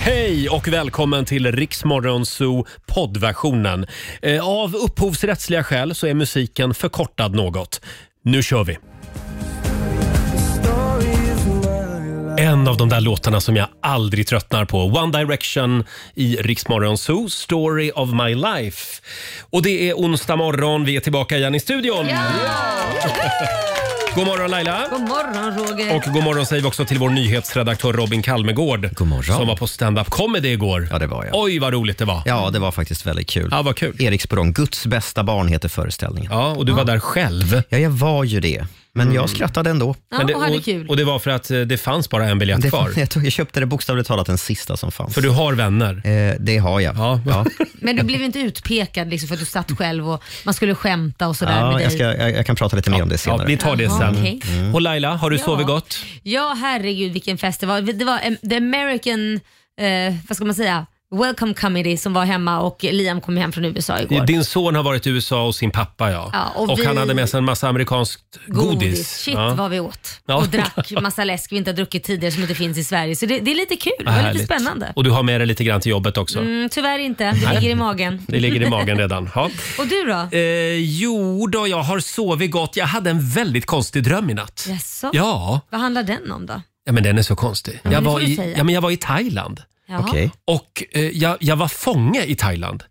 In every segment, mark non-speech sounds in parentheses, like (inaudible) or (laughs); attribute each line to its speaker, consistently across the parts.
Speaker 1: Hej och välkommen till Riksmorgonzoo poddversionen. Eh, Av upphovsrättsliga skäl så är musiken förkortad något. Nu kör vi! En av de där låtarna som jag aldrig tröttnar på. One Direction i Riksmorgonzoo, Story of My Life. Och det är onsdag morgon, vi är tillbaka igen i studion. God morgon Laila!
Speaker 2: God morgon
Speaker 3: Eh.
Speaker 2: Roger.
Speaker 1: Och god morgon säger vi också till vår nyhetsredaktör Robin Kalmegård. God morgon. Som var på stand-up comedy igår. Ja, det var jag. Oj, vad roligt det var.
Speaker 3: Ja, det var faktiskt väldigt kul.
Speaker 1: Ja, vad kul.
Speaker 3: Eriksbron, Guds bästa barn heter föreställningen.
Speaker 1: Ja, och du var där själv.
Speaker 3: Ja, jag var ju det. Men jag skrattade ändå.
Speaker 2: Ja, och hade kul.
Speaker 1: och det var för att eh, det fanns bara en biljett
Speaker 3: Det,
Speaker 1: kvar.
Speaker 3: (laughs) jag, tog, jag köpte det bokstavligt talat den sista som fanns.
Speaker 1: För du har vänner.
Speaker 3: Eh, det har jag.
Speaker 1: Ja. (laughs)
Speaker 3: Ja.
Speaker 2: Men du blev inte utpekad liksom, för att du satt själv och man skulle skämta och sådär med
Speaker 3: Ja,
Speaker 2: dig.
Speaker 3: jag, ska, jag, jag kan prata lite mer om det
Speaker 1: Ja,
Speaker 3: senare. Mm.
Speaker 1: vi tar det
Speaker 2: Jaha,
Speaker 1: sen.
Speaker 2: okej.
Speaker 1: Och Laila, har du sovit gott?
Speaker 2: Ja, herregud vilken fest det var. Det var em, The American, eh, vad ska man säga, Welcome Comedy som var hemma och Liam kom hem från USA igår.
Speaker 1: Din son har varit i USA och sin pappa ja.
Speaker 2: Ja,
Speaker 1: och
Speaker 2: och vi-
Speaker 1: han hade med sig en massa amerikanskt godis.
Speaker 2: Shit
Speaker 1: ja.
Speaker 2: vad vi åt.
Speaker 1: Ja.
Speaker 2: Och drack massa läsk vi inte har druckit tidigare som inte finns i Sverige. Så det, det är lite kul. Det var lite
Speaker 1: Härligt.
Speaker 2: spännande.
Speaker 1: Och du har med dig lite grann till jobbet också.
Speaker 2: Mm, tyvärr inte. Det ligger i magen.
Speaker 1: Det ligger i magen redan.
Speaker 2: (laughs)
Speaker 1: Ja.
Speaker 2: Och du då?
Speaker 1: Eh, jo då, jag har sovit gott. Jag hade en väldigt konstig dröm i natt.
Speaker 2: Jaså?
Speaker 1: Ja.
Speaker 2: Vad handlar den om då?
Speaker 1: Ja, men den är så konstig. Jag,
Speaker 2: det
Speaker 1: var
Speaker 2: får du
Speaker 1: i,
Speaker 2: säga.
Speaker 1: ja, men jag var i Thailand
Speaker 2: Jaha.
Speaker 3: Okej.
Speaker 1: och eh, jag, jag var fånge i Thailand.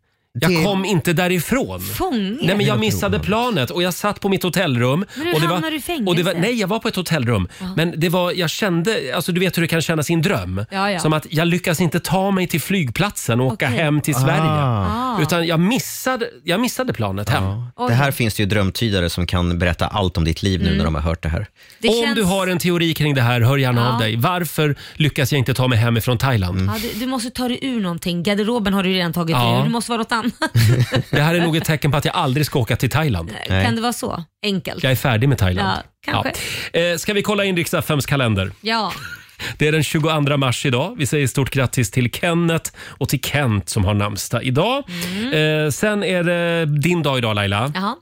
Speaker 1: Jag
Speaker 3: Det-
Speaker 1: kom inte därifrån.
Speaker 2: Fånge?
Speaker 1: Nej, men jag missade planet och jag satt på mitt hotellrum.
Speaker 2: Men hur
Speaker 1: och
Speaker 2: hamnade du i fängelse?
Speaker 1: och det var, Nej, jag var på ett hotellrum. Men det var, jag kände, alltså du vet hur det kan kännas i en dröm.
Speaker 2: Ja, ja.
Speaker 1: Som att jag lyckas inte ta mig till flygplatsen och åka
Speaker 2: Okej.
Speaker 1: hem till Sverige.
Speaker 2: Ah.
Speaker 1: Utan jag missade, jag missade planet hem.
Speaker 3: Det här finns det ju drömtydare som kan berätta allt om ditt liv
Speaker 2: Mm.
Speaker 3: nu när de har hört det här.
Speaker 2: Det
Speaker 1: Om
Speaker 2: känns-
Speaker 1: du har en teori kring det här, hör gärna
Speaker 2: Ja.
Speaker 1: av dig. Varför lyckas jag inte ta mig hemifrån Thailand?
Speaker 2: Ja, du, du måste ta dig ur någonting. Garderoben har du redan tagit
Speaker 1: Mm. Ja.
Speaker 2: ur. Det måste vara något annat. (laughs)
Speaker 1: Det här är nog ett tecken på att jag aldrig ska åka till Thailand.
Speaker 3: Nej.
Speaker 2: Kan det vara så? Enkelt?
Speaker 1: Jag är färdig med Thailand.
Speaker 2: Ja, kanske.
Speaker 1: Ja. Eh, Ska vi kolla in Riks-FMs kalender?
Speaker 2: Ja.
Speaker 1: Det är den 22 mars idag. Vi säger stort grattis till Kenneth och till Kent som har namnsdag idag. Eh, sen är det din dag idag Laila.
Speaker 2: Mm. Jaha.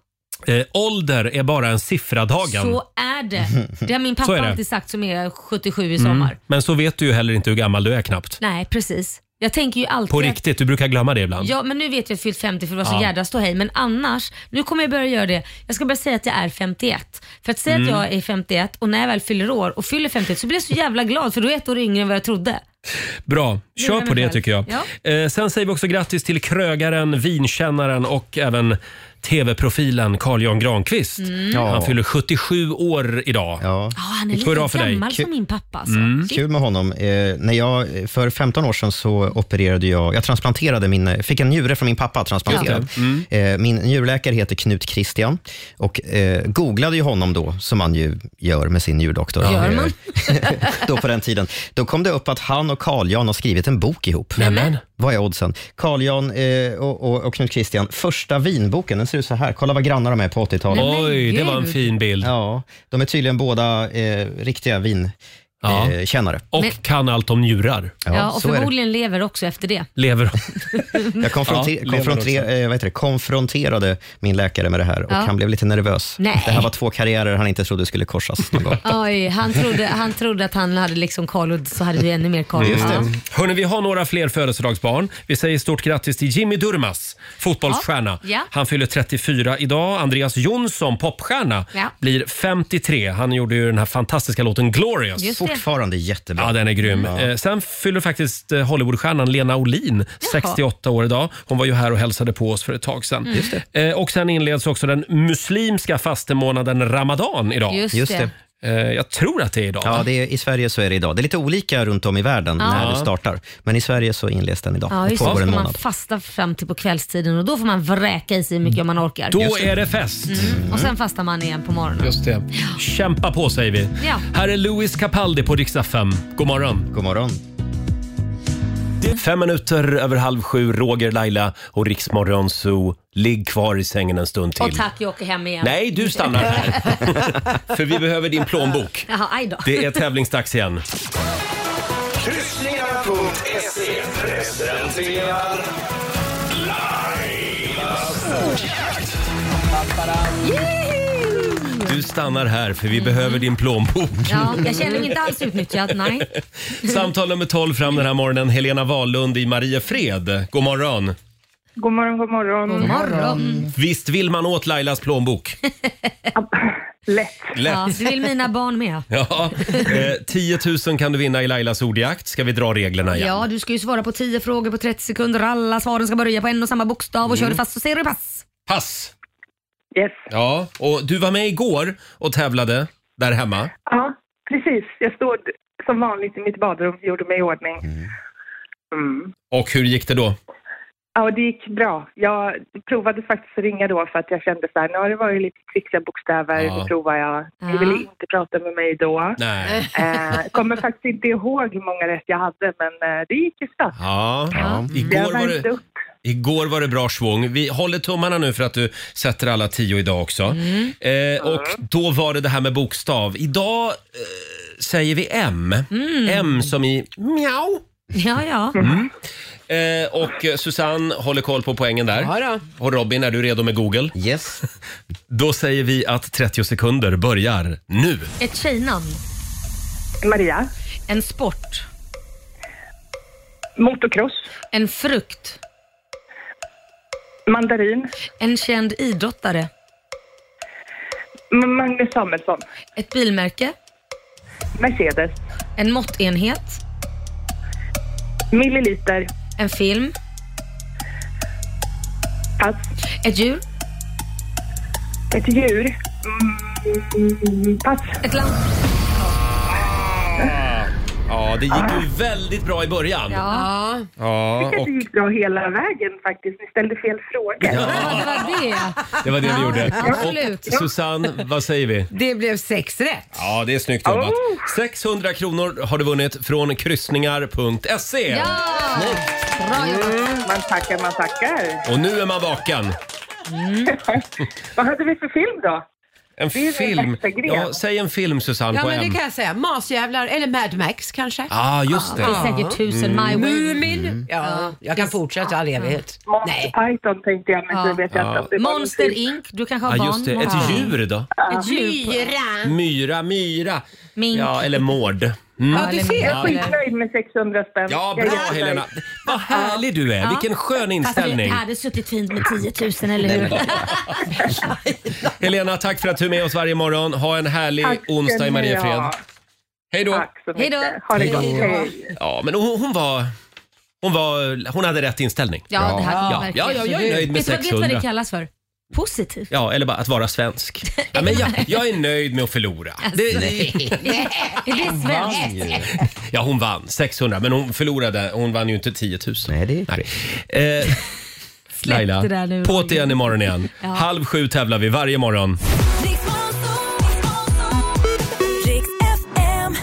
Speaker 1: Eh, ålder är bara en siffra dagen.
Speaker 2: Så är det.
Speaker 1: (laughs)
Speaker 2: Det har min
Speaker 1: Så är
Speaker 2: pappa
Speaker 1: det. Mm.
Speaker 2: alltid sagt som är 77 i sommar.
Speaker 1: Men så vet du ju heller inte hur gammal du är knappt.
Speaker 2: Nej, precis. Jag tänker ju alltid...
Speaker 1: På
Speaker 2: att-
Speaker 1: riktigt, du brukar glömma det ibland.
Speaker 2: Ja, men nu vet jag fyllt 50 för det var så
Speaker 1: Ja.
Speaker 2: jädra ståhej. Men annars, nu kommer jag börja göra det. Jag ska börja säga att jag är 51. För att säga
Speaker 1: Mm.
Speaker 2: att jag är 51 och när jag väl fyller år och fyller 51 så blir jag så jävla glad för du är ett år yngre än vad jag trodde.
Speaker 1: Bra, kör
Speaker 2: Lura
Speaker 1: på
Speaker 2: mig
Speaker 1: det
Speaker 2: själv.
Speaker 1: tycker jag. Eh, sen säger vi också grattis till krögaren, vinkännaren och även TV-profilen Carl Jan Granqvist.
Speaker 3: Ja.
Speaker 1: Han fyller 77 år idag.
Speaker 3: Ja.
Speaker 2: Ja, han är
Speaker 1: Hurra
Speaker 2: lika
Speaker 1: för dig. Mm.
Speaker 2: gammal
Speaker 3: Kul.
Speaker 2: som min pappa alltså. Shit.
Speaker 3: Kul med honom. Eh, när jag, för 15 år sedan så opererade jag, jag transplanterade min, fick en njure från min pappa transplanterad. Eh, min njurläkare heter Knut Christian och eh, googlade ju honom då, som man ju gör med sin njurdoktor.
Speaker 2: Gör man?
Speaker 3: Eh, då på den tiden. Då kom det upp att han och Carl Jan har skrivit en bok ihop.
Speaker 1: Nämen.
Speaker 3: Vad är oddsen? Carl Jan eh, och, och, och Knut Christian, första vinboken, den ser ut så här. Kolla vad grannar de är på 80-talet.
Speaker 2: Nej, men
Speaker 1: Oj, det
Speaker 2: gud.
Speaker 1: var en fin bild.
Speaker 3: Ja, de är tydligen båda eh, riktiga
Speaker 1: Ja.
Speaker 3: vinkännare. Eh, kännare.
Speaker 1: Och
Speaker 2: Men-
Speaker 1: kan allt om njurar.
Speaker 2: Ja, och
Speaker 3: så är det.
Speaker 2: förmodligen lever också efter det. (laughs)
Speaker 1: Lever
Speaker 3: Jag
Speaker 1: Ja,
Speaker 3: konfronter-
Speaker 1: lever också.
Speaker 3: konfronter- eh, vad heter det? konfronterade min läkare med det här och
Speaker 2: Ja.
Speaker 3: han blev lite nervös.
Speaker 2: Nej.
Speaker 3: Det här var två karriärer han inte trodde skulle korsas någon gång.
Speaker 2: Oj, han trodde, han trodde att han hade liksom Karl och så hade du ännu mer Karl.
Speaker 3: Just det.
Speaker 2: Ja.
Speaker 1: Hörni, vi har några fler födelsedagsbarn. Vi säger stort grattis till Jimmy Durmaz, fotbollsstjärna.
Speaker 2: Ja. Ja.
Speaker 1: Han fyller 34 idag. Andreas Jonsson, popstjärna,
Speaker 2: Ja.
Speaker 1: blir 53. Han gjorde ju den här fantastiska låten Glorious.
Speaker 2: Just det.
Speaker 3: Fortfarande jättebra.
Speaker 1: Ja, den är grym.
Speaker 3: Ja.
Speaker 1: Eh, sen fyller faktiskt eh, Hollywoodstjärnan Lena Olin 68 år idag. Hon var ju här och hälsade på oss för ett tag sedan.
Speaker 3: Mm.
Speaker 1: Eh, och sen inleds också den muslimska fastemånaden Ramadan idag.
Speaker 2: Just,
Speaker 3: Just
Speaker 2: det.
Speaker 3: det.
Speaker 1: Eh, jag tror att det är idag.
Speaker 3: Ja, det är, I Sverige så är det idag. Det är lite olika runt om i världen när det startar. Men i Sverige så inleds den idag.
Speaker 2: Ja,
Speaker 3: det
Speaker 2: just det. Så
Speaker 3: pågår
Speaker 2: ska
Speaker 3: en
Speaker 2: man
Speaker 3: månad.
Speaker 2: fasta fram till på kvällstiden och då får man vräka i sig hur mycket man orkar.
Speaker 1: Då är det fest.
Speaker 2: Mm, Och sen fastar man igen på morgonen.
Speaker 1: Just det. Kämpa på säger vi.
Speaker 2: Ja.
Speaker 1: Här är Louis Capaldi på riksdag 5. God morgon.
Speaker 3: God morgon.
Speaker 1: Fem minuter över halv sju, Roger, Laila och Riksmorgon Zoo. Ligg kvar i sängen en stund till.
Speaker 2: Och tack, jag åker hem igen.
Speaker 1: Nej, du stannar här. För vi behöver din plånbok.
Speaker 2: (laughs) Jaha, aj då.
Speaker 1: Det är tävlingsdags igen.
Speaker 4: E.
Speaker 5: Kryssningar.se presenterar Lailas ordjakt.
Speaker 1: Du stannar här för vi behöver din plånbok.
Speaker 2: Ja, jag känner mig inte alls utnyttjad, nej.
Speaker 1: Samtal nummer 12 fram den här morgonen. Helena Wahlund i Mariefred. God morgon.
Speaker 6: God morgon, god morgon.
Speaker 2: God morgon.
Speaker 1: Visst vill man åt Lailas plånbok?
Speaker 6: Lätt.
Speaker 2: Ja,
Speaker 1: Lätt.
Speaker 2: det vill mina barn med.
Speaker 1: Ja. Eh, 10 000 kan du vinna i Lailas ordjakt. Ska vi dra reglerna igen?
Speaker 2: Ja, du ska ju svara på 10 frågor på 30 sekunder. Alla svaren ska börja på en och samma bokstav och kör
Speaker 1: Mm.
Speaker 2: du fast så ser du pass.
Speaker 1: Pass!
Speaker 6: Yes.
Speaker 1: Ja, och du var med igår och tävlade där hemma.
Speaker 6: Ja, precis. Jag stod som vanligt i mitt badrum och gjorde mig i ordning. Mm.
Speaker 1: Och hur gick det då?
Speaker 6: Ja, det gick bra. Jag provade faktiskt att ringa då för att jag kände så här, nu har det varit lite trixia bokstäver,
Speaker 1: Ja.
Speaker 6: nu provar jag.
Speaker 2: Ja.
Speaker 6: Ni ville inte prata med mig då.
Speaker 1: Nej.
Speaker 6: Eh, kommer faktiskt inte ihåg hur många rätt jag hade, men eh, det gick ju snabbt.
Speaker 1: Ja.
Speaker 3: Ja.
Speaker 1: Igår
Speaker 6: Jag
Speaker 1: var,
Speaker 6: värmde
Speaker 1: det,
Speaker 6: upp.
Speaker 1: igår var det bra svung. Vi håller tummarna nu för att du sätter alla tio idag också.
Speaker 6: Mm.
Speaker 1: Eh, och då var det det här med bokstav. Idag eh, säger vi M. M som i miau.
Speaker 2: Ja, ja.
Speaker 1: Mm. Eh, och eh, Susanne håller koll på poängen där.
Speaker 7: Ja,
Speaker 1: Och Robin, är du redo med Google?
Speaker 3: Yes.
Speaker 1: (laughs) Då säger vi att 30 sekunder börjar nu.
Speaker 2: Ett tjejnamn.
Speaker 6: Maria,
Speaker 2: En sport.
Speaker 6: motocross,
Speaker 2: En frukt.
Speaker 6: mandarin,
Speaker 2: En känd idrottare.
Speaker 6: M- Magnus Samuelsson,
Speaker 2: Ett bilmärke.
Speaker 6: Mercedes,
Speaker 2: En måttenhet.
Speaker 6: milliliter,
Speaker 2: En film.
Speaker 6: pass,
Speaker 2: Ett djur.
Speaker 6: ett djur, mm, pass.
Speaker 2: Ett land.
Speaker 1: Ja, Ah. det gick ju väldigt bra i början.
Speaker 7: ja.
Speaker 1: Ja,
Speaker 6: tycker att
Speaker 1: och
Speaker 6: det gick bra hela vägen faktiskt. Ni ställde fel frågor.
Speaker 2: Ja, det var det.
Speaker 1: (laughs) det var det vi gjorde.
Speaker 2: absolut.
Speaker 1: Och Susanne, vad säger vi?
Speaker 7: Det blev sex rätt.
Speaker 1: Ja, det är snyggt jobbat. 600 kronor har du vunnit från kryssningar.se.
Speaker 2: Ja! Bra jobbat.
Speaker 6: Mm, Man tackar, man tackar.
Speaker 1: Och nu är man vaken.
Speaker 2: Mm.
Speaker 6: (laughs) Vad hade vi för film då?
Speaker 1: En
Speaker 6: är min
Speaker 1: film.
Speaker 6: bästa gren.
Speaker 1: Ja, säg en film Susanne
Speaker 7: Ja,
Speaker 1: på
Speaker 7: men det
Speaker 1: M.
Speaker 7: kan jag säga. Masjävlar eller Mad Max kanske.
Speaker 1: Ja, ah, just
Speaker 2: Det är
Speaker 1: det. Mm.
Speaker 2: säkert tusen My Way.
Speaker 7: Mumin. Ja, jag kan fortsätta all evighet.
Speaker 6: Monty
Speaker 7: Nej.
Speaker 6: Python tänkte jag, men
Speaker 2: Ja.
Speaker 6: det vet jag inte om det var någon
Speaker 2: Monster
Speaker 6: film.
Speaker 2: Inc. Du kanske har
Speaker 1: Ja,
Speaker 2: barn?
Speaker 1: just det. Ett
Speaker 2: Monster Inc.
Speaker 1: djur då?
Speaker 2: Ett djur. på-
Speaker 1: Myra, myra.
Speaker 2: Mink.
Speaker 1: Ja, eller mård. Mm.
Speaker 7: Ja, du ser.
Speaker 6: Jag är skitnöjd med 600 spänn.
Speaker 1: Ja,
Speaker 6: Jag
Speaker 1: bra
Speaker 6: är nöjd.
Speaker 1: Helena. Vad härlig du är. Vilken skön
Speaker 2: Fast det
Speaker 1: inställning.
Speaker 2: hade suttit fint med 10 000, eller hur?
Speaker 1: Helena, tack för att du är med oss varje morgon. Ha en härlig
Speaker 6: Tack ska
Speaker 1: onsdag i
Speaker 6: ni
Speaker 1: Mariefred.
Speaker 6: ha.
Speaker 1: Hej då.
Speaker 6: Tack så mycket.
Speaker 2: Hej då.
Speaker 6: Ha det gott. Hej.
Speaker 1: Ja, men hon, hon var... Hon, var, hon hade rätt inställning.
Speaker 2: Ja, det hade
Speaker 1: Ja,
Speaker 2: ja.
Speaker 1: ja, ja, jag är nöjd med
Speaker 2: Vet du vad- vet du vad det
Speaker 1: 600.
Speaker 2: kallas för? Positiv.
Speaker 1: Ja, eller bara att vara svensk. Ja, men jag, jag är nöjd med att förlora.
Speaker 2: Alltså, (laughs)
Speaker 1: Det,
Speaker 2: Är det svenskt?
Speaker 1: ja, hon vann 600, men hon förlorade. Hon vann ju inte 10 000.
Speaker 3: Nej, det är
Speaker 1: Nej. Eh,
Speaker 2: (laughs)
Speaker 1: Laila,
Speaker 2: det där nu,
Speaker 1: på't
Speaker 2: Roger.
Speaker 1: igen imorgon igen.
Speaker 2: (laughs) Ja.
Speaker 1: Halv sju tävlar vi varje morgon.
Speaker 8: Riks FM.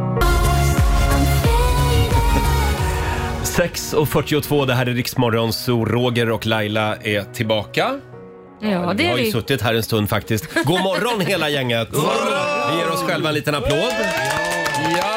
Speaker 8: I'm faded.
Speaker 1: 6.42, det här är Riksmorgon, så Roger och Laila är tillbaka.
Speaker 2: Ja, det
Speaker 1: vi
Speaker 2: är
Speaker 1: har ju
Speaker 2: vi.
Speaker 1: suttit här en stund faktiskt. God morgon hela gänget! Vi ger oss själva en liten applåd. Ja.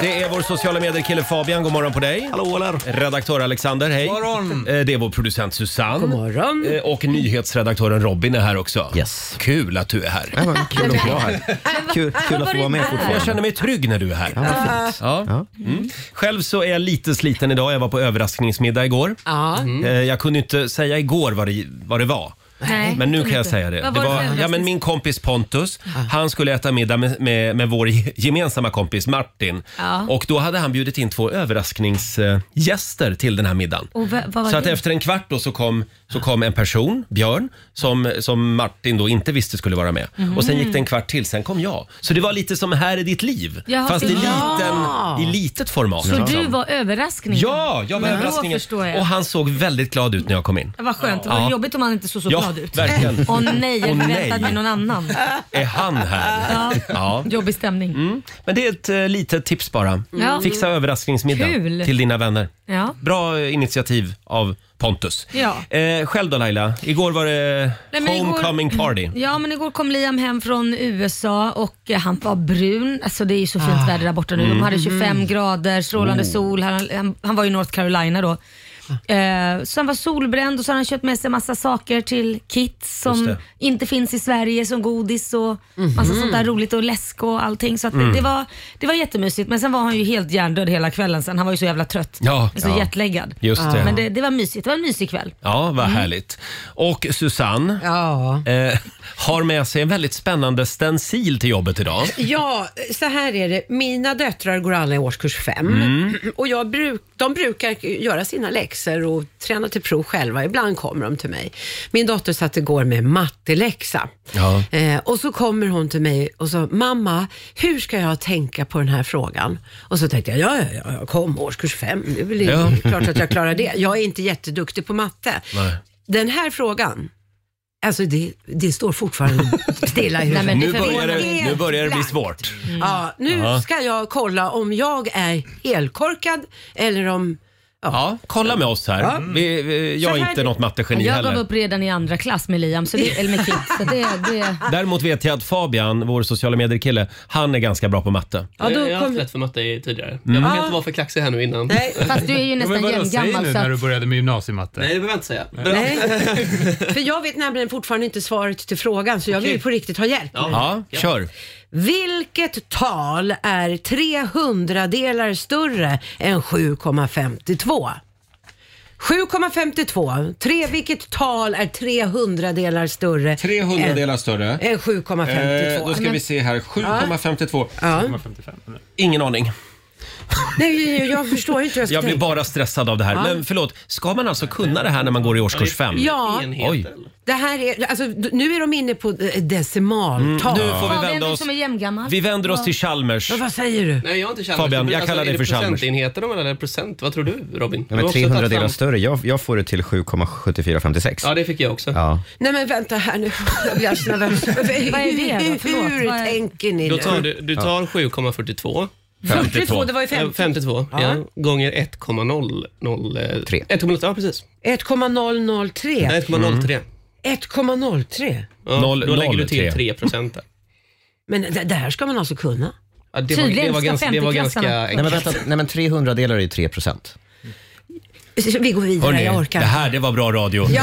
Speaker 1: Det är vår sociala medier-kille Fabian, god morgon på dig.
Speaker 9: Hallå där!
Speaker 1: Redaktör Alexander, hej.
Speaker 9: God morgon.
Speaker 1: Eh, Det är vår producent Susanne. God
Speaker 7: morgon.
Speaker 1: Och nyhetsredaktören Robin är här också.
Speaker 3: Yes.
Speaker 1: Kul att du är här.
Speaker 3: Ja, vad kul att få vara
Speaker 1: (laughs)
Speaker 3: här. Kul, kul att få vara med
Speaker 1: Jag
Speaker 3: fortfarande.
Speaker 1: känner mig trygg när du är här.
Speaker 3: Ja, vad fint.
Speaker 1: Ja. Mm. Själv så är jag lite sliten idag. Jag var på överraskningsmiddag igår.
Speaker 7: Ja.
Speaker 1: Eh, Jag kunde inte säga igår vad det, vad det var.
Speaker 2: Nej.
Speaker 1: Men nu kan jag säga det.
Speaker 2: Vad
Speaker 1: det
Speaker 2: var det
Speaker 1: var,
Speaker 2: för
Speaker 1: ja, men min kompis Pontus, han skulle äta middag med, med, med vår ge- gemensamma kompis Martin.
Speaker 2: Ja.
Speaker 1: Och då hade han bjudit in två överraskningsgäster till den här middagen.
Speaker 2: Och va- vad var
Speaker 1: Så att
Speaker 2: det?
Speaker 1: efter en kvart då så kom, så kom en person, Björn, som, som Martin då inte visste skulle vara med.
Speaker 2: Mhm.
Speaker 1: Och sen gick det en kvart till, sen kom jag. Så det var lite som Här är ditt liv,
Speaker 2: Jaha,
Speaker 1: fast i,
Speaker 2: så-
Speaker 1: liten,
Speaker 7: Ja.
Speaker 1: i litet format.
Speaker 2: Så
Speaker 1: liksom.
Speaker 2: du var överraskningen?
Speaker 1: Ja, jag var
Speaker 2: Men då
Speaker 1: överraskningen.
Speaker 2: förstår jag.
Speaker 1: Och han såg väldigt glad ut när jag kom in.
Speaker 2: Vad skönt. Det var
Speaker 1: Ja.
Speaker 2: jobbigt om han inte såg så
Speaker 1: Ja,
Speaker 2: glad ut. (laughs)
Speaker 1: verkligen.
Speaker 2: Åh nej, jag
Speaker 1: Åh, nej.
Speaker 2: förväntade mig någon annan.
Speaker 1: (laughs) Är han
Speaker 2: (laughs)
Speaker 1: här?
Speaker 2: Ja.
Speaker 1: Ja.
Speaker 2: Jobbig stämning.
Speaker 1: Men det är ett eh, litet tips bara.
Speaker 2: Mm. Ja.
Speaker 1: Fixa överraskningsmiddag
Speaker 2: Kul.
Speaker 1: till dina vänner.
Speaker 2: Ja.
Speaker 1: Bra eh, initiativ av Pontus.
Speaker 2: Ja.
Speaker 1: Eh, själv då Laila? Igår var det
Speaker 2: Nej, men igår- Mm.
Speaker 1: homecoming party.
Speaker 2: Ja, men igår kom Liam hem från USA och eh, han var brun. Alltså det är ju så
Speaker 1: Ah. Mm. Oh.
Speaker 2: fint väder där borta nu. De hade 25 grader, strålande sol. Han, han, han var i North Carolina då.
Speaker 1: Ah.
Speaker 2: Eh, så han var solbränd och så har han köpt med sig massa saker till kids
Speaker 1: Just
Speaker 2: som
Speaker 1: det. Mhm.
Speaker 2: inte finns i Sverige som godis och massa sånt där roligt och läsk och allting. Så att
Speaker 1: Mm.
Speaker 2: det, det, var, det var jättemysigt men sen var han ju helt hjärndöd hela kvällen sen. Han var ju så jävla trött.
Speaker 1: Ja.
Speaker 2: så
Speaker 1: Ja.
Speaker 2: jetlaggad.
Speaker 1: Just det.
Speaker 2: Men det, Mm. det var mysigt. Det var en mysig kväll.
Speaker 1: Ja, vad härligt. Och Susanne
Speaker 7: Ja.
Speaker 1: eh, har med sig en väldigt spännande stencil till jobbet idag.
Speaker 7: Ja, så här är det. Mina döttrar går alla i årskurs fem
Speaker 1: Mm.
Speaker 7: och jag bruk, de brukar göra sina läxor och träna till prov själva. Ibland kommer de till mig. Min dotter satt igår med matteläxa
Speaker 1: Ja.
Speaker 7: eh, och så kommer hon till mig och sa, mamma, hur ska jag tänka på den här frågan? Och så tänkte jag, ja, ja, ja, ja, kom årskurs fem, det är väl
Speaker 1: Ja.
Speaker 7: klart att jag klarar det. Jag är inte jätteduktig på matte.
Speaker 1: Nej.
Speaker 7: Den här frågan, alltså det, det står fortfarande
Speaker 2: (laughs)
Speaker 7: stilla i huvudet.
Speaker 2: men det
Speaker 1: Nu
Speaker 2: förvånar
Speaker 1: börjar det,
Speaker 2: mig.
Speaker 1: nu börjar det bli
Speaker 7: Blankt.
Speaker 1: svårt. Mm.
Speaker 7: Ja, nu ska jag kolla om jag är helkorkad eller om...
Speaker 1: Ja, kolla med oss här. Vi, vi, jag
Speaker 7: Så
Speaker 1: är
Speaker 7: här-
Speaker 1: inte något mattegeni
Speaker 2: Jag gav
Speaker 1: heller.
Speaker 2: upp redan i andra klass med Liam, så det, eller med Kid. Så det, det,
Speaker 7: Ah.
Speaker 1: Däremot vet jag att Fabian, vår sociala medier-kille, han är ganska bra på matte.
Speaker 9: jag,
Speaker 7: Ja,
Speaker 9: jag
Speaker 7: då
Speaker 9: har haft
Speaker 7: kom,
Speaker 9: lätt för matte i tidigare. Jag vågar inte vara för kaxig här nu innan. Nej, (laughs)
Speaker 7: Mm. nej,
Speaker 2: fast du är ju
Speaker 10: Ja, men
Speaker 2: nästan
Speaker 10: vadå, säg
Speaker 2: jämngammal.
Speaker 10: nu
Speaker 2: Så
Speaker 10: när
Speaker 2: att,
Speaker 10: du började med gymnasiematte.
Speaker 9: det behöver jag inte säga. Bra.
Speaker 11: (laughs)
Speaker 7: nej.
Speaker 9: (laughs)
Speaker 7: För jag vet nämligen fortfarande inte svaret till frågan, så jag vill ju på riktigt ha hjälp.
Speaker 1: Ja, kör.
Speaker 7: Vilket tal är 300 delar större än 7,52? 7,52. Tre, vilket tal är 300 delar större
Speaker 11: 300
Speaker 7: än,
Speaker 11: delar större.
Speaker 7: än 7,52?
Speaker 11: Eh, då ska vi se här. 7,52.
Speaker 7: ja.
Speaker 10: 55.
Speaker 1: Ingen aning.
Speaker 7: (laughs) Nej, jag förstår inte hur jag ska
Speaker 1: Jag blir
Speaker 7: tänka.
Speaker 1: bara stressad av det här. Men förlåt, ska man alltså kunna det här när man går i årskurs fem?
Speaker 7: Ja,
Speaker 9: Enhet,
Speaker 1: Oj.
Speaker 9: eller?
Speaker 7: Det här är, alltså, d- nu är de inne på eh, decimaltal.
Speaker 1: Mm. Nu får vi
Speaker 2: Fabian,
Speaker 1: vända
Speaker 2: du
Speaker 1: oss.
Speaker 2: som är jämngammal.
Speaker 1: Vi vänder oss till Chalmers.
Speaker 7: Ja, vad säger du?
Speaker 9: Nej, jag har inte Chalmers. Alltså,
Speaker 1: Fabian, jag kallar
Speaker 9: är
Speaker 1: dig för Chalmers.
Speaker 9: procentenheter de eller procent? Vad tror du Robin? Du har
Speaker 3: Ja, men
Speaker 9: också
Speaker 3: 300
Speaker 9: tagit fram-
Speaker 3: delar större. Jag, jag får det till 7,7456.
Speaker 9: Ja, det fick jag också.
Speaker 3: Ja.
Speaker 7: Nej men vänta här nu. (laughs) Jag blir arg när
Speaker 2: (laughs)
Speaker 7: vem-
Speaker 2: Vad är det då? Förlåt,
Speaker 7: Hur
Speaker 2: vad är-
Speaker 7: tänker ni
Speaker 9: Då
Speaker 7: nu?
Speaker 9: tar du, du tar 7,42.
Speaker 7: 42, det var ju
Speaker 9: eh,
Speaker 7: 50.
Speaker 9: 52 ja. gånger 1,003. 1,0, ja precis.
Speaker 7: 1,003.
Speaker 9: Nej, 1,03.
Speaker 7: 1,03.
Speaker 9: Ja,
Speaker 1: Mm. Noll-
Speaker 9: då lägger du till
Speaker 1: 0,03.
Speaker 9: 3 procent där.
Speaker 7: Men det, det här ska man alltså kunna.
Speaker 9: Ja, det, var,
Speaker 2: Tydligen
Speaker 9: det var
Speaker 2: ska
Speaker 9: ganska, det var ganska
Speaker 2: femteklassarna-
Speaker 3: Nej,
Speaker 9: enkelt.
Speaker 3: men vänta, nej, men 300 delar är ju 3 procent.
Speaker 7: Vi går vidare, jag
Speaker 1: Hörrni,
Speaker 7: orkar
Speaker 1: det
Speaker 7: inte.
Speaker 1: här det var bra radio.
Speaker 7: Ja.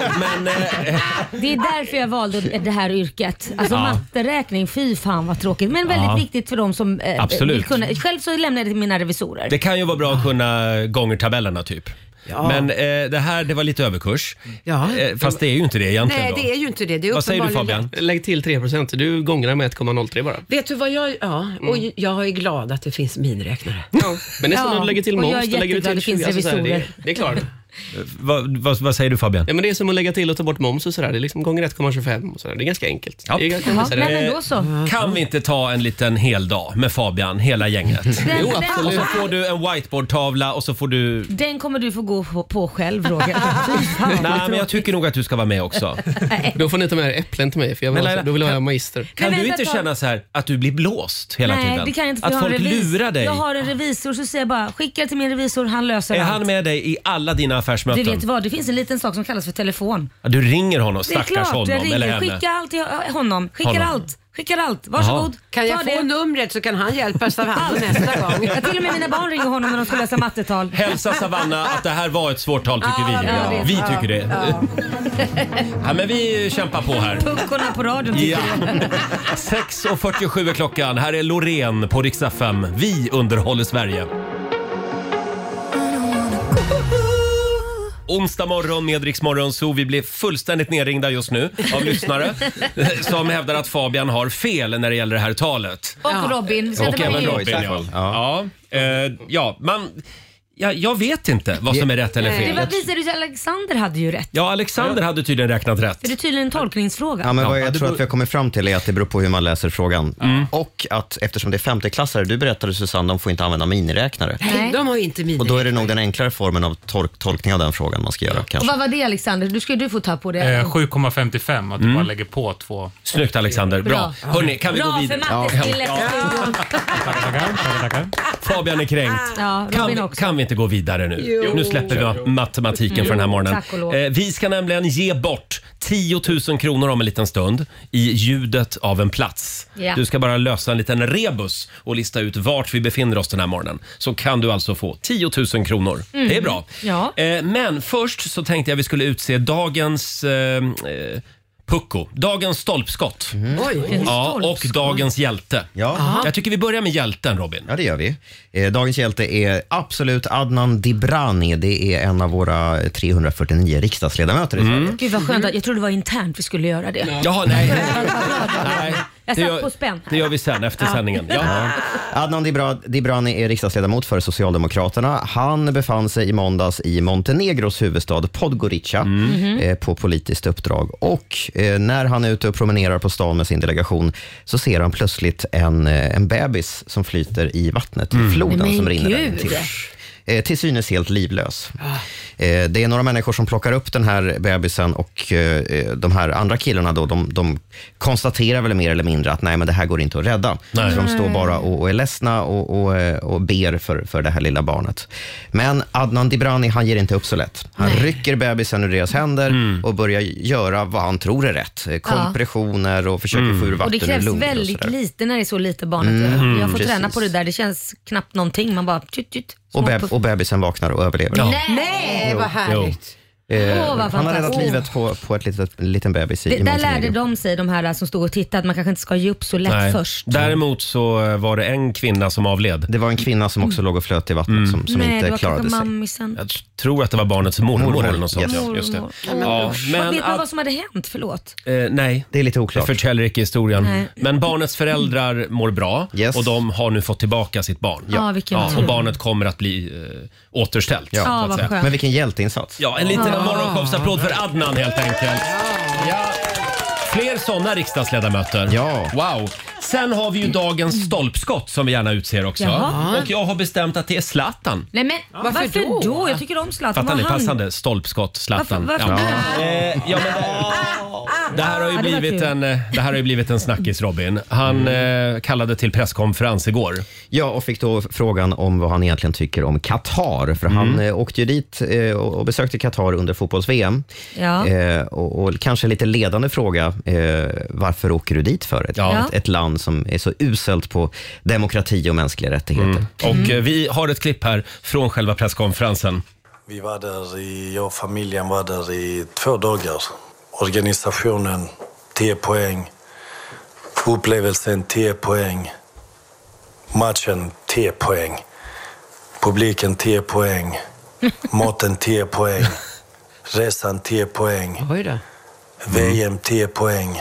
Speaker 1: Men eh,
Speaker 2: Det är därför jag valde det här yrket. Alltså matteräkning, fy fan vad tråkigt. Men väldigt
Speaker 1: Ja.
Speaker 2: viktigt för de som eh,
Speaker 1: Absolut.
Speaker 2: vill kunna. Själv så lämnar jag det till mina revisorer.
Speaker 1: det kan ju vara bra att kunna gångertabellerna typ.
Speaker 7: Ja.
Speaker 1: Men eh, det här det var lite överkurs.
Speaker 7: Ja.
Speaker 1: Eh, Fast det är ju inte det egentligen
Speaker 7: Nej,
Speaker 1: då.
Speaker 7: det är ju inte det. det är
Speaker 1: Vad säger du
Speaker 7: uppenbarligen
Speaker 1: Fabian?
Speaker 7: lätt.
Speaker 9: Lägg till 3 procent. Du gångrar med 1,03 bara.
Speaker 7: Vet du vad jag... Ja, och jag är glad att det finns miniräknare.
Speaker 9: Mm. Men det är som
Speaker 2: Ja,
Speaker 9: när du lägger till
Speaker 2: och jag är
Speaker 9: moms, då lägger du
Speaker 2: jätteglad
Speaker 9: till
Speaker 2: det finns
Speaker 9: 20, alltså, så här,
Speaker 2: revisorer.
Speaker 9: Det, det är klart.
Speaker 1: (laughs) Vad, vad, vad säger du Fabian?
Speaker 9: Ja, men det är som att lägga till och ta bort moms och sådär. Det är liksom gånger 1,25 och sådär. Det är ganska enkelt.
Speaker 1: Ja.
Speaker 9: Det är ganska
Speaker 2: Jaha,
Speaker 9: ganska-
Speaker 2: nej, men då så.
Speaker 1: Kan vi inte ta en liten hel dag med Fabian, hela gänget?
Speaker 2: (laughs) Den, den,
Speaker 1: Och så får du en whiteboardtavla och så får du...
Speaker 2: den kommer du få gå på- på själv
Speaker 1: (laughs)
Speaker 2: Roger. Fy fan, vad
Speaker 1: Nej, men jag
Speaker 2: tråkigt.
Speaker 1: tycker nog att du ska vara med också.
Speaker 9: (laughs) Då får ni ta med er äpplen till mig, för jag vill,
Speaker 1: Men
Speaker 9: ha,
Speaker 1: Laila,
Speaker 9: då vill jag ha
Speaker 1: kan-
Speaker 9: magister.
Speaker 1: Kan
Speaker 2: Nej,
Speaker 1: du
Speaker 2: vänta,
Speaker 1: inte
Speaker 2: ta-
Speaker 1: känna så här att du blir blåst hela
Speaker 2: Nej,
Speaker 1: tiden?
Speaker 2: det kan jag inte. för
Speaker 1: att
Speaker 2: jag har
Speaker 1: folk
Speaker 2: en revis-
Speaker 1: lurar dig?
Speaker 2: Jag har en revisor så säger jag bara skicka det till min revisor, han löser
Speaker 1: Är
Speaker 2: allt.
Speaker 1: han med dig i alla dina
Speaker 2: Du
Speaker 1: affärsmöten?
Speaker 2: vet vad, det finns en liten sak som kallas för telefon.
Speaker 1: Ja, Du ringer honom,
Speaker 2: Det är
Speaker 1: stackars
Speaker 2: klart,
Speaker 1: honom
Speaker 2: jag
Speaker 1: eller
Speaker 2: ringer.
Speaker 1: henne.
Speaker 2: Skicka allt till honom. Skickar
Speaker 1: Honom.
Speaker 2: allt. Skickar allt. Varsågod.
Speaker 7: Kan
Speaker 2: Ta
Speaker 7: jag få
Speaker 2: det.
Speaker 7: numret så kan han hjälpa Stavanna nästa
Speaker 2: (laughs)
Speaker 7: gång.
Speaker 2: Ja, till och med mina barn ringer honom när de ska lösa mattetal.
Speaker 1: Hälsa Savanna att det här var ett svårt tal tycker vi.
Speaker 2: ja, det-
Speaker 1: vi tycker det. Ja. men vi kämpar på här.
Speaker 2: Puckorna på radion tycker
Speaker 1: Ja. 6.47 är klockan. Här är Loreen på riksdag 5. Vi underhåller Sverige. Onsdag morgon med Rix Morgon Zoo. Vi blir fullständigt nerringda just nu av lyssnare som hävdar att Fabian har fel när det gäller det här talet.
Speaker 2: Och Robin. Vi
Speaker 1: Och
Speaker 2: ska inte vara
Speaker 1: även
Speaker 2: med.
Speaker 1: Robin. Ja. Ja. eh, ja, man, ja, jag vet inte vad som är rätt eller
Speaker 2: Eh, Det var,
Speaker 1: fel.
Speaker 2: visade sig att Alexander hade ju rätt.
Speaker 1: Ja, (laughs) Alexander hade tydligen räknat rätt.
Speaker 2: För det är tydligen en tolkningsfråga.
Speaker 3: Ja, men
Speaker 1: Ja,
Speaker 3: vad jag
Speaker 1: det
Speaker 3: tror
Speaker 1: beror-
Speaker 3: att vi har kommit fram till är att det beror på hur man läser frågan.
Speaker 1: Mm.
Speaker 3: Och att eftersom det är femteklassare, du berättade Susanne, de får inte använda miniräknare.
Speaker 7: Nej, de har ju inte
Speaker 3: Och
Speaker 7: miniräknare.
Speaker 3: då är det nog den enklare formen av tol- tolkning av den frågan man ska göra
Speaker 2: Och
Speaker 3: kanske.
Speaker 2: vad var det Alexander? Du ska du få ta på det.
Speaker 10: Eh, 7,55, att du bara lägger på två.
Speaker 1: Mm. Snyggt Alexander, bra.
Speaker 2: Bra.
Speaker 1: Hörni, kan vi gå
Speaker 2: Bra för
Speaker 1: vidare?
Speaker 2: matteskillet. Ja.
Speaker 10: Tackar, tackar, tackar.
Speaker 1: Fabian är kränkt.
Speaker 2: Ja, Ah, Robin
Speaker 1: Kan vi,
Speaker 2: också.
Speaker 1: kan vi inte gå vidare nu?
Speaker 2: Jo.
Speaker 1: Nu släpper vi matematiken för den här
Speaker 2: Jo,
Speaker 1: morgonen.
Speaker 2: tack och lov.
Speaker 1: Eh, Vi ska nämligen ge bort 10 000 kronor om en liten stund i ljudet av en plats.
Speaker 2: Ja.
Speaker 1: Du ska bara lösa en liten rebus och lista ut vart vi befinner oss den här morgonen. Så kan du alltså få 10 000 kronor.
Speaker 2: Mm.
Speaker 1: Det är bra.
Speaker 2: Ja.
Speaker 1: Eh, Men först så tänkte jag vi skulle utse dagens eh, eh, pucko, dagens stolpskott.
Speaker 2: Mm. Oj.
Speaker 1: Ja, och dagens hjälte.
Speaker 3: Aha.
Speaker 1: Jag tycker vi börjar med hjälten, Robin.
Speaker 3: Ja, det gör vi. Eh, Dagens hjälte är absolut Adnan Dibrani. Det är en av våra 349 riksdagsledamöter i
Speaker 1: Mm.
Speaker 3: Sverige.
Speaker 2: Gud vad skönt, att- jag trodde det var internt vi skulle göra det.
Speaker 1: Jaha,
Speaker 2: (laughs)
Speaker 1: nej.
Speaker 2: nej. Jag
Speaker 1: Det
Speaker 2: satt
Speaker 1: gör-
Speaker 2: på spänn.
Speaker 1: Det gör vi sen, efter
Speaker 2: Ja.
Speaker 1: sändningen. Ja.
Speaker 3: Adnan Dibra- Dibrani är riksdagsledamot för Socialdemokraterna. Han befann sig i måndags i Montenegros huvudstad Podgorica
Speaker 1: Mm.
Speaker 12: Mhm.
Speaker 3: eh, på politiskt uppdrag. Och eh, när han är ute och promenerar på stan med sin delegation så ser han plötsligt en, eh, en bebis som flyter i vattnet,
Speaker 1: Mm.
Speaker 3: i floden
Speaker 12: Men
Speaker 3: som rinner
Speaker 12: gud.
Speaker 3: till. Eh, till synes helt livlös. Eh, Det är några människor som plockar upp den här bebisen och eh, eh, de här andra killarna då, de, de konstaterar väl mer eller mindre att nej, men det här går inte att rädda.
Speaker 12: Nej.
Speaker 3: Så de står
Speaker 12: Nej.
Speaker 3: bara och, och är ledsna och, och, eh, och ber för, för det här lilla barnet. Men Adnan Dibrani, han ger inte upp så lätt. Han rycker bebisen ur deras händer och börjar göra vad han tror är rätt. Eh, Kompressioner och försöker
Speaker 1: Mm.
Speaker 3: få ur
Speaker 2: Mm. Och
Speaker 3: vatten
Speaker 2: det krävs
Speaker 3: ur lungor och
Speaker 2: väldigt
Speaker 3: sådär.
Speaker 2: lite när det är så lite barnet
Speaker 3: Mm,
Speaker 2: gör. Jag får träna
Speaker 3: precis.
Speaker 2: på det där. Det känns knappt någonting. Man bara tjut, tjut,
Speaker 3: Och,
Speaker 2: små
Speaker 3: beb-
Speaker 2: puff.
Speaker 3: och bebisen vaknar och överlever.
Speaker 2: Nej,
Speaker 3: Jo,
Speaker 2: Eh,
Speaker 3: Eh,
Speaker 2: vad härligt. Åh, vad
Speaker 3: han har
Speaker 2: fantastiskt.
Speaker 3: räddat livet på, på ett litet, en liten bebis i,
Speaker 2: Det,
Speaker 3: i
Speaker 2: där
Speaker 3: Montenegro.
Speaker 2: lärde de sig, de här som stod och tittade, att man kanske inte ska ge upp så lätt
Speaker 1: Nej.
Speaker 2: först.
Speaker 1: Däremot så eh, var det en kvinna som avled.
Speaker 3: Det var en kvinna som också låg och flöt i vattnet
Speaker 1: Mm.
Speaker 3: som,
Speaker 2: Nej, det var kanske mammisen.
Speaker 1: Jag tror att det var barnets mormor,
Speaker 3: Mormor,
Speaker 1: eller något sånt.
Speaker 3: yes.
Speaker 1: Ja, just det.
Speaker 2: Mormor.
Speaker 1: Ja,
Speaker 2: Vad
Speaker 1: men
Speaker 2: vet man
Speaker 1: att,
Speaker 2: vad som hade hänt? Förlåt.
Speaker 1: eh, nej,
Speaker 3: eh, det är lite oklart.
Speaker 1: Det förtäller icke historien.
Speaker 2: Nej.
Speaker 1: Men barnets föräldrar mår bra och de har nu fått tillbaka sitt barn.
Speaker 2: Ja. Ah, vilken tur.
Speaker 1: och barnet kommer att bli eh, återställt.
Speaker 2: Ja.
Speaker 1: så
Speaker 2: Ah,
Speaker 1: att
Speaker 2: vad
Speaker 1: säga.
Speaker 2: skönt.
Speaker 3: Men vilken hjälteinsats.
Speaker 1: Ja, en liten
Speaker 2: Ah.
Speaker 1: morgonshowsapplåd för Adnan helt enkelt. Ja. Fler sådana riksdagsledamöter.
Speaker 3: Ja.
Speaker 1: Wow. Sen har vi ju dagens stolpskott som vi gärna utser också.
Speaker 2: Jaha.
Speaker 1: Och jag har bestämt att det är Zlatan.
Speaker 2: Nej men varför, då? Jag tycker om Zlatan.
Speaker 1: Fattar ni?
Speaker 2: Vad han-
Speaker 1: Passande stolpskott, Zlatan.
Speaker 2: Varför- varför
Speaker 1: Ja. Eh, ja, men det, det, här har ju
Speaker 2: Ja, det var
Speaker 1: blivit
Speaker 2: kul. Mm.
Speaker 1: en, eh, det här har ju blivit en snackis, Robin. Han eh, kallade till presskonferens igår.
Speaker 3: Ja, och fick då frågan om vad han egentligen tycker om Qatar. För
Speaker 1: Mm.
Speaker 3: han eh, åkte ju dit eh, och och besökte Qatar under fotbolls-VM.
Speaker 2: Ja.
Speaker 3: Eh, och, och kanske lite ledande fråga, eh, varför åker du dit för? Ett,
Speaker 1: Ja.
Speaker 3: ett, ett land som är så uselt på demokrati och mänskliga rättigheter.
Speaker 2: Mm.
Speaker 1: Och eh, vi har ett klipp här från själva presskonferensen.
Speaker 13: Vi var där i, jag och familjen var där i två dagar. Organisationen 10 poäng. Upplevelsen 10 poäng. Matchen 10 poäng. Publiken 10
Speaker 2: (laughs)
Speaker 13: poäng. Maten 10 poäng. Resan 10 poäng.
Speaker 2: Mm.
Speaker 13: VM 10 poäng.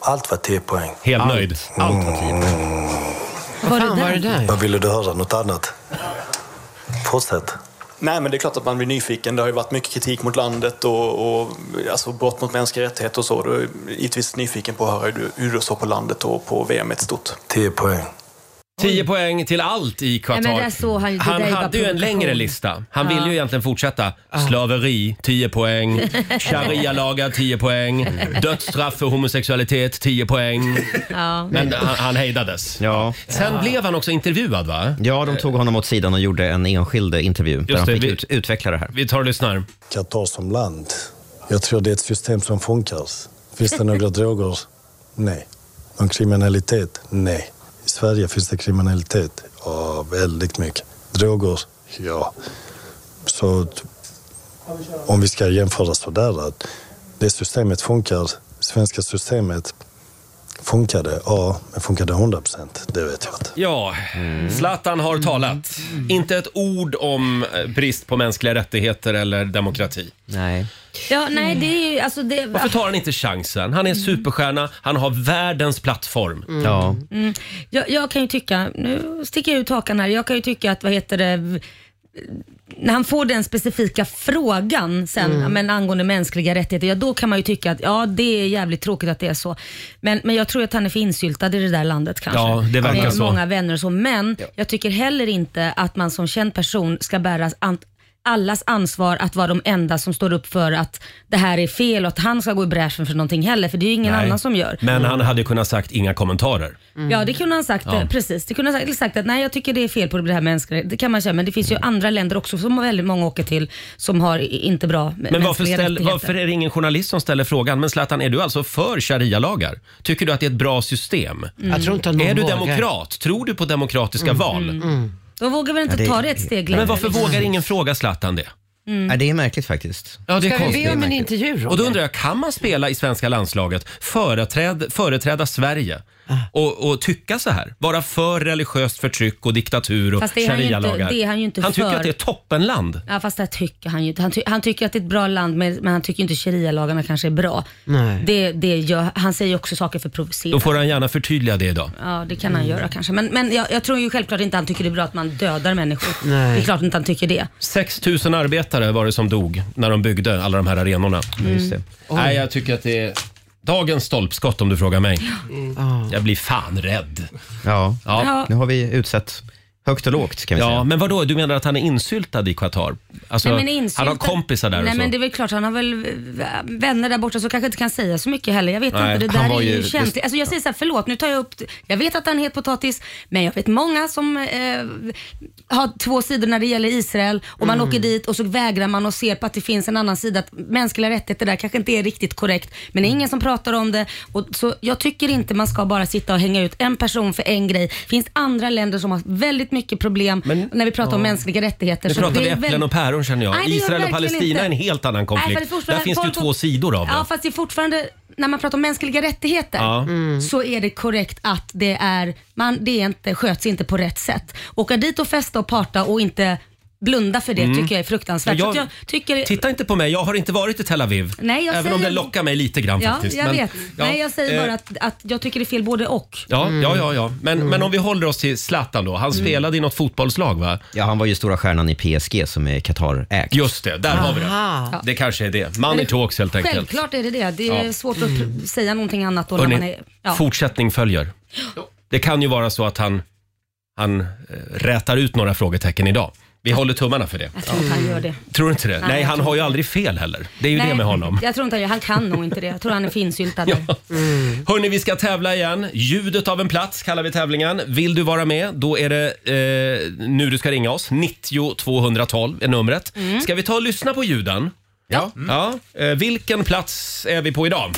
Speaker 13: Allt var 10 poäng.
Speaker 1: Helt nöjd.
Speaker 13: Allt var 10 poäng.
Speaker 2: Var det där?
Speaker 13: Vad ville du höra? Något annat? Fortsätt.
Speaker 14: Nej, men det är klart att man blir nyfiken. Det har ju varit mycket kritik mot landet och, och alltså brott mot mänskliga rättigheter och så. Då är jag givetvis nyfiken på att höra hur du, hur du såg på landet och på VM i stort.
Speaker 13: 10 poäng.
Speaker 1: 10 poäng till allt i Qatar.
Speaker 2: Nej, men där såg han ju- det
Speaker 1: han
Speaker 2: där är bara
Speaker 1: hade ju en
Speaker 2: provokation.
Speaker 1: längre lista. Han
Speaker 2: Ja. Ah.
Speaker 1: ville ju egentligen fortsätta. Slaveri, 10
Speaker 2: (laughs)
Speaker 1: poäng. Sharia-lagar, 10 poäng. Dödsstraff för homosexualitet, 10
Speaker 2: (laughs)
Speaker 1: poäng.
Speaker 2: Ja.
Speaker 1: Men han, han hejdades.
Speaker 3: Ja.
Speaker 1: Sen blev han också intervjuad va?
Speaker 3: Ja, de tog honom åt sidan och gjorde en enskild intervju där han
Speaker 1: det,
Speaker 3: fick
Speaker 1: vi-
Speaker 3: ut, utveckla det här. Mm.
Speaker 1: Vi tar och lyssnar.
Speaker 13: Qatar som land. Jag tror det är ett system som funkar. Finns det några droger? Nej. Någon kriminalitet? Nej. I Sverige finns det kriminalitet? Ja, väldigt mycket. Droger? Ja. Så att om vi ska jämföra sådär att det systemet funkar, svenska systemet funkar det? Ja, men funkar det 100 procent? Det vet jag inte.
Speaker 1: Ja, Zlatan har talat. Inte ett ord om eh, brist på mänskliga rättigheter eller demokrati.
Speaker 3: Nej.
Speaker 2: Ja, nej det är ju, alltså det...
Speaker 1: Varför tar han inte chansen? Han är superstjärna, han har världens plattform.
Speaker 2: Mm. Ja. Mm. Jag, jag kan ju tycka, nu sticker jag ut hakan här, jag kan ju tycka att vad heter det, v- när han får den specifika frågan sen
Speaker 4: Mm.
Speaker 2: ja, men angående mänskliga rättigheter, ja då kan man ju tycka att ja det är jävligt tråkigt att det är så. Men, men jag tror att han är för insyltad i det där landet kanske.
Speaker 1: Ja, det verkar
Speaker 2: Med
Speaker 1: så.
Speaker 2: många vänner och så. Men jag tycker heller inte att man som känd person ska bära an- allas ansvar att vara de enda som står upp för att det här är fel och att han ska gå i bräschen för någonting heller. För det är ju ingen
Speaker 1: Nej.
Speaker 2: annan som gör. Mm.
Speaker 1: Men han hade kunnat sagt inga kommentarer.
Speaker 2: Ja, det kunde han sagt.
Speaker 1: Mm. Ja.
Speaker 2: eh, Precis. Det kunde han sagt, sagt att nej, jag tycker det är fel på det här med mänskliga Det kan man säga, men det finns ju andra länder också som väldigt många åker till som har i- inte bra m-
Speaker 1: Men varför,
Speaker 2: mänskliga
Speaker 1: ställ,
Speaker 2: rättigheter.
Speaker 1: varför är det ingen journalist som ställer frågan? Men Zlatan, är du alltså för sharia-lagar? Tycker du att det är ett bra system?
Speaker 2: Mm. Jag tror inte att någon
Speaker 1: Är du
Speaker 2: vågar.
Speaker 1: demokrat? Tror du på demokratiska
Speaker 2: Mm,
Speaker 1: val?
Speaker 2: mm, De vågar väl inte ta det ett steg längre?
Speaker 1: Men varför
Speaker 2: liksom?
Speaker 1: vågar ingen fråga Zlatan det?
Speaker 2: Mm.
Speaker 3: det är märkligt faktiskt.
Speaker 1: Ja, det är
Speaker 7: Ska vi
Speaker 1: konstigt.
Speaker 7: be om en intervju Roger?
Speaker 1: Och då undrar jag, kan man spela i svenska landslaget, företräd, företräda Sverige
Speaker 2: Ah.
Speaker 1: och, och tycka så här? Vara för religiöst förtryck och diktatur och
Speaker 2: Fast det är han ju inte-
Speaker 1: sharia-lagar?
Speaker 2: det är han ju inte
Speaker 1: tycker
Speaker 2: för.
Speaker 1: att det är toppenland.
Speaker 2: Ja fast det tycker han ju inte. Han, ty- han tycker att det är ett bra land men, men han tycker inte sharia-lagarna kanske är bra.
Speaker 1: Nej.
Speaker 2: Det, det gör, han säger ju också saker för att provocera.
Speaker 1: Då får Mm. han gärna förtydliga det idag.
Speaker 2: Ja det kan han göra kanske. Men, men jag, jag tror ju självklart inte han tycker det är bra att man dödar människor.
Speaker 1: Nej.
Speaker 2: Det är klart inte han tycker det.
Speaker 1: 6 000 arbetare var det som dog när de byggde alla de här arenorna.
Speaker 2: Ja, just det. Mm.
Speaker 1: Nej, jag tycker att det är dagens stolpskott om du frågar mig.
Speaker 2: (gasps)
Speaker 1: (laughs)
Speaker 7: Mm.
Speaker 1: Jag blir fan rädd.
Speaker 3: Ja.
Speaker 1: Ja.
Speaker 3: nu har vi utsett högt och lågt kan vi
Speaker 1: Ja, men vadå? Du menar att han är insyltad i Qatar? Alltså,
Speaker 2: Nej, men insyltad-
Speaker 1: Han har kompisar där
Speaker 2: Nej
Speaker 1: och så.
Speaker 2: men det är väl klart, han har väl v- vänner där borta så kanske inte kan säga så mycket heller. Jag vet
Speaker 1: Nej,
Speaker 2: inte, det
Speaker 1: han
Speaker 2: där
Speaker 1: var
Speaker 2: är ju
Speaker 1: ju-
Speaker 2: känsligt. Alltså jag säger så här, förlåt nu tar jag upp, jag vet att han är het potatis, men jag vet många som eh, har två sidor när det gäller Israel och man
Speaker 12: Mm.
Speaker 2: åker dit och så vägrar man och ser på att det finns en annan sida, att mänskliga rättigheter där kanske inte är riktigt korrekt, men det är ingen som pratar om det. Och, så jag tycker inte man ska bara sitta och hänga ut en person för en grej. Det finns andra länder som har väldigt mycket problem när vi pratar om
Speaker 1: ja.
Speaker 2: mänskliga rättigheter.
Speaker 1: Nu
Speaker 2: så
Speaker 1: pratar
Speaker 2: det
Speaker 1: vi
Speaker 2: är
Speaker 1: äpplen
Speaker 2: väl-
Speaker 1: och päron känner jag.
Speaker 2: Nej, det gör
Speaker 1: Israel och
Speaker 2: verkligen
Speaker 1: Palestina
Speaker 2: inte.
Speaker 1: är en helt annan konflikt.
Speaker 2: Nej, för det är
Speaker 1: där
Speaker 2: fortfarande-
Speaker 1: finns det ju
Speaker 2: folk-
Speaker 1: två sidor av det.
Speaker 2: Ja, fast det är fortfarande, när man pratar om mänskliga rättigheter
Speaker 1: Ja. Mm.
Speaker 2: så är det korrekt att det är, man, det är inte, sköts inte på rätt sätt. Åka dit och festa och parta och inte blunda för det
Speaker 1: Mm.
Speaker 2: tycker jag är fruktansvärt.
Speaker 1: Ja,
Speaker 2: Så att jag tycker,
Speaker 1: Titta inte på mig, jag har inte varit i Tel Aviv.
Speaker 2: Nej, jag
Speaker 1: Även om det
Speaker 2: säger-
Speaker 1: lockar mig lite grann
Speaker 2: ja,
Speaker 1: faktiskt.
Speaker 2: jag
Speaker 1: Men,
Speaker 2: vet.
Speaker 1: ja,
Speaker 2: Nej, jag säger
Speaker 1: eh,
Speaker 2: bara att, att jag tycker det är fel både och.
Speaker 1: Ja, ja, ja, ja. Men,
Speaker 3: Mm.
Speaker 1: men om vi håller oss till Zlatan då. Han
Speaker 2: Mm.
Speaker 1: spelade i något fotbollslag va?
Speaker 3: Ja, han var ju stora stjärnan i PSG som är Qatar-ägt.
Speaker 1: Just det, där har vi det.
Speaker 2: Aha.
Speaker 1: Det kanske är det. Money
Speaker 2: Men det-
Speaker 1: talks helt enkelt.
Speaker 2: Självklart är det det. Det är
Speaker 1: Ja. Mm.
Speaker 2: svårt att pr- säga någonting annat då när man
Speaker 1: Hörrni,
Speaker 2: är... Ja.
Speaker 1: fortsättning följer. Det kan ju vara så att han, han eh, rätar ut några frågetecken idag. Vi håller tummarna för det.
Speaker 2: Jag tror inte han gör det.
Speaker 1: Tror du inte det?
Speaker 2: Nej,
Speaker 1: Nej,
Speaker 2: jag
Speaker 1: han
Speaker 2: tror
Speaker 1: har ju aldrig fel heller. Det är ju
Speaker 2: Nej,
Speaker 1: det med honom.
Speaker 2: Jag tror inte han gör Han kan nog inte det. Jag tror han
Speaker 1: (laughs)
Speaker 2: är finsyltad. där.
Speaker 1: Hörni, vi ska tävla igen. Ljudet av en plats kallar vi tävlingen. Vill du vara med, då är det eh, nu du ska ringa oss. 90 212 är numret.
Speaker 5: Mm.
Speaker 1: Ska vi ta och lyssna på ljuden? Ja.
Speaker 2: Mm.
Speaker 1: ja. Eh, vilken plats är vi på idag?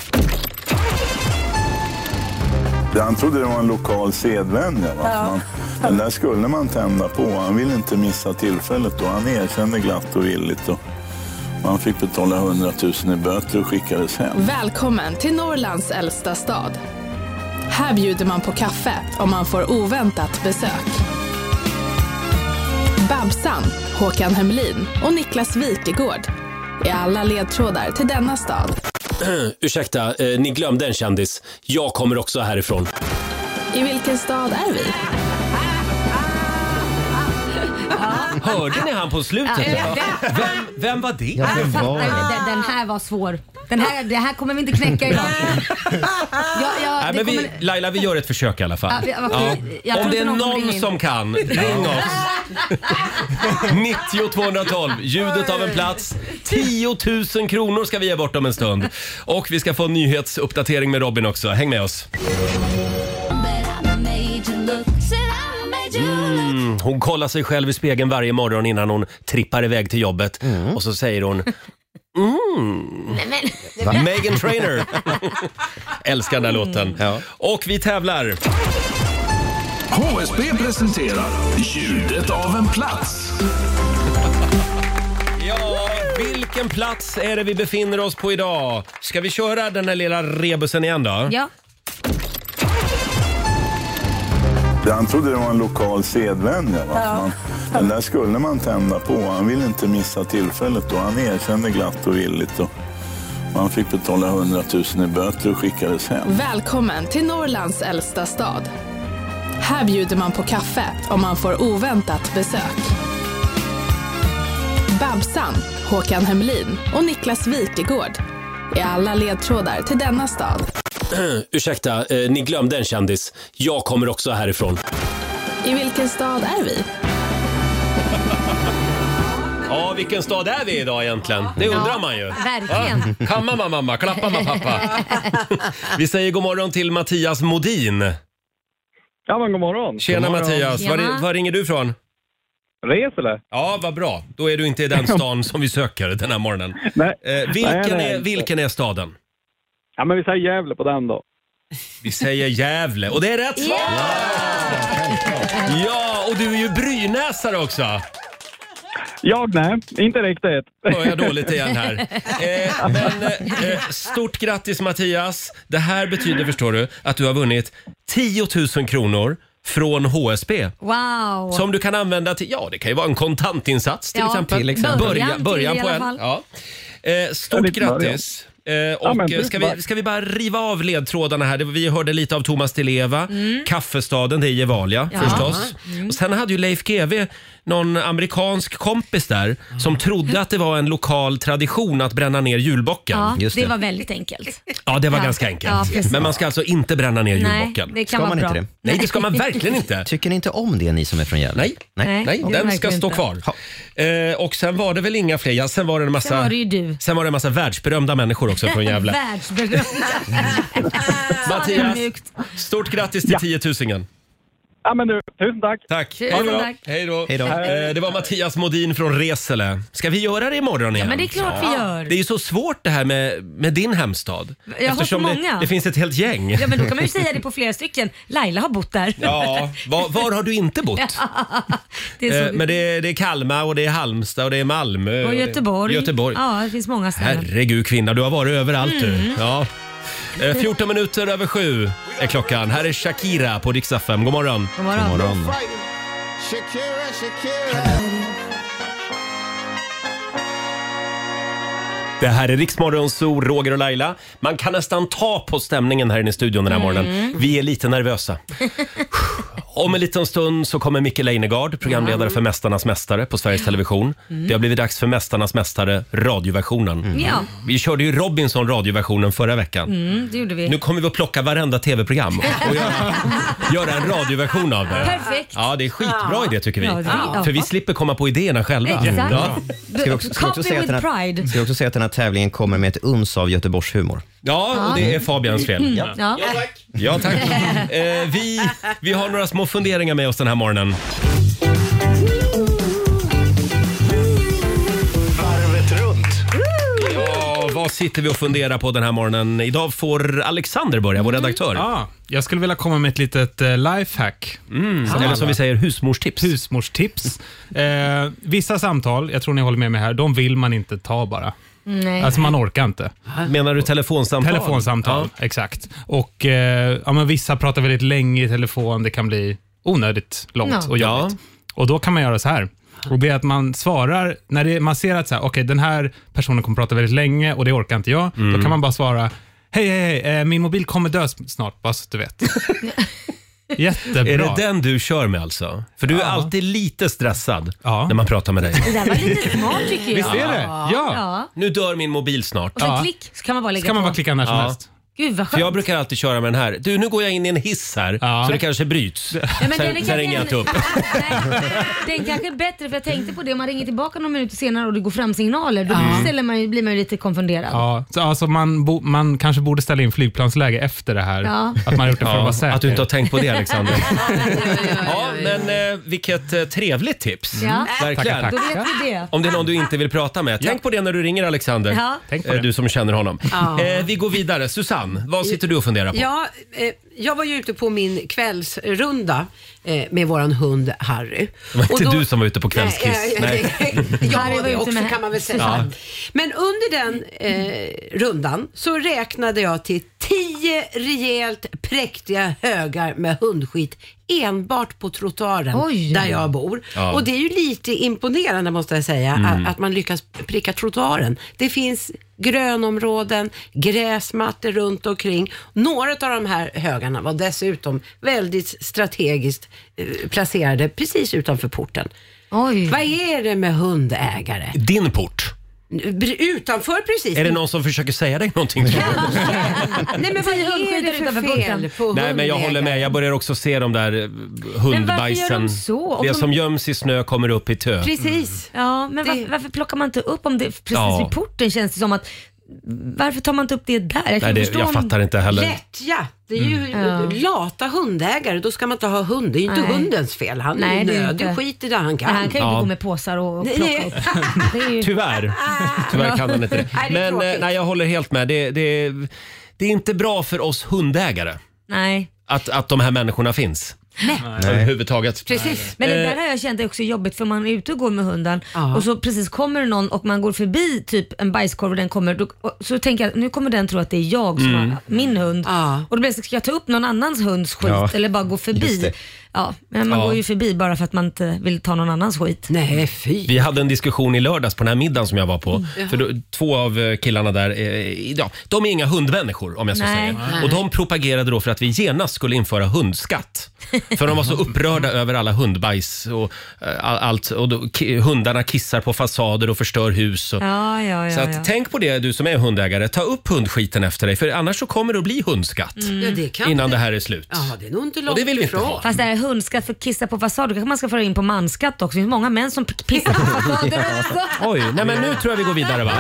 Speaker 4: Han trodde det var en lokal sedvänja. Va?
Speaker 15: Ja.
Speaker 4: Man, den där skulle man tända på. Han ville inte missa tillfället och han erkände glatt och villigt. Och man fick betala 100 000 i böter och skickades hem.
Speaker 16: Välkommen till Norrlands äldsta stad. Här bjuder man på kaffe om man får oväntat besök. Babsan, Håkan Hemlin och Niklas Wikegård är alla ledtrådar till denna stad.
Speaker 1: (clears throat) Ursäkta, eh, ni glömde en kändis. Jag kommer också härifrån.
Speaker 16: I vilken stad är vi?
Speaker 1: Hörde ni han på slutet?
Speaker 2: Ja, det-
Speaker 1: Vem, vem var det?
Speaker 2: Ja, jag Ah, fattar inte. Den, den här var svår. Den här, det här kommer vi inte
Speaker 1: (laughs)
Speaker 2: knäcka idag. Ja, ja,
Speaker 1: Nej,
Speaker 2: det
Speaker 1: men vi,
Speaker 2: kommer-
Speaker 1: Laila, vi gör ett försök i alla fall.
Speaker 2: Ja, vi- jag tror
Speaker 1: Om det
Speaker 2: inte
Speaker 1: är
Speaker 2: någon kommer
Speaker 1: någon
Speaker 2: ringa in.
Speaker 1: som kan, ring oss. 90 212, ljudet av en plats. 10 000 kronor ska vi ge bort om en stund. Och vi ska få en nyhetsuppdatering med Robin också. Häng med oss. Mm, hon kollar sig själv i spegeln varje morgon innan hon trippar iväg till jobbet. Och så säger hon Mm.
Speaker 2: (laughs)
Speaker 5: Va?
Speaker 1: Megan Trainer. Älskar den där låten. Och vi tävlar.
Speaker 5: HSB presenterar Ljudet av en plats.
Speaker 1: Ja, vilken plats är det vi befinner oss på idag? Ska vi köra den här lilla rebusen igen då?
Speaker 2: Ja.
Speaker 4: Han trodde det var en lokal sedvänja. Va? Man, den där skulle man tända på. Han ville inte missa tillfället och han erkände glatt och villigt. Och man fick betala 100 000 i böter och skickades hem.
Speaker 16: Välkommen till Norrlands äldsta stad. Här bjuder man på kaffe om man får oväntat besök. Babsan, Håkan Hemlin och Niklas Wikegård är alla ledtrådar till denna stad.
Speaker 1: (clears throat) Ursäkta, eh, ni glömde en kändis. Jag kommer också härifrån.
Speaker 16: I vilken stad är vi?
Speaker 1: Ja, vilken stad är vi idag egentligen? Det
Speaker 2: Ja,
Speaker 1: undrar man ju.
Speaker 2: verkligen.
Speaker 1: Ja, kammar man mamma, klappar man
Speaker 2: (laughs)
Speaker 1: pappa. Vi säger god morgon till Mattias Modin.
Speaker 12: Ja, men god morgon.
Speaker 1: Tjena
Speaker 12: God morgon.
Speaker 1: Mattias, var,
Speaker 12: Tjena.
Speaker 1: ri- var ringer du ifrån?
Speaker 12: Resele.
Speaker 1: Ja, vad bra. Då är du inte i
Speaker 12: (laughs)
Speaker 1: den stan som vi söker den här morgonen.
Speaker 12: Nej.
Speaker 1: Eh, vilken,
Speaker 12: Nej, nej,
Speaker 1: är,
Speaker 12: inte.
Speaker 1: vilken är staden?
Speaker 12: Ja, men vi säger Gävle på den då.
Speaker 1: Vi säger Gävle och det är rätt svar! Ja, och du är ju brynäsare också!
Speaker 12: Jag nej, inte riktigt.
Speaker 1: Hör jag dåligt igen här.
Speaker 2: (laughs)
Speaker 1: Eh, men, eh, stort grattis Mattias! Det här betyder, förstår du, att du har vunnit 10 000 kronor från HSB.
Speaker 2: Wow!
Speaker 1: Som du kan använda till, ja det kan ju vara en kontantinsats till
Speaker 2: Ja,
Speaker 1: exempel.
Speaker 2: till exempel.
Speaker 1: Börja,
Speaker 2: Början till
Speaker 1: början
Speaker 2: i
Speaker 1: på
Speaker 2: alla
Speaker 1: en.
Speaker 2: fall.
Speaker 1: Ja. Eh, stort
Speaker 12: lite början.
Speaker 1: grattis. Eh,
Speaker 12: Ja,
Speaker 1: och
Speaker 12: men
Speaker 1: eh, ska,
Speaker 12: bra.
Speaker 1: vi, ska vi bara riva av ledtrådarna här. Det- Vi hörde lite av Thomas Di Leva, Kaffestaden, det är Gevalia
Speaker 2: Mm. Ja.
Speaker 1: förstås.
Speaker 2: Mm.
Speaker 1: Och sen hade ju Leif GW någon amerikansk kompis där som trodde att det var en lokal tradition att bränna ner julbocken.
Speaker 2: Ja, det. var väldigt enkelt.
Speaker 1: Ja, det var
Speaker 2: Ja.
Speaker 1: ganska enkelt.
Speaker 2: Ja, precis.
Speaker 1: Men man ska alltså inte bränna ner
Speaker 2: Nej,
Speaker 1: julbocken.
Speaker 2: det kan Ska vara man bra. inte det?
Speaker 1: Nej, det ska man verkligen inte.
Speaker 3: (laughs) Tycker ni inte om det, ni som är från Gävle?
Speaker 1: Nej,
Speaker 3: Nej.
Speaker 1: Nej,
Speaker 3: Okej.
Speaker 1: den ska
Speaker 3: Verkligen
Speaker 1: stå
Speaker 3: inte.
Speaker 1: kvar. Eh, och sen var det väl inga fler. Ja, sen var det en massa,
Speaker 2: Sen var det ju du.
Speaker 1: sen var det en massa världsberömda människor också från
Speaker 2: (laughs)
Speaker 1: Gävle.
Speaker 2: Världsberömda.
Speaker 1: Mattias, stort grattis till 10 000
Speaker 12: Ja, men du, tusen tack.
Speaker 1: Tack.
Speaker 2: Tusen
Speaker 1: Ha det bra.
Speaker 2: tack.
Speaker 1: Hej då.
Speaker 2: Hej då.
Speaker 1: Eh, det var Mattias Modin från Resele. Ska vi göra det imorgon igen?
Speaker 2: men det är klart vi gör.
Speaker 1: Det är ju så svårt det här med, med din hemstad.
Speaker 2: har så
Speaker 1: det,
Speaker 2: många.
Speaker 1: det finns ett helt gäng.
Speaker 2: Ja, men då kan man ju säga det på flera stycken. Laila har bott där. (laughs)
Speaker 1: Ja, var, var har du inte bott?
Speaker 2: det är så
Speaker 1: Eh, men det är, det är Kalmar och det är Halmstad och det är Malmö.
Speaker 2: Och
Speaker 1: det-
Speaker 2: Göteborg.
Speaker 1: Göteborg.
Speaker 2: Ja, det finns många ställen.
Speaker 1: Herregud kvinna, du har varit överallt du.
Speaker 2: Mm.
Speaker 1: Ja. Eh, 14 minuter över sju är klockan. Här är Shakira på Dix FM. God morgon.
Speaker 2: God morgon. God morgon.
Speaker 8: Shakira, Shakira.
Speaker 1: Det här är Riksmorgon Zoo, Roger och Laila. Man kan nästan ta på stämningen här inne i studion den här
Speaker 2: Mm.
Speaker 1: morgonen. Vi är lite
Speaker 2: (laughs)
Speaker 1: nervösa. Om en liten stund så kommer Micke Leijnegard, programledare för Mästarnas Mästare på Sveriges Television.
Speaker 2: Mm.
Speaker 1: Det har blivit dags för Mästarnas Mästare, radioversionen. Mm.
Speaker 2: Ja.
Speaker 1: Vi körde ju Robinson, radioversionen, förra veckan.
Speaker 2: Mm, det gjorde vi.
Speaker 1: Nu kommer vi att plocka varenda tv-program och göra, göra en radioversion av det.
Speaker 2: (laughs) Perfekt.
Speaker 1: Ja, det är skitbra idé tycker vi.
Speaker 2: Ja, det-
Speaker 1: För vi slipper komma på idéerna själva.
Speaker 2: Exakt.
Speaker 1: Ja.
Speaker 3: Ska vi också, ska vi
Speaker 2: Copy
Speaker 3: också säga att
Speaker 2: with
Speaker 3: den här,
Speaker 2: pride.
Speaker 3: ska vi också säga att den här tävlingen kommer med ett uns av Göteborgshumor?
Speaker 1: Ja, och det är Fabians fel.
Speaker 2: Mm, ja.
Speaker 1: Ja, tack. Eh, vi, vi har några små funderingar med oss den här morgonen.
Speaker 8: Varvet runt.
Speaker 1: Ja, vad sitter vi och funderar på den här morgonen? Idag får Alexander börja, vår redaktör.
Speaker 10: Ja, jag skulle vilja komma med ett litet eh, lifehack.
Speaker 1: Mm. eller som vi säger, husmorstips.
Speaker 10: Husmorstips. Eh, vissa samtal, jag tror ni håller med mig här, de vill man inte ta bara.
Speaker 2: Nej.
Speaker 10: Alltså man orkar inte.
Speaker 1: Menar du telefonsamtal?
Speaker 10: Telefonsamtal, exakt. Och eh, ja, men vissa pratar väldigt länge i telefon. Det kan bli onödigt långt
Speaker 1: Ja.
Speaker 10: och jobbigt. Och då kan man göra så här. Och det är att man svarar, när det, man ser att så här, okay, den här personen kommer prata väldigt länge och det orkar inte jag.
Speaker 1: Mm.
Speaker 10: Då kan man bara svara, hej, hej, hej, eh, min mobil kommer dö s- snart, bara så att du vet. Jättebra.
Speaker 1: Är det den du kör med alltså? För du är alltid lite stressad när man pratar
Speaker 2: (laughs)
Speaker 1: med dig.
Speaker 2: Det där var lite smart tycker jag.
Speaker 1: Visst är det? Ja.
Speaker 2: ja.
Speaker 1: Nu dör min mobil snart.
Speaker 2: Och sen klick så kan man bara lägga på.
Speaker 1: Ja.
Speaker 2: Gud vad
Speaker 1: För
Speaker 2: skönt.
Speaker 1: jag brukar alltid köra med den här. Du, nu går jag in i en hiss här, så det kanske bryts.
Speaker 2: men den är
Speaker 1: sen sen
Speaker 2: kanske
Speaker 1: ringer jag
Speaker 2: en-
Speaker 1: inte upp.
Speaker 2: Den kanske är bättre för jag tänkte på det om man ringer tillbaka några minuter senare och det går fram signaler då ställer man, ju- blir man ju lite konfunderad.
Speaker 10: Ja, så alltså man, bo, man kanske borde ställa in flygplansläge efter det här.
Speaker 2: Ja.
Speaker 10: Att man har gjort det för att
Speaker 1: Ja,
Speaker 10: vara säker.
Speaker 1: att du inte har tänkt på det, liksom.
Speaker 10: (laughs)
Speaker 1: Alexander. Ja, men eh, vilket eh, trevligt tips. Mm.
Speaker 2: Ja.
Speaker 1: Verkligen.
Speaker 2: Då vet vi det.
Speaker 1: Om det är någon du inte vill prata med, tänk på det när du ringer Alexander.
Speaker 7: Ja. Tänk på
Speaker 1: Eh,
Speaker 7: det.
Speaker 1: Du som känner honom.
Speaker 7: Ja.
Speaker 1: Eh, vi går vidare. Susanne, vad sitter du och funderar på?
Speaker 7: Ja, eh, jag var ju ute på min kvällsrunda eh, med våran hund Harry.
Speaker 1: Det var inte
Speaker 7: Och då-
Speaker 1: du som var ute på kvällskiss.
Speaker 7: Nej, jag, jag,
Speaker 2: (laughs)
Speaker 1: Nej.
Speaker 7: jag
Speaker 1: Harry
Speaker 7: var
Speaker 1: var
Speaker 7: det
Speaker 1: ute
Speaker 7: också
Speaker 1: med-
Speaker 7: kan man väl säga.
Speaker 1: Ja.
Speaker 7: Men under den eh, rundan så räknade jag till tio rejält präktiga högar med hundskit enbart på trottoaren där jag bor.
Speaker 8: Ja.
Speaker 7: Och det är ju lite imponerande måste jag säga
Speaker 8: Mm.
Speaker 7: att, att man lyckas pricka trottoaren. Det finns grönområden, gräsmattor runt omkring. Några av de här högarna var dessutom väldigt strategiskt eh, placerade precis utanför porten.
Speaker 2: Oj.
Speaker 7: Vad är det med hundägare?
Speaker 1: Din port.
Speaker 7: Br- Utanför precis.
Speaker 1: Är det någon som försöker säga dig någonting? tror du?
Speaker 7: (laughs) Nej men vad är
Speaker 2: hundskiter
Speaker 7: det för
Speaker 2: utanför
Speaker 7: fel
Speaker 2: burken.
Speaker 7: på
Speaker 1: Nej men jag
Speaker 7: hundägare?
Speaker 1: håller med, jag börjar också se de där eh,
Speaker 2: varför gör
Speaker 1: hundbajsen.
Speaker 2: de så? Om
Speaker 1: Det
Speaker 2: de-
Speaker 1: som göms i snö kommer upp i tö.
Speaker 7: Precis.
Speaker 2: Mm. Ja, men varför, varför plockar man inte upp om det precis
Speaker 1: Ja.
Speaker 2: vid porten känns det som att varför tar man inte upp det där? Jag,
Speaker 1: Nej,
Speaker 2: kan
Speaker 1: det-
Speaker 2: förstå
Speaker 1: jag
Speaker 2: om-
Speaker 1: fattar inte heller.
Speaker 7: Lättja. Det är ju
Speaker 2: Mm.
Speaker 7: lata hundägare. Då ska man inte ha hund. Det är ju inte
Speaker 2: Nej.
Speaker 7: hundens fel. Han
Speaker 2: Nej,
Speaker 7: är
Speaker 2: det
Speaker 7: ju
Speaker 2: är
Speaker 7: nödig
Speaker 2: inte.
Speaker 7: och skiter där han kan.
Speaker 2: Nej, han kan ju
Speaker 1: Ja.
Speaker 2: inte gå med påsar och
Speaker 7: Nej,
Speaker 2: plocka
Speaker 7: nej.
Speaker 2: upp. (laughs) Det är ju...
Speaker 1: Tyvärr. Tyvärr kan han inte det.
Speaker 2: (laughs) Nej, det är
Speaker 1: Men eh,
Speaker 2: tråkigt.
Speaker 1: nej, jag håller helt med. Det, det, det är inte bra för oss hundägare
Speaker 2: Nej.
Speaker 1: att, att de här människorna finns.
Speaker 2: Nej.
Speaker 1: Överhuvudtaget.
Speaker 2: Precis. Men det där
Speaker 1: Eh,
Speaker 2: har jag känt är också jobbigt för man är ute och går med hunden och så precis kommer det någon och man går förbi typ en bajskorv och den kommer. Då, och så tänker jag nu kommer den tro att det är jag som
Speaker 1: Mm.
Speaker 2: har min hund. Och då blir det så, ska jag ta upp någon annans hunds skit
Speaker 1: Ja.
Speaker 2: eller bara gå
Speaker 1: Just
Speaker 2: förbi?
Speaker 1: det.
Speaker 2: Ja, men man
Speaker 1: Ja.
Speaker 2: går ju förbi bara för att man inte vill ta någon annans skit.
Speaker 7: Nej, fy.
Speaker 1: Vi hade en diskussion i lördags på den här middagen som jag var på.
Speaker 2: Mm.
Speaker 1: För då, två av eh, killarna där, eh, ja, de är inga hundmänniskor om jag så
Speaker 2: Nej.
Speaker 1: säger.
Speaker 2: Nej.
Speaker 1: Och de propagerade då för att vi genast skulle införa hundskatt. För
Speaker 2: (laughs)
Speaker 1: de var så upprörda över alla hundbajs och eh, all- allt. Och då, ki- hundarna kissar på fasader och förstör hus. Och,
Speaker 2: Ja, ja, ja.
Speaker 1: så att,
Speaker 2: ja.
Speaker 1: tänk på det du som är hundägare. Ta upp hundskiten efter dig för annars så kommer det att bli hundskatt.
Speaker 2: Mm.
Speaker 7: Ja, det kan
Speaker 1: Innan
Speaker 7: inte-
Speaker 1: det här är slut.
Speaker 7: Ja, det är nog inte långt
Speaker 1: Och det vill vi inte
Speaker 7: ifrån.
Speaker 1: ha.
Speaker 2: Fast det här är hundskatt för kissa på fasad, då kanske man ska föra in på mansskatt också. Det finns många män som p-
Speaker 1: (laughs)
Speaker 2: pissar på fasader också.
Speaker 1: Oj, nej men nu tror jag vi går vidare
Speaker 2: (laughs)
Speaker 1: va?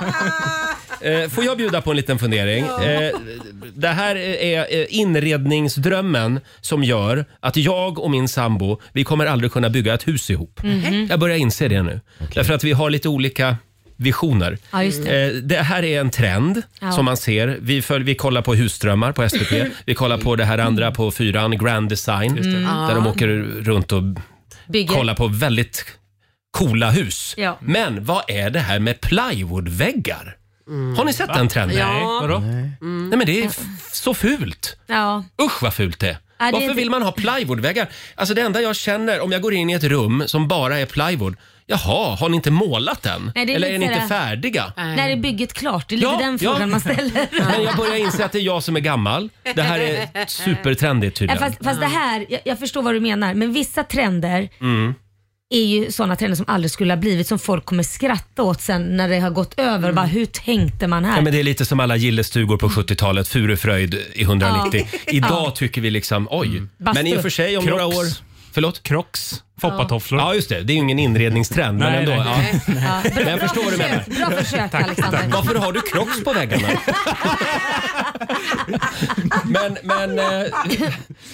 Speaker 1: Ja. Eh, Får jag bjuda på en liten fundering? Eh, Det här är eh, inredningsdrömmen som gör att jag och min sambo, vi kommer aldrig kunna bygga ett hus ihop.
Speaker 2: Mhm.
Speaker 1: Jag börjar inse det nu. Därför att vi har lite olika visioner.
Speaker 2: Ja, just det.
Speaker 1: Eh, det här är en trend
Speaker 2: Ja.
Speaker 1: som man ser. Vi, följ, vi kollar på Husdrömmar på
Speaker 2: (laughs)
Speaker 1: SVT. Vi kollar på det här andra på fyran, Grand Design.
Speaker 2: Just det.
Speaker 1: Där de
Speaker 2: Mm. Ja.
Speaker 1: åker runt och
Speaker 2: Bygger.
Speaker 1: kolla på väldigt coola hus.
Speaker 2: Ja.
Speaker 1: Men vad är det här med plywoodväggar? Har ni sett
Speaker 2: Va?
Speaker 1: den trenden?
Speaker 2: Ja. Nej, vadå?
Speaker 1: Mm. Nej, men det är f- så fult.
Speaker 2: Ja.
Speaker 1: Usch vad fult det är.
Speaker 2: det är
Speaker 1: Varför
Speaker 2: inte-
Speaker 1: vill man ha plywoodväggar? Alltså det enda jag känner om jag går in i ett rum som bara är plywood. Jaha, har ni inte målat den?
Speaker 2: Nej, det är
Speaker 1: Eller
Speaker 2: lite
Speaker 1: är ni inte
Speaker 2: det.
Speaker 1: färdiga?
Speaker 2: När är bygget klart? Det är lite den
Speaker 1: (laughs)
Speaker 2: frågan man ställer.
Speaker 1: Men jag börjar inse att det är jag som är gammal. Det här är supertrendigt
Speaker 2: Ja,
Speaker 1: tydligen.
Speaker 2: fast, fast det här, jag, jag förstår vad du menar, men vissa trender
Speaker 1: Mm.
Speaker 2: är ju sådana trender som aldrig skulle ha blivit, som folk kommer skratta åt sen när det har gått över. Bara, hur tänkte man här?
Speaker 1: Ja, men det är lite som alla gillestugor på 70-talet, Furufröjd i 190.
Speaker 2: Ja.
Speaker 1: (laughs) Idag
Speaker 2: Ja. Mm.
Speaker 1: tycker vi liksom, oj.
Speaker 2: Bastu.
Speaker 1: Men i och för sig om
Speaker 2: Crocs.
Speaker 1: några år... Förlåt?
Speaker 10: Crocs,
Speaker 1: foppatofflor. Ja, just det. Det är ju ingen inredningstrend, men
Speaker 10: Nej, (laughs)
Speaker 1: ändå.
Speaker 10: nej.
Speaker 1: Ja.
Speaker 2: Ja, bra,
Speaker 1: Men jag förstår
Speaker 2: bra
Speaker 1: vad du menar.
Speaker 2: försök, Bra försök Alexander.
Speaker 1: Varför har du Crocs på
Speaker 2: (laughs)
Speaker 1: väggarna? men, men... eh,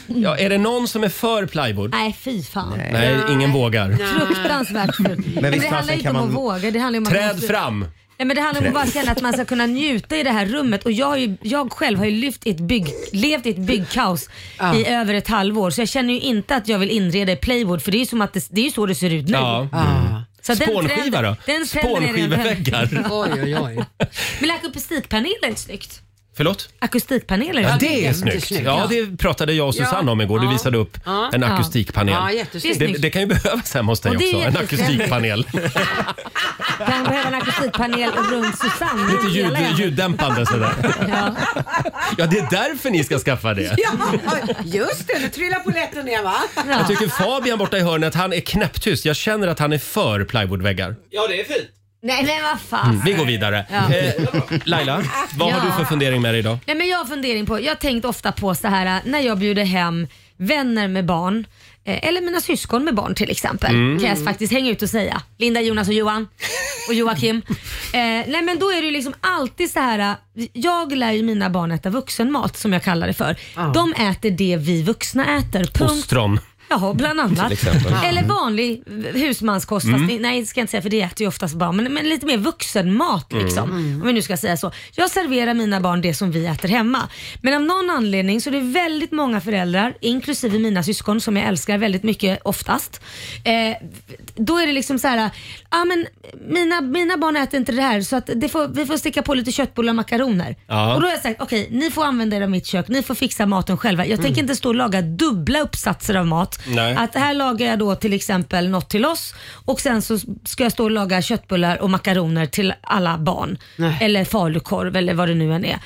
Speaker 1: Ja, är det någon som är för plywood?
Speaker 2: Nej, fy fan.
Speaker 1: Nej, ingen vågar.
Speaker 2: Fruktansvärt fult. Men,
Speaker 1: visst
Speaker 2: det
Speaker 1: fasen
Speaker 2: handlar ju inte
Speaker 1: kan
Speaker 2: om att
Speaker 1: man-
Speaker 2: våga. Det handlar ju om att man
Speaker 1: Träd
Speaker 2: måste-
Speaker 1: fram!
Speaker 2: Nej, men det handlar om att bara känna att man ska kunna njuta i det här rummet. Och jag, har ju, jag själv har ju lyft i ett bygg, levt i ett byggkaos i över ett halvår. Så jag känner ju inte att jag vill inreda i playwood för det är ju, som att det, det är ju så det ser ut nu.
Speaker 1: Ja.
Speaker 2: Så den
Speaker 1: Spånskiva
Speaker 2: trenden-
Speaker 1: då?
Speaker 2: den trenden är redan-
Speaker 1: Spånskiveväggar?
Speaker 2: (laughs) Oj, oj, oj. Men akustikpaneler är snyggt.
Speaker 1: Förlåt?
Speaker 2: Akustikpaneler
Speaker 1: Ja, det är snyggt. Ja, det pratade jag och Susanne
Speaker 2: Ja.
Speaker 1: om igår. Du
Speaker 2: Ja.
Speaker 1: visade upp
Speaker 2: Ja.
Speaker 1: en
Speaker 2: Ja.
Speaker 1: akustikpanel.
Speaker 2: Ja, jättesnyggt.
Speaker 1: det, det kan ju (laughs) behövas hemma hos dig
Speaker 2: Och det är
Speaker 1: också, en
Speaker 2: jättesnyggt.
Speaker 1: akustikpanel. (laughs)
Speaker 2: Kan behöva en akustikpanel runt Susanne.
Speaker 1: Lite ljud, ljuddämpande sådär.
Speaker 2: Ja.
Speaker 1: Ja, det är därför ni ska skaffa det.
Speaker 7: (laughs) Ja, just det. Nu trillar polletten ner va?
Speaker 1: Jag tycker Fabian borta i hörnet, han är knäpptyst. Jag känner att han är för plywoodväggar. Mm,
Speaker 9: Ja, det är fint.
Speaker 2: Nej men vad fan.
Speaker 1: Vi går vidare.
Speaker 2: Ja.
Speaker 1: Eh, Laila, vad har
Speaker 2: Ja.
Speaker 1: du för fundering med dig idag?
Speaker 2: Nej, men jag har fundering på, jag har tänkt ofta på så här äh, när jag bjuder hem vänner med barn eh, eller mina syskon med barn till exempel.
Speaker 15: Mm.
Speaker 2: Kan jag faktiskt hänga ut och säga. Linda, Jonas och Johan och Joakim. eh, nej men då är det ju liksom alltid så här. äh, Jag lär ju mina barn äta vuxenmat som jag kallar det för. De äter det vi vuxna äter. Punkt
Speaker 1: Ostron.
Speaker 2: Jaha, bland annat.
Speaker 1: Till exempel.
Speaker 2: Eller
Speaker 1: Mm.
Speaker 2: vanlig husmanskost.
Speaker 1: Mm.
Speaker 2: Fast det, nej, det ska jag inte säga för det äter ju oftast barn. Men, men lite mer vuxenmat
Speaker 15: Mm.
Speaker 2: liksom.
Speaker 15: Mm.
Speaker 2: Om vi nu ska säga så. Jag serverar mina barn det som vi äter hemma. Men av någon anledning så är det väldigt många föräldrar, inklusive mina syskon som jag älskar väldigt mycket oftast. Eh, då är det liksom så här, ah, men mina, mina barn äter inte det här så att det får, vi får sticka på lite köttbullar och makaroner.
Speaker 15: Ja.
Speaker 2: Och då har jag sagt, okej ni får använda er av mitt kök, ni får fixa maten själva. Jag tänker inte stå och laga dubbla uppsatser av mat.
Speaker 15: Nej.
Speaker 2: Att här lagar jag då till exempel något till oss och sen så ska jag stå och laga köttbullar och makaroner till alla barn. Eller falukorv eller vad det nu än är.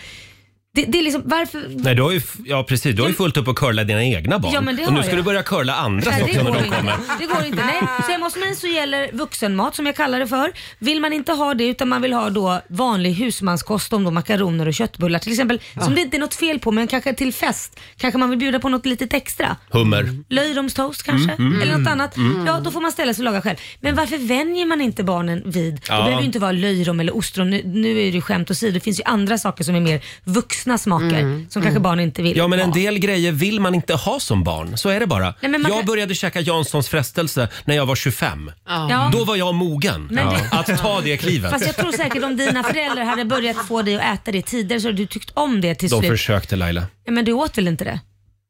Speaker 2: Det, det är liksom, varför...
Speaker 1: Nej, du har ju, f- ja, precis, du har ju fullt upp att curla dina egna barn.
Speaker 2: Ja, men det
Speaker 1: och nu
Speaker 2: har
Speaker 1: ska
Speaker 2: jag.
Speaker 1: du börja curla andra
Speaker 2: Nej,
Speaker 1: saker Mm. när de
Speaker 2: inte.
Speaker 1: kommer.
Speaker 2: Det går inte.
Speaker 1: (laughs)
Speaker 2: Nej. Så hemma hos mig så gäller vuxenmat som jag kallar det för. Vill man inte ha det utan man vill ha då vanlig husmanskost om då makaroner och köttbullar till exempel. Som det inte är något fel på men kanske till fest kanske man vill bjuda på något litet extra.
Speaker 1: Hummer.
Speaker 2: Löjromstoast kanske,
Speaker 1: Mm, mm,
Speaker 2: eller något annat.
Speaker 1: mm.
Speaker 2: Ja, då får man ställa sig och laga själv. Men varför vänjer man inte barnen vid?
Speaker 1: Ja.
Speaker 2: Det behöver ju inte vara löjrom eller ostron. Nu, nu är det ju skämt åsido. Det finns ju andra saker som är mer vuxna smaker
Speaker 1: Mm,
Speaker 2: som kanske
Speaker 1: mm.
Speaker 2: barn inte vill
Speaker 1: Ja, men en
Speaker 2: ha.
Speaker 1: del grejer vill man inte ha som barn. Så är det bara.
Speaker 2: Nej, men man
Speaker 1: jag
Speaker 2: kan-
Speaker 1: började käka Janssons frestelse när jag var 25.
Speaker 2: Ja.
Speaker 1: Då var jag mogen
Speaker 2: Men det-
Speaker 1: att ta det klivet.
Speaker 2: Fast jag tror säkert om dina föräldrar hade börjat få dig att äta det tidigare så hade du tyckt om det till
Speaker 1: De
Speaker 2: slut.
Speaker 1: försökte Laila.
Speaker 2: Ja, Men du åt väl inte det?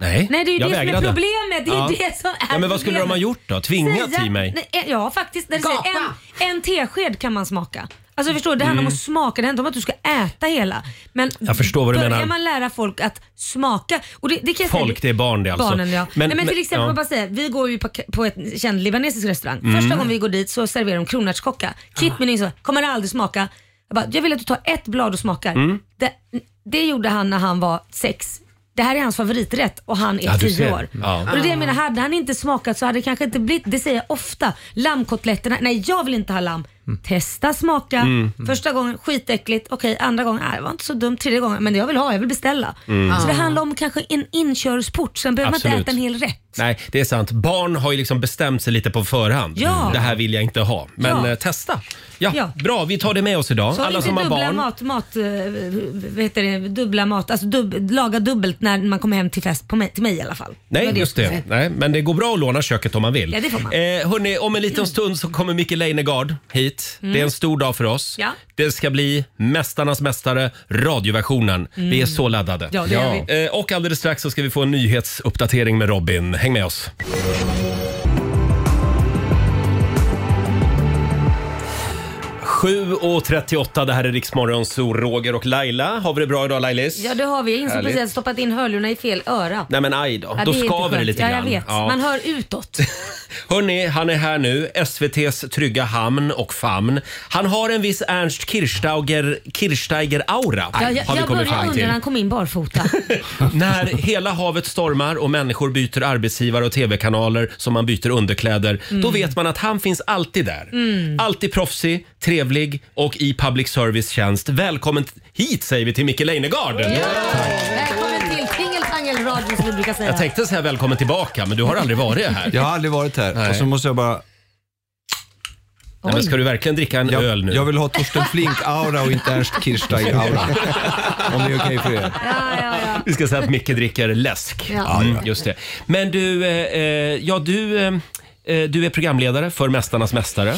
Speaker 1: Nej,
Speaker 2: Nej, det är ju
Speaker 1: jag
Speaker 2: det
Speaker 1: vägrade.
Speaker 2: som är problemet. Det är
Speaker 1: Ja.
Speaker 2: det som är
Speaker 1: Ja, men vad skulle de ha
Speaker 2: problemet.
Speaker 1: gjort då? Tvingat
Speaker 2: Säga-
Speaker 1: i mig?
Speaker 2: Nej, eh, Ja, faktiskt. Där det säger, en, en tesked kan man smaka. Alltså förstår du, det handlar
Speaker 1: Mm.
Speaker 2: om att smaka, det handlar om att du ska äta hela. Men
Speaker 1: Jag förstår vad du
Speaker 2: börjar
Speaker 1: menar.
Speaker 2: man lära folk att smaka. Och det, det kan jag säga-
Speaker 1: Folk, det är barn det alltså.
Speaker 2: Barnen ja. Nej, men till exempel,
Speaker 1: ja.
Speaker 2: jag bara säga, vi går ju på, på ett känd libanesisk restaurang.
Speaker 1: Mm. Ah.
Speaker 2: Första gången vi går dit så serverar de kronärtskocka. Kit, min yngsta, kommer det aldrig smaka. Jag, bara, jag vill att du tar ett blad och smakar.
Speaker 1: Mm.
Speaker 2: Det, det gjorde han när han var sex. Det här är hans favoriträtt och han är
Speaker 1: Ja, du
Speaker 2: tio
Speaker 1: ser.
Speaker 2: år.
Speaker 1: Ja.
Speaker 2: Och det är det jag menar, hade han inte smakat så hade det kanske inte blivit, det säger jag ofta, lammkotletterna, nej jag vill inte ha lamm.
Speaker 1: Mm.
Speaker 2: Testa smaka.
Speaker 15: Mm.
Speaker 2: Första gången skitäckligt, okej andra gången, nej det var inte så dumt. Tredje gången, men jag vill ha, jag vill beställa.
Speaker 1: Mm.
Speaker 2: Så det handlar om kanske en inkörsport, sen behöver man
Speaker 1: Absolut.
Speaker 2: inte äta en hel rätt.
Speaker 1: Nej, det är sant. Barn har ju liksom bestämt sig lite på förhand.
Speaker 2: Ja.
Speaker 1: Det här vill jag inte ha. Men
Speaker 2: Ja.
Speaker 1: eh, testa. Ja, Bra, vi tar det med oss idag.
Speaker 2: Så har vi
Speaker 1: Alla
Speaker 2: inte
Speaker 1: som har
Speaker 2: dubbla
Speaker 1: barn.
Speaker 2: mat, mat eh, vad heter det, dubbla mat, alltså dubb, laga dubbelt när man kommer hem till fest, på mig, till mig i alla fall.
Speaker 1: Nej,
Speaker 2: var jag
Speaker 1: just
Speaker 2: skulle
Speaker 1: det.
Speaker 2: säga.
Speaker 1: Nej, men det går bra att låna köket om man vill.
Speaker 2: Ja, det får man.
Speaker 1: Eh, hörni, om en liten stund så kommer Micke Leijnegard hit.
Speaker 2: Mm.
Speaker 1: Det är en stor dag för oss.
Speaker 2: Ja.
Speaker 1: Det ska bli Mästarnas mästare, radioversionen.
Speaker 2: Mm.
Speaker 1: Vi är så laddade.
Speaker 2: Ja, det är
Speaker 1: Eh, och alldeles strax så ska vi få en nyhetsuppdatering med Robin. Häng med oss. Sju och 38, det här är Riksmorgon, så Roger och Laila. Har vi det bra idag Lailis?
Speaker 2: Ja, det har vi. Jag insåg
Speaker 1: Härligt.
Speaker 2: precis att jag stoppat in hörlurarna i fel öra.
Speaker 1: Nej men aj då,
Speaker 2: Ja,
Speaker 1: då
Speaker 2: är inte
Speaker 1: skaver det
Speaker 2: skönt.
Speaker 1: lite
Speaker 2: ja,
Speaker 1: grann.
Speaker 2: jag vet. Man hör utåt.
Speaker 1: Hörni, han är här nu. SVTs trygga hamn och famn. Han har en viss Ernst Kirchsteiger, Kirchsteiger-aura.
Speaker 2: Ja, jag
Speaker 1: har vi
Speaker 2: jag
Speaker 1: kommit
Speaker 2: började
Speaker 1: fram
Speaker 2: undra när
Speaker 1: till.
Speaker 2: han kom in (laughs) barfota.
Speaker 1: När hela havet stormar och människor byter arbetsgivare och tv-kanaler som man byter underkläder,
Speaker 2: Mm.
Speaker 1: då vet man att han finns alltid där.
Speaker 2: Mm.
Speaker 1: Alltid proffsig, trevlig och i public service tjänst. Välkommen hit säger vi till Micke Leijnegard.
Speaker 2: Välkommen till Tingeltangelradion som vi brukar säga.
Speaker 1: Jag tänkte säga välkommen tillbaka, men du har aldrig varit här.
Speaker 17: Jag har aldrig varit här. Och så måste jag bara...
Speaker 1: Nej, men ska du verkligen dricka en öl nu?
Speaker 17: Jag vill ha Torsten Flink-aura och inte Ernst
Speaker 1: (laughs)
Speaker 17: Kirchstein-aura. Om det är okej för er.
Speaker 1: Vi ska säga att Micke dricker läsk.
Speaker 17: Ja.
Speaker 1: Mm, just det. Men du, eh, eh, ja, du, eh, eh, du är programledare för Mästarnas Mästare.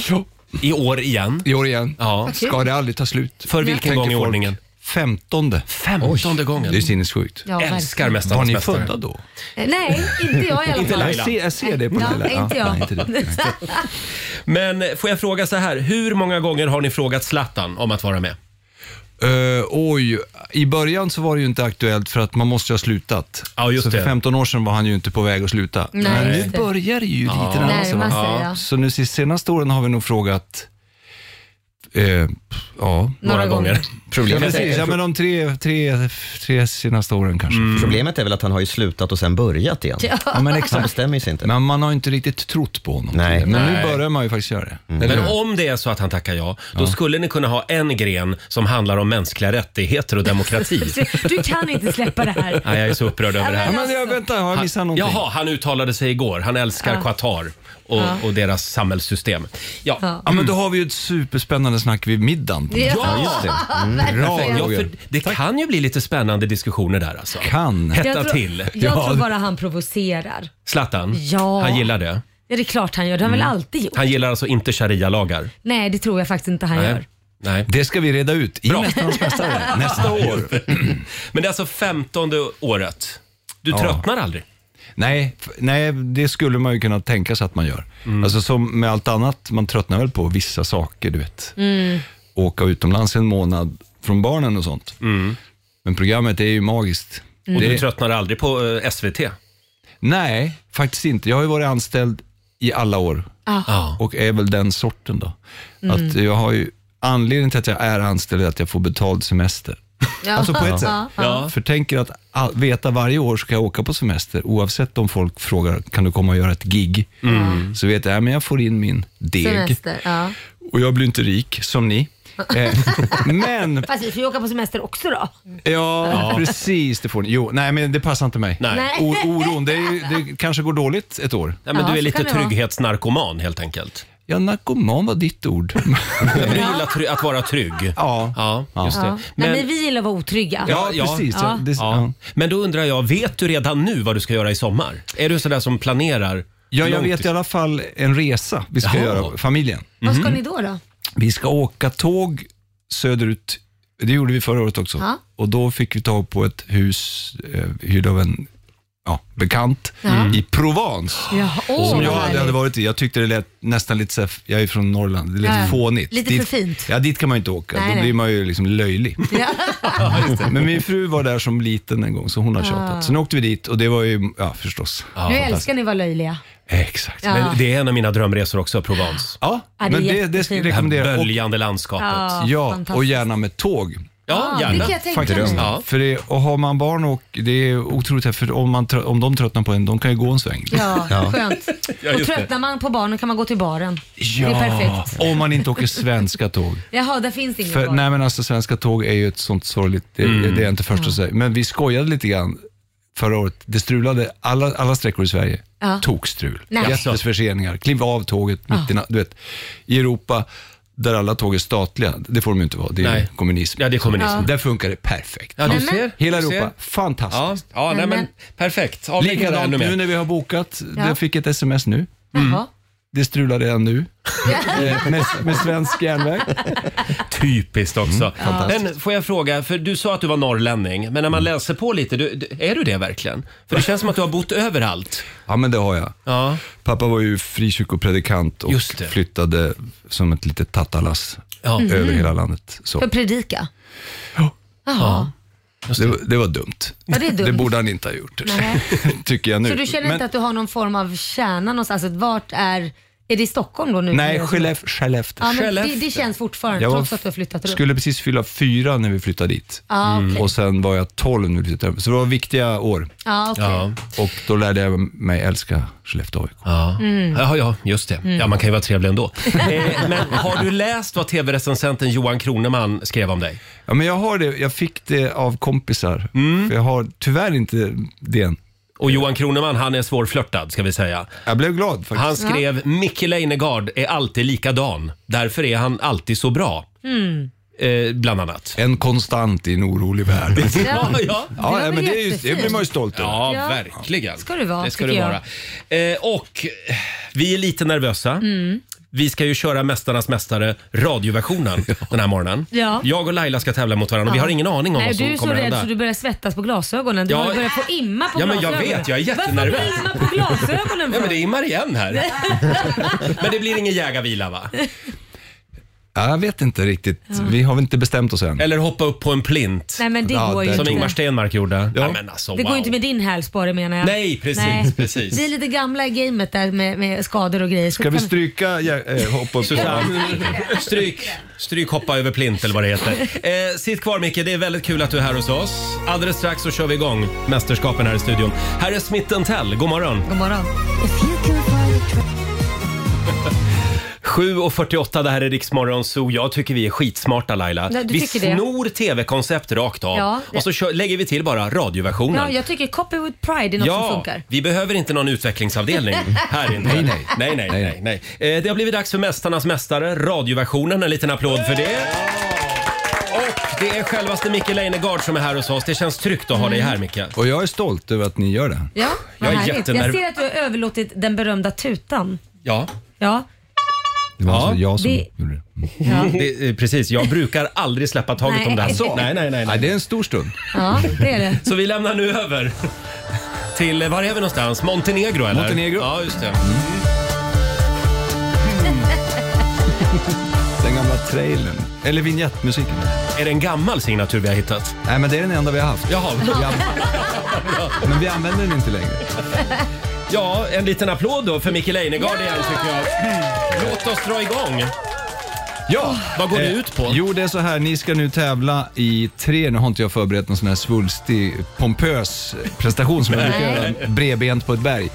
Speaker 1: I år igen.
Speaker 17: I år igen.
Speaker 1: Ja.
Speaker 17: Ska det aldrig ta slut?
Speaker 1: För vilken
Speaker 17: Tänker
Speaker 1: gång i
Speaker 17: folk.
Speaker 1: ordningen?
Speaker 17: Femtonde.
Speaker 1: Femtonde gången.
Speaker 17: Det är sinnessjukt.
Speaker 2: Ja, verkligen.
Speaker 1: Älskar Mästarnas Mästare.
Speaker 17: Var ni födda då?
Speaker 2: Eh, Nej, inte jag i alla fall.
Speaker 1: Inte Laila.
Speaker 17: Jag ser, jag ser det på
Speaker 2: Ja,
Speaker 17: Laila.
Speaker 2: inte
Speaker 17: Ja,
Speaker 2: jag.
Speaker 17: nej,
Speaker 2: (laughs)
Speaker 17: inte du.
Speaker 1: Men eh, får jag fråga så här, hur många gånger har ni frågat Zlatan om att vara med?
Speaker 17: Eh, oj, i början så var det ju inte aktuellt för att man måste ju ha slutat.
Speaker 1: Ja, just
Speaker 17: så för
Speaker 1: det.
Speaker 17: 15 år sedan var han ju inte på väg att sluta.
Speaker 1: Nej,
Speaker 17: Men
Speaker 1: just
Speaker 17: nu
Speaker 1: det.
Speaker 17: börjar det ju
Speaker 1: Ja.
Speaker 17: lite närma sig. va?
Speaker 1: Närma sig, ja.
Speaker 17: Så nu de senaste åren har vi nog frågat eh, ja,
Speaker 1: Några gånger.
Speaker 17: Problemet ja,
Speaker 3: Problemet
Speaker 17: precis.
Speaker 3: är-
Speaker 17: Ja, men de tre, tre, tre senaste åren kanske.
Speaker 3: Mm. Problemet är väl att han har ju slutat och sen börjat igen.
Speaker 17: Ja. Ja, men exakt.
Speaker 3: Han bestämmer sig inte.
Speaker 17: Men man har inte riktigt trott på honom.
Speaker 3: Nej.
Speaker 17: Men
Speaker 1: Nej.
Speaker 17: nu börjar man ju faktiskt göra det. Mm. Eller
Speaker 1: Men
Speaker 17: hur?
Speaker 1: om det är så att han tackar ja, då skulle ni kunna ha en gren som handlar om mänskliga rättigheter och
Speaker 2: (laughs)
Speaker 1: demokrati.
Speaker 2: Du kan inte släppa det här.
Speaker 1: Nej, jag är så upprörd över det här.
Speaker 17: Ja, men jag, vänta, har jag missat någonting?
Speaker 1: Jaha, han uttalade sig igår. Han älskar
Speaker 17: Ja.
Speaker 1: Qatar och,
Speaker 17: Ja.
Speaker 1: och deras samhällssystem. Ja.
Speaker 17: Ja. men då har vi ju ett superspännande snack vid middagen.
Speaker 1: Ja, just det.
Speaker 17: Mm. Bra,
Speaker 1: Perfekt. ja, för
Speaker 17: Roger.
Speaker 1: det kan ju bli lite spännande diskussioner där alltså.
Speaker 17: Kan.
Speaker 1: Hetta
Speaker 2: jag tror,
Speaker 1: till.
Speaker 2: Jag tror bara han provocerar.
Speaker 1: Zlatan,
Speaker 2: Ja.
Speaker 1: han gillar det.
Speaker 2: Ja, det är klart han gör. Det har han väl
Speaker 1: Mm.
Speaker 2: alltid gjort?
Speaker 1: Han gillar alltså inte sharia-lagar.
Speaker 2: Nej, det tror jag faktiskt inte han gör.
Speaker 1: Nej.
Speaker 17: Det ska vi reda ut i
Speaker 2: (laughs)
Speaker 17: Mästarnas Mästare nästa år.
Speaker 1: Men det är alltså femtonde året. Du
Speaker 17: Ja.
Speaker 1: tröttnar aldrig?
Speaker 17: Nej, f- nej, det skulle man ju kunna tänka sig att man gör.
Speaker 1: Mm.
Speaker 17: Alltså som med allt annat, man tröttnar väl på vissa saker, du vet.
Speaker 8: Mm.
Speaker 17: Åka utomlands en månad från barnen och sånt. Men programmet är ju magiskt.
Speaker 1: Mm. Och du
Speaker 17: tröttnar
Speaker 1: aldrig på eh, SVT?
Speaker 17: Nej, faktiskt inte. Jag har ju varit anställd i alla år
Speaker 2: Ja.
Speaker 1: Ja.
Speaker 17: och är väl den sorten då.
Speaker 2: Mm.
Speaker 17: Att jag har ju, anledningen till att jag är anställd är att jag får betald semester.
Speaker 2: Ja.
Speaker 17: Alltså på ett sätt.
Speaker 2: Ja, ja.
Speaker 17: För tänker att all- veta varje år ska jag åka på semester, oavsett om folk frågar kan du komma och göra ett gig,
Speaker 15: Mm.
Speaker 17: så vet jag att jag får in min deg.
Speaker 2: Semester, ja.
Speaker 17: Och jag blir inte rik, som ni.
Speaker 1: (laughs)
Speaker 17: Eh, men,
Speaker 2: (laughs) Fast vi får ju åka på semester också då.
Speaker 17: ja,
Speaker 2: Ja.
Speaker 17: precis det får ni. Jo, nej men det passar inte mig.
Speaker 2: Nej.
Speaker 17: O- oron, det, är ju- det kanske går dåligt ett år.
Speaker 1: Nej, men Ja, du är så lite kan det vara. trygghetsnarkoman helt enkelt.
Speaker 17: Ja, narkoman var ditt ord.
Speaker 1: Du gillar try- att vara trygg.
Speaker 17: Ja.
Speaker 1: ja just
Speaker 2: Ja.
Speaker 1: det.
Speaker 2: Men... Nej, men vi gillar att vara otrygga. Ja.
Speaker 1: Ja. Men då undrar jag, vet du redan nu vad du ska göra i sommar? Är du sådär som planerar?
Speaker 17: Ja, jag
Speaker 1: långt
Speaker 17: vet i alla fall en resa vi ska
Speaker 1: Jaha.
Speaker 17: göra, familjen.
Speaker 2: Vad ska
Speaker 17: Mhm.
Speaker 2: ni då? då?
Speaker 17: Vi ska åka tåg söderut. Det gjorde vi förra året också.
Speaker 2: Ja.
Speaker 17: Och då fick vi tag på ett hus eh, hyrt av en ja, bekant
Speaker 2: Ja. Mm.
Speaker 17: i Provence.
Speaker 2: Jaha, åh,
Speaker 17: som jag
Speaker 2: vad
Speaker 17: aldrig hade
Speaker 2: härligt.
Speaker 17: varit i. Jag tyckte det lät nästan lite så här, jag är från Norrland, det lät
Speaker 2: Ja, ja.
Speaker 17: fånigt.
Speaker 2: Lite
Speaker 17: dit,
Speaker 2: för fint.
Speaker 17: Ja, dit kan man ju inte åka.
Speaker 2: Nej,
Speaker 17: då
Speaker 2: nej.
Speaker 17: blir man ju
Speaker 2: (laughs)
Speaker 17: liksom löjlig. Men min fru var där som liten en gång, så hon har
Speaker 2: Ah.
Speaker 17: tjatat. Sen åkte vi dit och det var ju, ja förstås.
Speaker 2: nu älskar ni att vara löjliga.
Speaker 17: Exakt.
Speaker 2: Ja. Men
Speaker 1: det är en av mina drömresor också, Provence.
Speaker 17: Ja,
Speaker 2: Ja, det är
Speaker 17: men det, det
Speaker 2: jättefint.
Speaker 17: rekommenderar
Speaker 1: Det här
Speaker 17: böljande
Speaker 1: landskapet.
Speaker 2: Ja,
Speaker 17: Ja, och
Speaker 2: fantastiskt.
Speaker 17: gärna med tåg.
Speaker 2: Ja, Ja, gärna. Ah, det kan jag tänka
Speaker 17: Faktiskt.
Speaker 2: mig.
Speaker 17: Ja. För det, och har man barn och det är otroligt här, för om, man, trö- om de tröttnar på en, de kan ju gå en sväng.
Speaker 2: Ja, skönt.
Speaker 17: (laughs) Ja,
Speaker 2: och
Speaker 17: just det.
Speaker 2: tröttnar man på barnen kan man gå till baren. Det är
Speaker 17: Ja,
Speaker 2: perfekt.
Speaker 17: om man inte åker svenska tåg.
Speaker 2: Jaha, där finns ingen
Speaker 17: För,
Speaker 2: bar.
Speaker 17: nej men alltså svenska tåg är ju ett sånt sorgligt, det,
Speaker 1: Mm.
Speaker 17: det är jag inte först att säga. Men vi skojade lite grann förra året. Det strulade, alla, alla sträckor i Sverige,
Speaker 2: Ja.
Speaker 17: tokstrul.
Speaker 2: Nej.
Speaker 17: Jättes förseningar, kliv av tåget mitt i natten. Du vet, i Europa, där alla tåg är statliga, det får de ju inte vara. Det är
Speaker 1: Nej.
Speaker 17: kommunism. Ja,
Speaker 1: det är kommunism. Ja.
Speaker 17: Där funkar det perfekt.
Speaker 1: Ja, du ser.
Speaker 17: Hela
Speaker 1: Du ser.
Speaker 17: Europa, fantastiskt.
Speaker 1: Ja, ja nej,
Speaker 2: Mm.
Speaker 1: men
Speaker 17: Nämen.
Speaker 1: perfekt. Avlägg det där
Speaker 17: Likadant
Speaker 1: ännu mer.
Speaker 17: nu när vi har bokat.
Speaker 1: Ja.
Speaker 17: Jag fick ett sms nu. Det strular
Speaker 1: (laughs)
Speaker 17: redan nu.
Speaker 2: (laughs)
Speaker 17: Eh, med, med svensk järnväg.
Speaker 1: Typiskt
Speaker 10: Mm.
Speaker 1: också.
Speaker 17: Fantastiskt. Mm.
Speaker 1: Men får jag fråga, för du sa att du var norrlänning, men när man läser på lite, du, du, är du det verkligen? För det känns som att du har bott överallt.
Speaker 17: Ja, men det har jag. Pappa var ju frikyrkopredikant och
Speaker 1: Just det.
Speaker 17: flyttade som ett litet tattalass
Speaker 2: Ja. Mhm.
Speaker 17: över hela landet. Så.
Speaker 2: För predika? Ja. Jaha.
Speaker 17: Det, var- det var dumt.
Speaker 2: Ja, det är dumt.
Speaker 17: borde han inte ha gjort,
Speaker 2: Nej.
Speaker 17: (laughs) tycker jag nu.
Speaker 2: Så du känner
Speaker 17: Men-
Speaker 2: inte att du har någon form av kärna någonstans? Alltså, vart är... Är det i Stockholm då nu?
Speaker 17: Nej, Skellef- Skellefteå.
Speaker 2: Ja, men det, det känns fortfarande,
Speaker 17: Jag var-
Speaker 2: trots att du har flyttat runt.
Speaker 17: skulle precis fylla fyra när vi flyttade dit. Mm.
Speaker 2: Ah, okej.
Speaker 17: Och sen var jag 12 när vi flyttade över. Så det var viktiga år.
Speaker 2: Ja, Ah, okej. Ja.
Speaker 17: Och då lärde jag mig älska Skellefteå AIK.
Speaker 1: Ja.
Speaker 2: Mm.
Speaker 1: Ja, ja, just det.
Speaker 2: Mm.
Speaker 1: Ja, man kan ju vara trevlig
Speaker 2: (laughs)
Speaker 1: ändå. Eh, men har du läst vad tv-recensenten Johan Kroneman skrev om dig?
Speaker 17: Ja, men jag har det. Jag fick det av kompisar. För jag har tyvärr inte det än.
Speaker 1: Och Johan Kroneman, han är svårflörtad ska vi säga.
Speaker 17: Jag blev glad faktiskt.
Speaker 1: Han skrev “Micke Leijnegard är alltid likadan. Därför är han alltid så bra”.
Speaker 2: Mm.
Speaker 1: Eh, bland annat.
Speaker 17: En konstant i en orolig värld.
Speaker 1: (laughs) ja, ja.
Speaker 17: Ja, nej, men det, är ju, det blir man ju stolt över.
Speaker 1: Ja,
Speaker 2: Ja.
Speaker 1: verkligen.
Speaker 2: Ska det vara,
Speaker 1: det ska
Speaker 2: tycker
Speaker 1: det vara.
Speaker 2: jag.
Speaker 1: Eh, och eh, vi är lite nervösa.
Speaker 2: Mm.
Speaker 1: Vi ska ju köra Mästarnas Mästare
Speaker 17: (laughs)
Speaker 1: radioversionen den här morgonen.
Speaker 2: Ja.
Speaker 1: Jag och Laila ska tävla mot varandra. Vi
Speaker 2: Ja.
Speaker 1: har ingen aning om
Speaker 2: Nej,
Speaker 1: vad som
Speaker 2: Du är så
Speaker 1: kommer
Speaker 2: rädd
Speaker 1: hända.
Speaker 2: så du börjar svettas på glasögonen. Du
Speaker 1: Ja.
Speaker 2: har börjar få imma på
Speaker 1: Ja, men jag
Speaker 2: glasögonen.
Speaker 1: vet. Jag är jättenervös.
Speaker 2: Varför immar på glasögonen
Speaker 1: Ja, men
Speaker 2: för?
Speaker 1: det immar igen här.
Speaker 2: (laughs)
Speaker 1: (laughs) Men det blir ingen jägarvila va?
Speaker 17: Ja, jag vet inte riktigt. Vi har väl inte bestämt oss än.
Speaker 1: Eller hoppa upp på en plint.
Speaker 2: Nej, men det går ju
Speaker 1: Som
Speaker 2: inte.
Speaker 1: Ingmar Stenmark gjorde. Ja. men alltså,
Speaker 2: Det går
Speaker 1: wow.
Speaker 2: ju inte med din hälsporre menar jag.
Speaker 1: Nej, precis, precis.
Speaker 2: Vi är lite gamla i gamet där med, med skador och grejer. Så
Speaker 17: Ska vi
Speaker 2: kan-
Speaker 17: stryka ja, eh, hopp och
Speaker 1: Susanne, stryk, stryk hoppa över plint eller vad det heter. Eh, sitt kvar Micke, det är väldigt kul att du är här hos oss. Alldeles strax så kör vi igång mästerskapen här i studion. Här är Smith Tell, god morgon.
Speaker 2: God morgon.
Speaker 1: 7.48, det här är Riksmorgon Zoo. Jag tycker vi är skitsmarta Laila.
Speaker 2: Ja, du
Speaker 1: vi
Speaker 2: tycker det.
Speaker 1: snor tv-koncept rakt av
Speaker 2: Ja, det-
Speaker 1: och så kör, lägger vi till bara radioversionen.
Speaker 2: Ja, jag tycker copy with pride är något som funkar.
Speaker 1: vi behöver inte någon
Speaker 2: (laughs)
Speaker 1: utvecklingsavdelning här inne.
Speaker 17: Nej, nej.
Speaker 1: nej, nej, nej, nej. Eh, Det har blivit dags för Mästarnas Mästare, radioversionen. En liten applåd för det. Och det är självaste Micke Leijnegard som är här hos oss. Det känns tryggt att ha
Speaker 2: Mm.
Speaker 1: dig här Micke.
Speaker 17: Och jag är stolt över att ni gör det.
Speaker 2: Ja, vad
Speaker 1: Jag är
Speaker 2: härligt.
Speaker 1: jättenerv-
Speaker 2: Jag ser att du har överlåtit den berömda tutan.
Speaker 1: Ja.
Speaker 2: Ja,
Speaker 17: Det var alltså jag som
Speaker 2: Det-
Speaker 17: gjorde det.
Speaker 2: Ja.
Speaker 1: (laughs) Det, eh, precis, jag brukar aldrig släppa taget om det här.
Speaker 2: Nej.
Speaker 1: Så. Nej, nej, nej, nej.
Speaker 17: Det är en stor stund.
Speaker 2: ja det är
Speaker 17: (laughs)
Speaker 2: det.
Speaker 1: Så vi lämnar nu över till, eh, var är vi någonstans? Montenegro eller?
Speaker 17: Montenegro. Mm.
Speaker 1: Ja, just det.
Speaker 17: Den gamla trailern. Eller vignettmusiken.
Speaker 1: Är det en gammal signatur vi har hittat?
Speaker 17: Nej, men det är den enda vi har haft.
Speaker 1: Jaha.
Speaker 17: Vi an- men vi använder den inte längre.
Speaker 1: Ja, en liten applåd då för Micke Leijnegard igen tycker jag. Låt oss dra igång.
Speaker 17: Ja,
Speaker 1: vad går det
Speaker 17: Eh,
Speaker 1: ut på?
Speaker 17: Jo, det är så här. Ni ska nu tävla i tre. Nu har inte jag förberett någon sån här svulstig, pompös prestation som jag brukar
Speaker 1: Nej.
Speaker 17: göra. Bredbent på ett berg.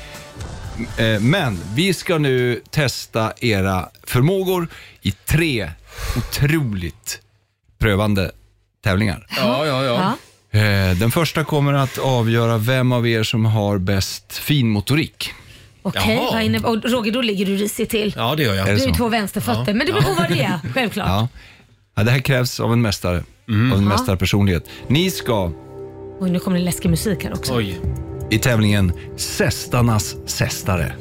Speaker 17: Eh, Men vi ska nu testa era förmågor i tre otroligt prövande tävlingar.
Speaker 11: Ja, ja, ja.
Speaker 17: Eh, Den första kommer att avgöra vem av er som har bäst finmotorik.
Speaker 2: Okej, vad inne- och Roger då ligger du risigt till.
Speaker 17: Ja, det gör jag. Är det
Speaker 2: Du är
Speaker 17: så?
Speaker 2: två vänsterfötter,
Speaker 17: Ja.
Speaker 2: men det beror på vad det är, självklart.
Speaker 17: Ja. Ja, det här krävs av en mästare, av en
Speaker 2: Ja.
Speaker 17: mästarpersonlighet. Ni ska
Speaker 2: Och nu kommer det läskig musik här också.
Speaker 17: i tävlingen Sästarnas (laughs) sästare.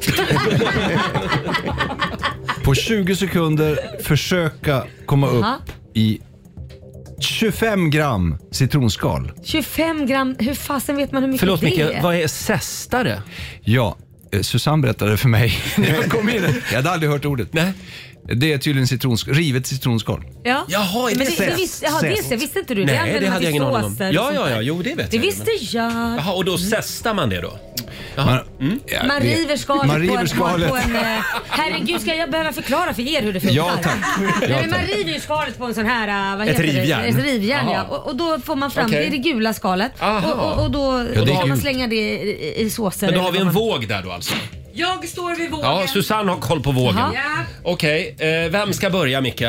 Speaker 17: På 20 sekunder försöka komma
Speaker 2: Jaha.
Speaker 17: upp i 25 gram citronskal.
Speaker 2: 25 gram, hur fasen vet man hur mycket det är?
Speaker 17: är sästare? Ja, eh, Susanne berättade
Speaker 1: (laughs)
Speaker 17: för mig när jag kom in. Jag hade aldrig hört ordet. Nej. Det är tydligen citrons, rivet citronskal.
Speaker 2: Ja.
Speaker 1: Jaha, är det
Speaker 2: men det, det
Speaker 1: zest?
Speaker 2: visste, jaha, det
Speaker 1: Zest.
Speaker 2: visste, visste inte du? det använder man till såser och
Speaker 1: Ja,
Speaker 2: sånt
Speaker 1: ja,
Speaker 2: där.
Speaker 1: ja, jo det vet
Speaker 2: liksom.
Speaker 1: jag.
Speaker 2: Det
Speaker 1: ju,
Speaker 2: visste jag. Mm.
Speaker 1: Men... Jaha, och då zestar man det då? Mm.
Speaker 17: Man,
Speaker 2: man river skalet,
Speaker 17: Man
Speaker 2: på
Speaker 17: river
Speaker 2: en,
Speaker 17: skalet.
Speaker 2: På en, eh, herregud, ska jag behöva förklara för er hur det funkar?
Speaker 17: Ja, tack. Ja,
Speaker 2: Nej, men man
Speaker 17: tack.
Speaker 2: river ju skalet på en sån här... eh, Vad
Speaker 17: Ett
Speaker 2: heter
Speaker 17: rivjärn.
Speaker 2: Det? Ett rivjärn, ja.
Speaker 17: Jaha.
Speaker 2: Och, och då får man fram,
Speaker 1: Okej.
Speaker 2: det är det gula skalet.
Speaker 1: Aha.
Speaker 2: Och, och, och då
Speaker 1: Ja, det är
Speaker 2: kan man
Speaker 1: gult.
Speaker 2: slänga det i, i, i såser.
Speaker 1: Men då har vi
Speaker 2: eller
Speaker 1: en
Speaker 2: vad man-
Speaker 1: våg där då alltså?
Speaker 7: Jag står vid vågen.
Speaker 1: Ja, Susanne har koll på vågen.
Speaker 7: Jaha.
Speaker 1: Okej, eh, vem ska börja Micke?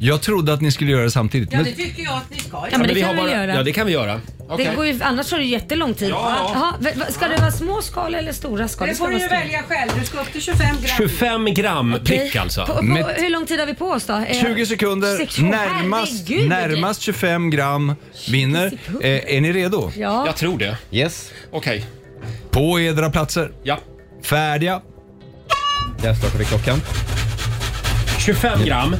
Speaker 17: Jag trodde att ni skulle göra det samtidigt.
Speaker 7: Ja,
Speaker 17: Men
Speaker 7: det tycker jag att ni ska.
Speaker 2: Ja, men det kan vi
Speaker 17: bara-
Speaker 2: göra.
Speaker 17: ja, det kan vi göra.
Speaker 1: Okej.
Speaker 2: Det går ju, annars tar det ju jättelång tid.
Speaker 1: Ja.
Speaker 2: Jaha, va- va- ska det vara små skal eller stora skal?
Speaker 7: Det
Speaker 2: ska
Speaker 7: får du
Speaker 2: vara
Speaker 7: ju
Speaker 2: stora.
Speaker 7: välja själv. Du ska upp till 25 gram.
Speaker 1: 25 gram prick
Speaker 2: På,
Speaker 1: alltså.
Speaker 2: på, hur lång tid har vi på oss då? Eh,
Speaker 17: 20 sekunder,
Speaker 2: sex- Åh,
Speaker 17: närmast,
Speaker 2: herregud.
Speaker 17: närmast 25 gram vinner. Eh, är ni redo?
Speaker 2: Ja.
Speaker 1: Jag tror det.
Speaker 17: Yes.
Speaker 1: Okej.
Speaker 17: På edra platser.
Speaker 1: Ja.
Speaker 17: Färdiga. Där startar vi klockan.
Speaker 1: 25 gram.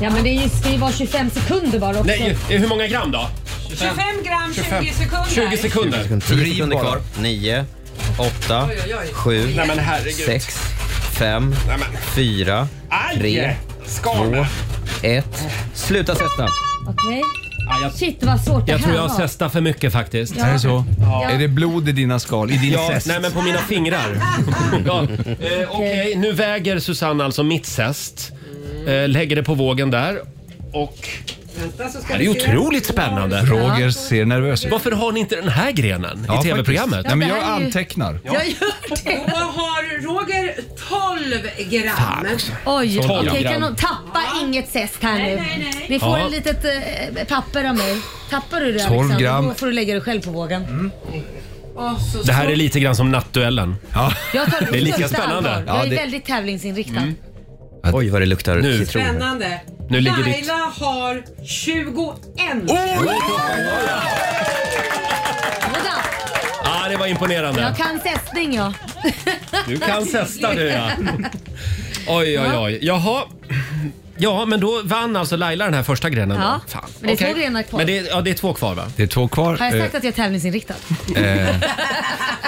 Speaker 2: Ja men det är ju- ska ju vara 25 sekunder bara också.
Speaker 1: Nej, ju- hur många gram då?
Speaker 7: 25 gram, 20
Speaker 1: 20
Speaker 7: sekunder.
Speaker 1: sekunder.
Speaker 3: 10 sekunder kvar. 9, 8,
Speaker 7: Oj, oj, oj.
Speaker 3: 7,
Speaker 7: Nej, men herregud.
Speaker 3: 6, 5, 4,
Speaker 1: Aj!
Speaker 3: 3,
Speaker 1: Skador.
Speaker 3: 2, 1. Sluta sätta.
Speaker 2: Okej.
Speaker 1: Ja, jag-
Speaker 2: Shit vad svårt det
Speaker 1: Jag
Speaker 2: här
Speaker 1: tror jag har
Speaker 2: var.
Speaker 1: zestat för mycket faktiskt.
Speaker 2: Ja. Är det så? Ja. Är det
Speaker 17: blod i dina skal? I din
Speaker 1: ja,
Speaker 17: zest?
Speaker 1: Nej, men på mina fingrar. ja. eh, Okej, nu väger Susanne alltså mitt zest. Eh, lägger det på vågen där. Och det är ju otroligt spännande.
Speaker 17: Roger ser nervös ut.
Speaker 1: Varför har ni inte den här grenen
Speaker 17: Ja,
Speaker 1: i tv-programmet?
Speaker 17: faktiskt. Nej, men jag antecknar.
Speaker 7: Jag gör det. Då har Roger 12 gram.
Speaker 2: Oj,
Speaker 17: Tolv
Speaker 2: okej
Speaker 17: gram.
Speaker 2: kan någon tappa inget zest här nu. Ni får
Speaker 17: Ja.
Speaker 2: ett litet eh, papper av mig. Tappar du det
Speaker 1: Tolv
Speaker 2: Alexander,
Speaker 1: gram. Mm.
Speaker 2: då får du lägga dig själv på vågen.
Speaker 7: Åh, så
Speaker 1: Det här är lite grann som nattduellen.
Speaker 2: Jag tar det
Speaker 1: Det är lika
Speaker 2: på största
Speaker 1: spännande.
Speaker 2: allvar. Jag är väldigt tävlingsinriktad.
Speaker 3: Oj, vad det luktar
Speaker 1: Nu.
Speaker 7: Mm, Spännande.
Speaker 1: Nu ligger ditt-
Speaker 7: Laila har 21.
Speaker 2: Vänta,
Speaker 1: ah, det var imponerande.
Speaker 2: jag kan zestning jag.
Speaker 1: (laughs) Du kan zesta du
Speaker 2: (laughs)
Speaker 1: ja. Oj, oj, oj. Jaha. Ja, men då vann alltså Laila den här första grenen. då.
Speaker 2: Ja,
Speaker 1: Fan.
Speaker 2: men det är två
Speaker 1: Okej.
Speaker 2: grenar kvar.
Speaker 1: Men det, är- ja, det är två kvar va?
Speaker 17: Det är två kvar.
Speaker 2: Har jag sagt att jag är tävlingsinriktad? (laughs)
Speaker 17: Eh, eh,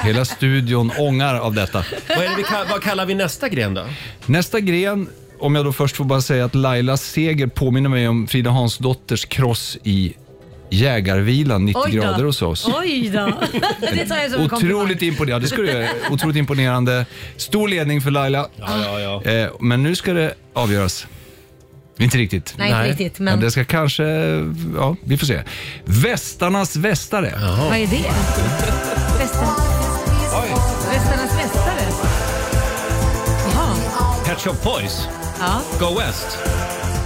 Speaker 17: hela studion ångar av detta.
Speaker 1: Vad, är det vi, ka- vad kallar vi nästa gren då?
Speaker 17: Nästa gren, om jag då först får bara säga att Lailas seger påminner mig om Frida Hansdotters cross i jägarvilan 90
Speaker 2: Oj då.
Speaker 17: grader hos oss.
Speaker 2: Oj då. (laughs) Det tar jag som en komplimang.
Speaker 17: Otroligt imponerande. Ja, Det skulle jag, göra. otroligt imponerande. Stor ledning för Laila.
Speaker 1: Ja, ja,
Speaker 17: Eh, men nu ska det avgöras. Inte riktigt.
Speaker 2: Nej, inte riktigt, men-
Speaker 17: det ska kanske... Ja, vi får se. Västarnas västare.
Speaker 2: Vad är det? Västar- Västarnas västare? Jaha.
Speaker 1: Pet Shop Boys,
Speaker 2: Ja.
Speaker 1: Go West.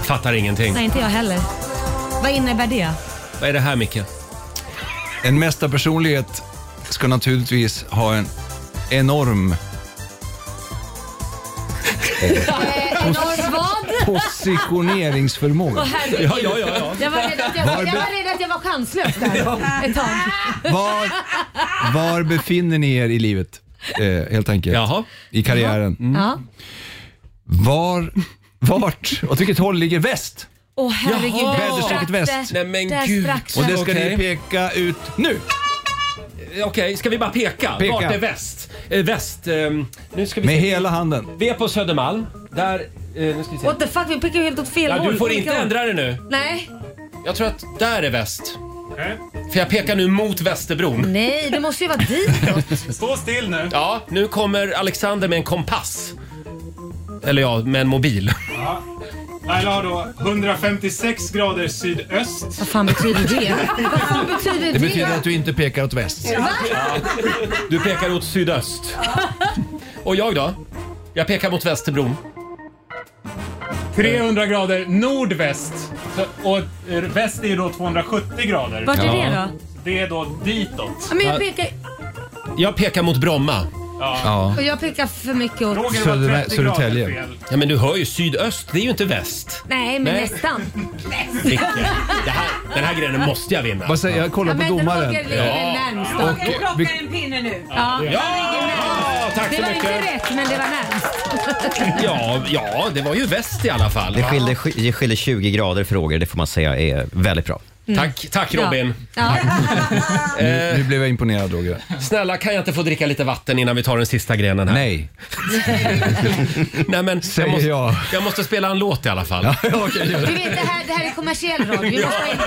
Speaker 1: Fattar ingenting.
Speaker 2: Nej, inte jag heller. Vad innebär det?
Speaker 1: Vad är det här Micke?
Speaker 17: En mästarpersonlighet ska naturligtvis ha en
Speaker 2: (laughs)
Speaker 17: enorm
Speaker 2: Enorm vad?
Speaker 17: positioneringsförmåga.
Speaker 2: Åh, herregud. Jag var rädd att jag var, jag var, rädd att jag var chanslös där ett tag.
Speaker 17: Var, var befinner ni er i livet? Eh, helt enkelt. I karriären.
Speaker 1: Mm.
Speaker 2: Ja.
Speaker 17: Var, vart, åt vilket håll ligger väst?
Speaker 2: Åh herregud,
Speaker 17: Jaha.
Speaker 2: där sprack
Speaker 17: Väderstrecket
Speaker 2: det.
Speaker 17: väst.
Speaker 1: Nej, men
Speaker 2: Där
Speaker 1: gud.
Speaker 2: sprack
Speaker 17: Och det
Speaker 2: det.
Speaker 17: ska ni peka ut nu.
Speaker 1: Eh, Okej, ska vi bara peka?
Speaker 17: Peka.
Speaker 1: Vart är väst? Eh, väst. ehm, nu ska vi
Speaker 17: Med
Speaker 1: se.
Speaker 17: hela handen.
Speaker 1: Vi är på Södermalm. Där... eh, nu ska vi se.
Speaker 2: What the fuck, vi pekar ju helt åt fel
Speaker 1: Ja,
Speaker 2: håll.
Speaker 1: du får
Speaker 2: Olika
Speaker 1: inte
Speaker 2: håll.
Speaker 1: ändra det nu.
Speaker 2: Nej.
Speaker 1: Jag tror att där är väst. För jag pekar nu mot Västerbron.
Speaker 2: Nej, det måste ju vara ditåt.
Speaker 1: Stå still nu. Ja, nu kommer Alexander med en kompass. Eller ja, med en mobil.
Speaker 10: Laila har då 156 grader sydöst.
Speaker 2: Vad fan betyder
Speaker 1: (laughs)
Speaker 2: det? Vad fan betyder
Speaker 17: Det betyder att du inte pekar åt väst.
Speaker 2: Va?
Speaker 1: Du pekar åt sydöst. Och jag då? Jag pekar mot Västerbron.
Speaker 10: 300 grader nordväst. Så- Och eh, väst är ju då 270 grader.
Speaker 2: Vart är Ja. det då?
Speaker 10: Det är då ditåt.
Speaker 2: Ja, men jag pekar,
Speaker 1: Jag pekar mot Bromma.
Speaker 17: Ja.
Speaker 2: och jag pekar för mycket åt...
Speaker 1: Ja, men du hör ju sydöst, det är ju inte väst.
Speaker 2: Nej, men
Speaker 1: Nej.
Speaker 2: nästan.
Speaker 1: Vilken- Det här, den här grejen måste jag vinna.
Speaker 17: Vad säger jag? Kollar på domaren.
Speaker 1: Och, eh, vi-
Speaker 15: en pinne nu.
Speaker 2: Ja,
Speaker 1: Ja, tack
Speaker 2: det
Speaker 1: så
Speaker 2: var inte
Speaker 1: mycket.
Speaker 2: rätt, men det var närmst.
Speaker 1: Ja, ja, det var ju väst i alla fall.
Speaker 3: Det skilde, det skilde 20 grader frågor, det får man säga är väldigt bra.
Speaker 1: Mm. Tack, tack Robin.
Speaker 2: Ja.
Speaker 17: Nu, nu blev jag imponerad Roger.
Speaker 1: Snälla, kan jag inte få dricka lite vatten innan vi tar den sista grenen här?
Speaker 17: Nej.
Speaker 1: (laughs) Nej men, jag måste, jag. måste spela en låt i alla fall.
Speaker 2: Du vet, det här, det här är kommersiell radio. Vi måste ha in,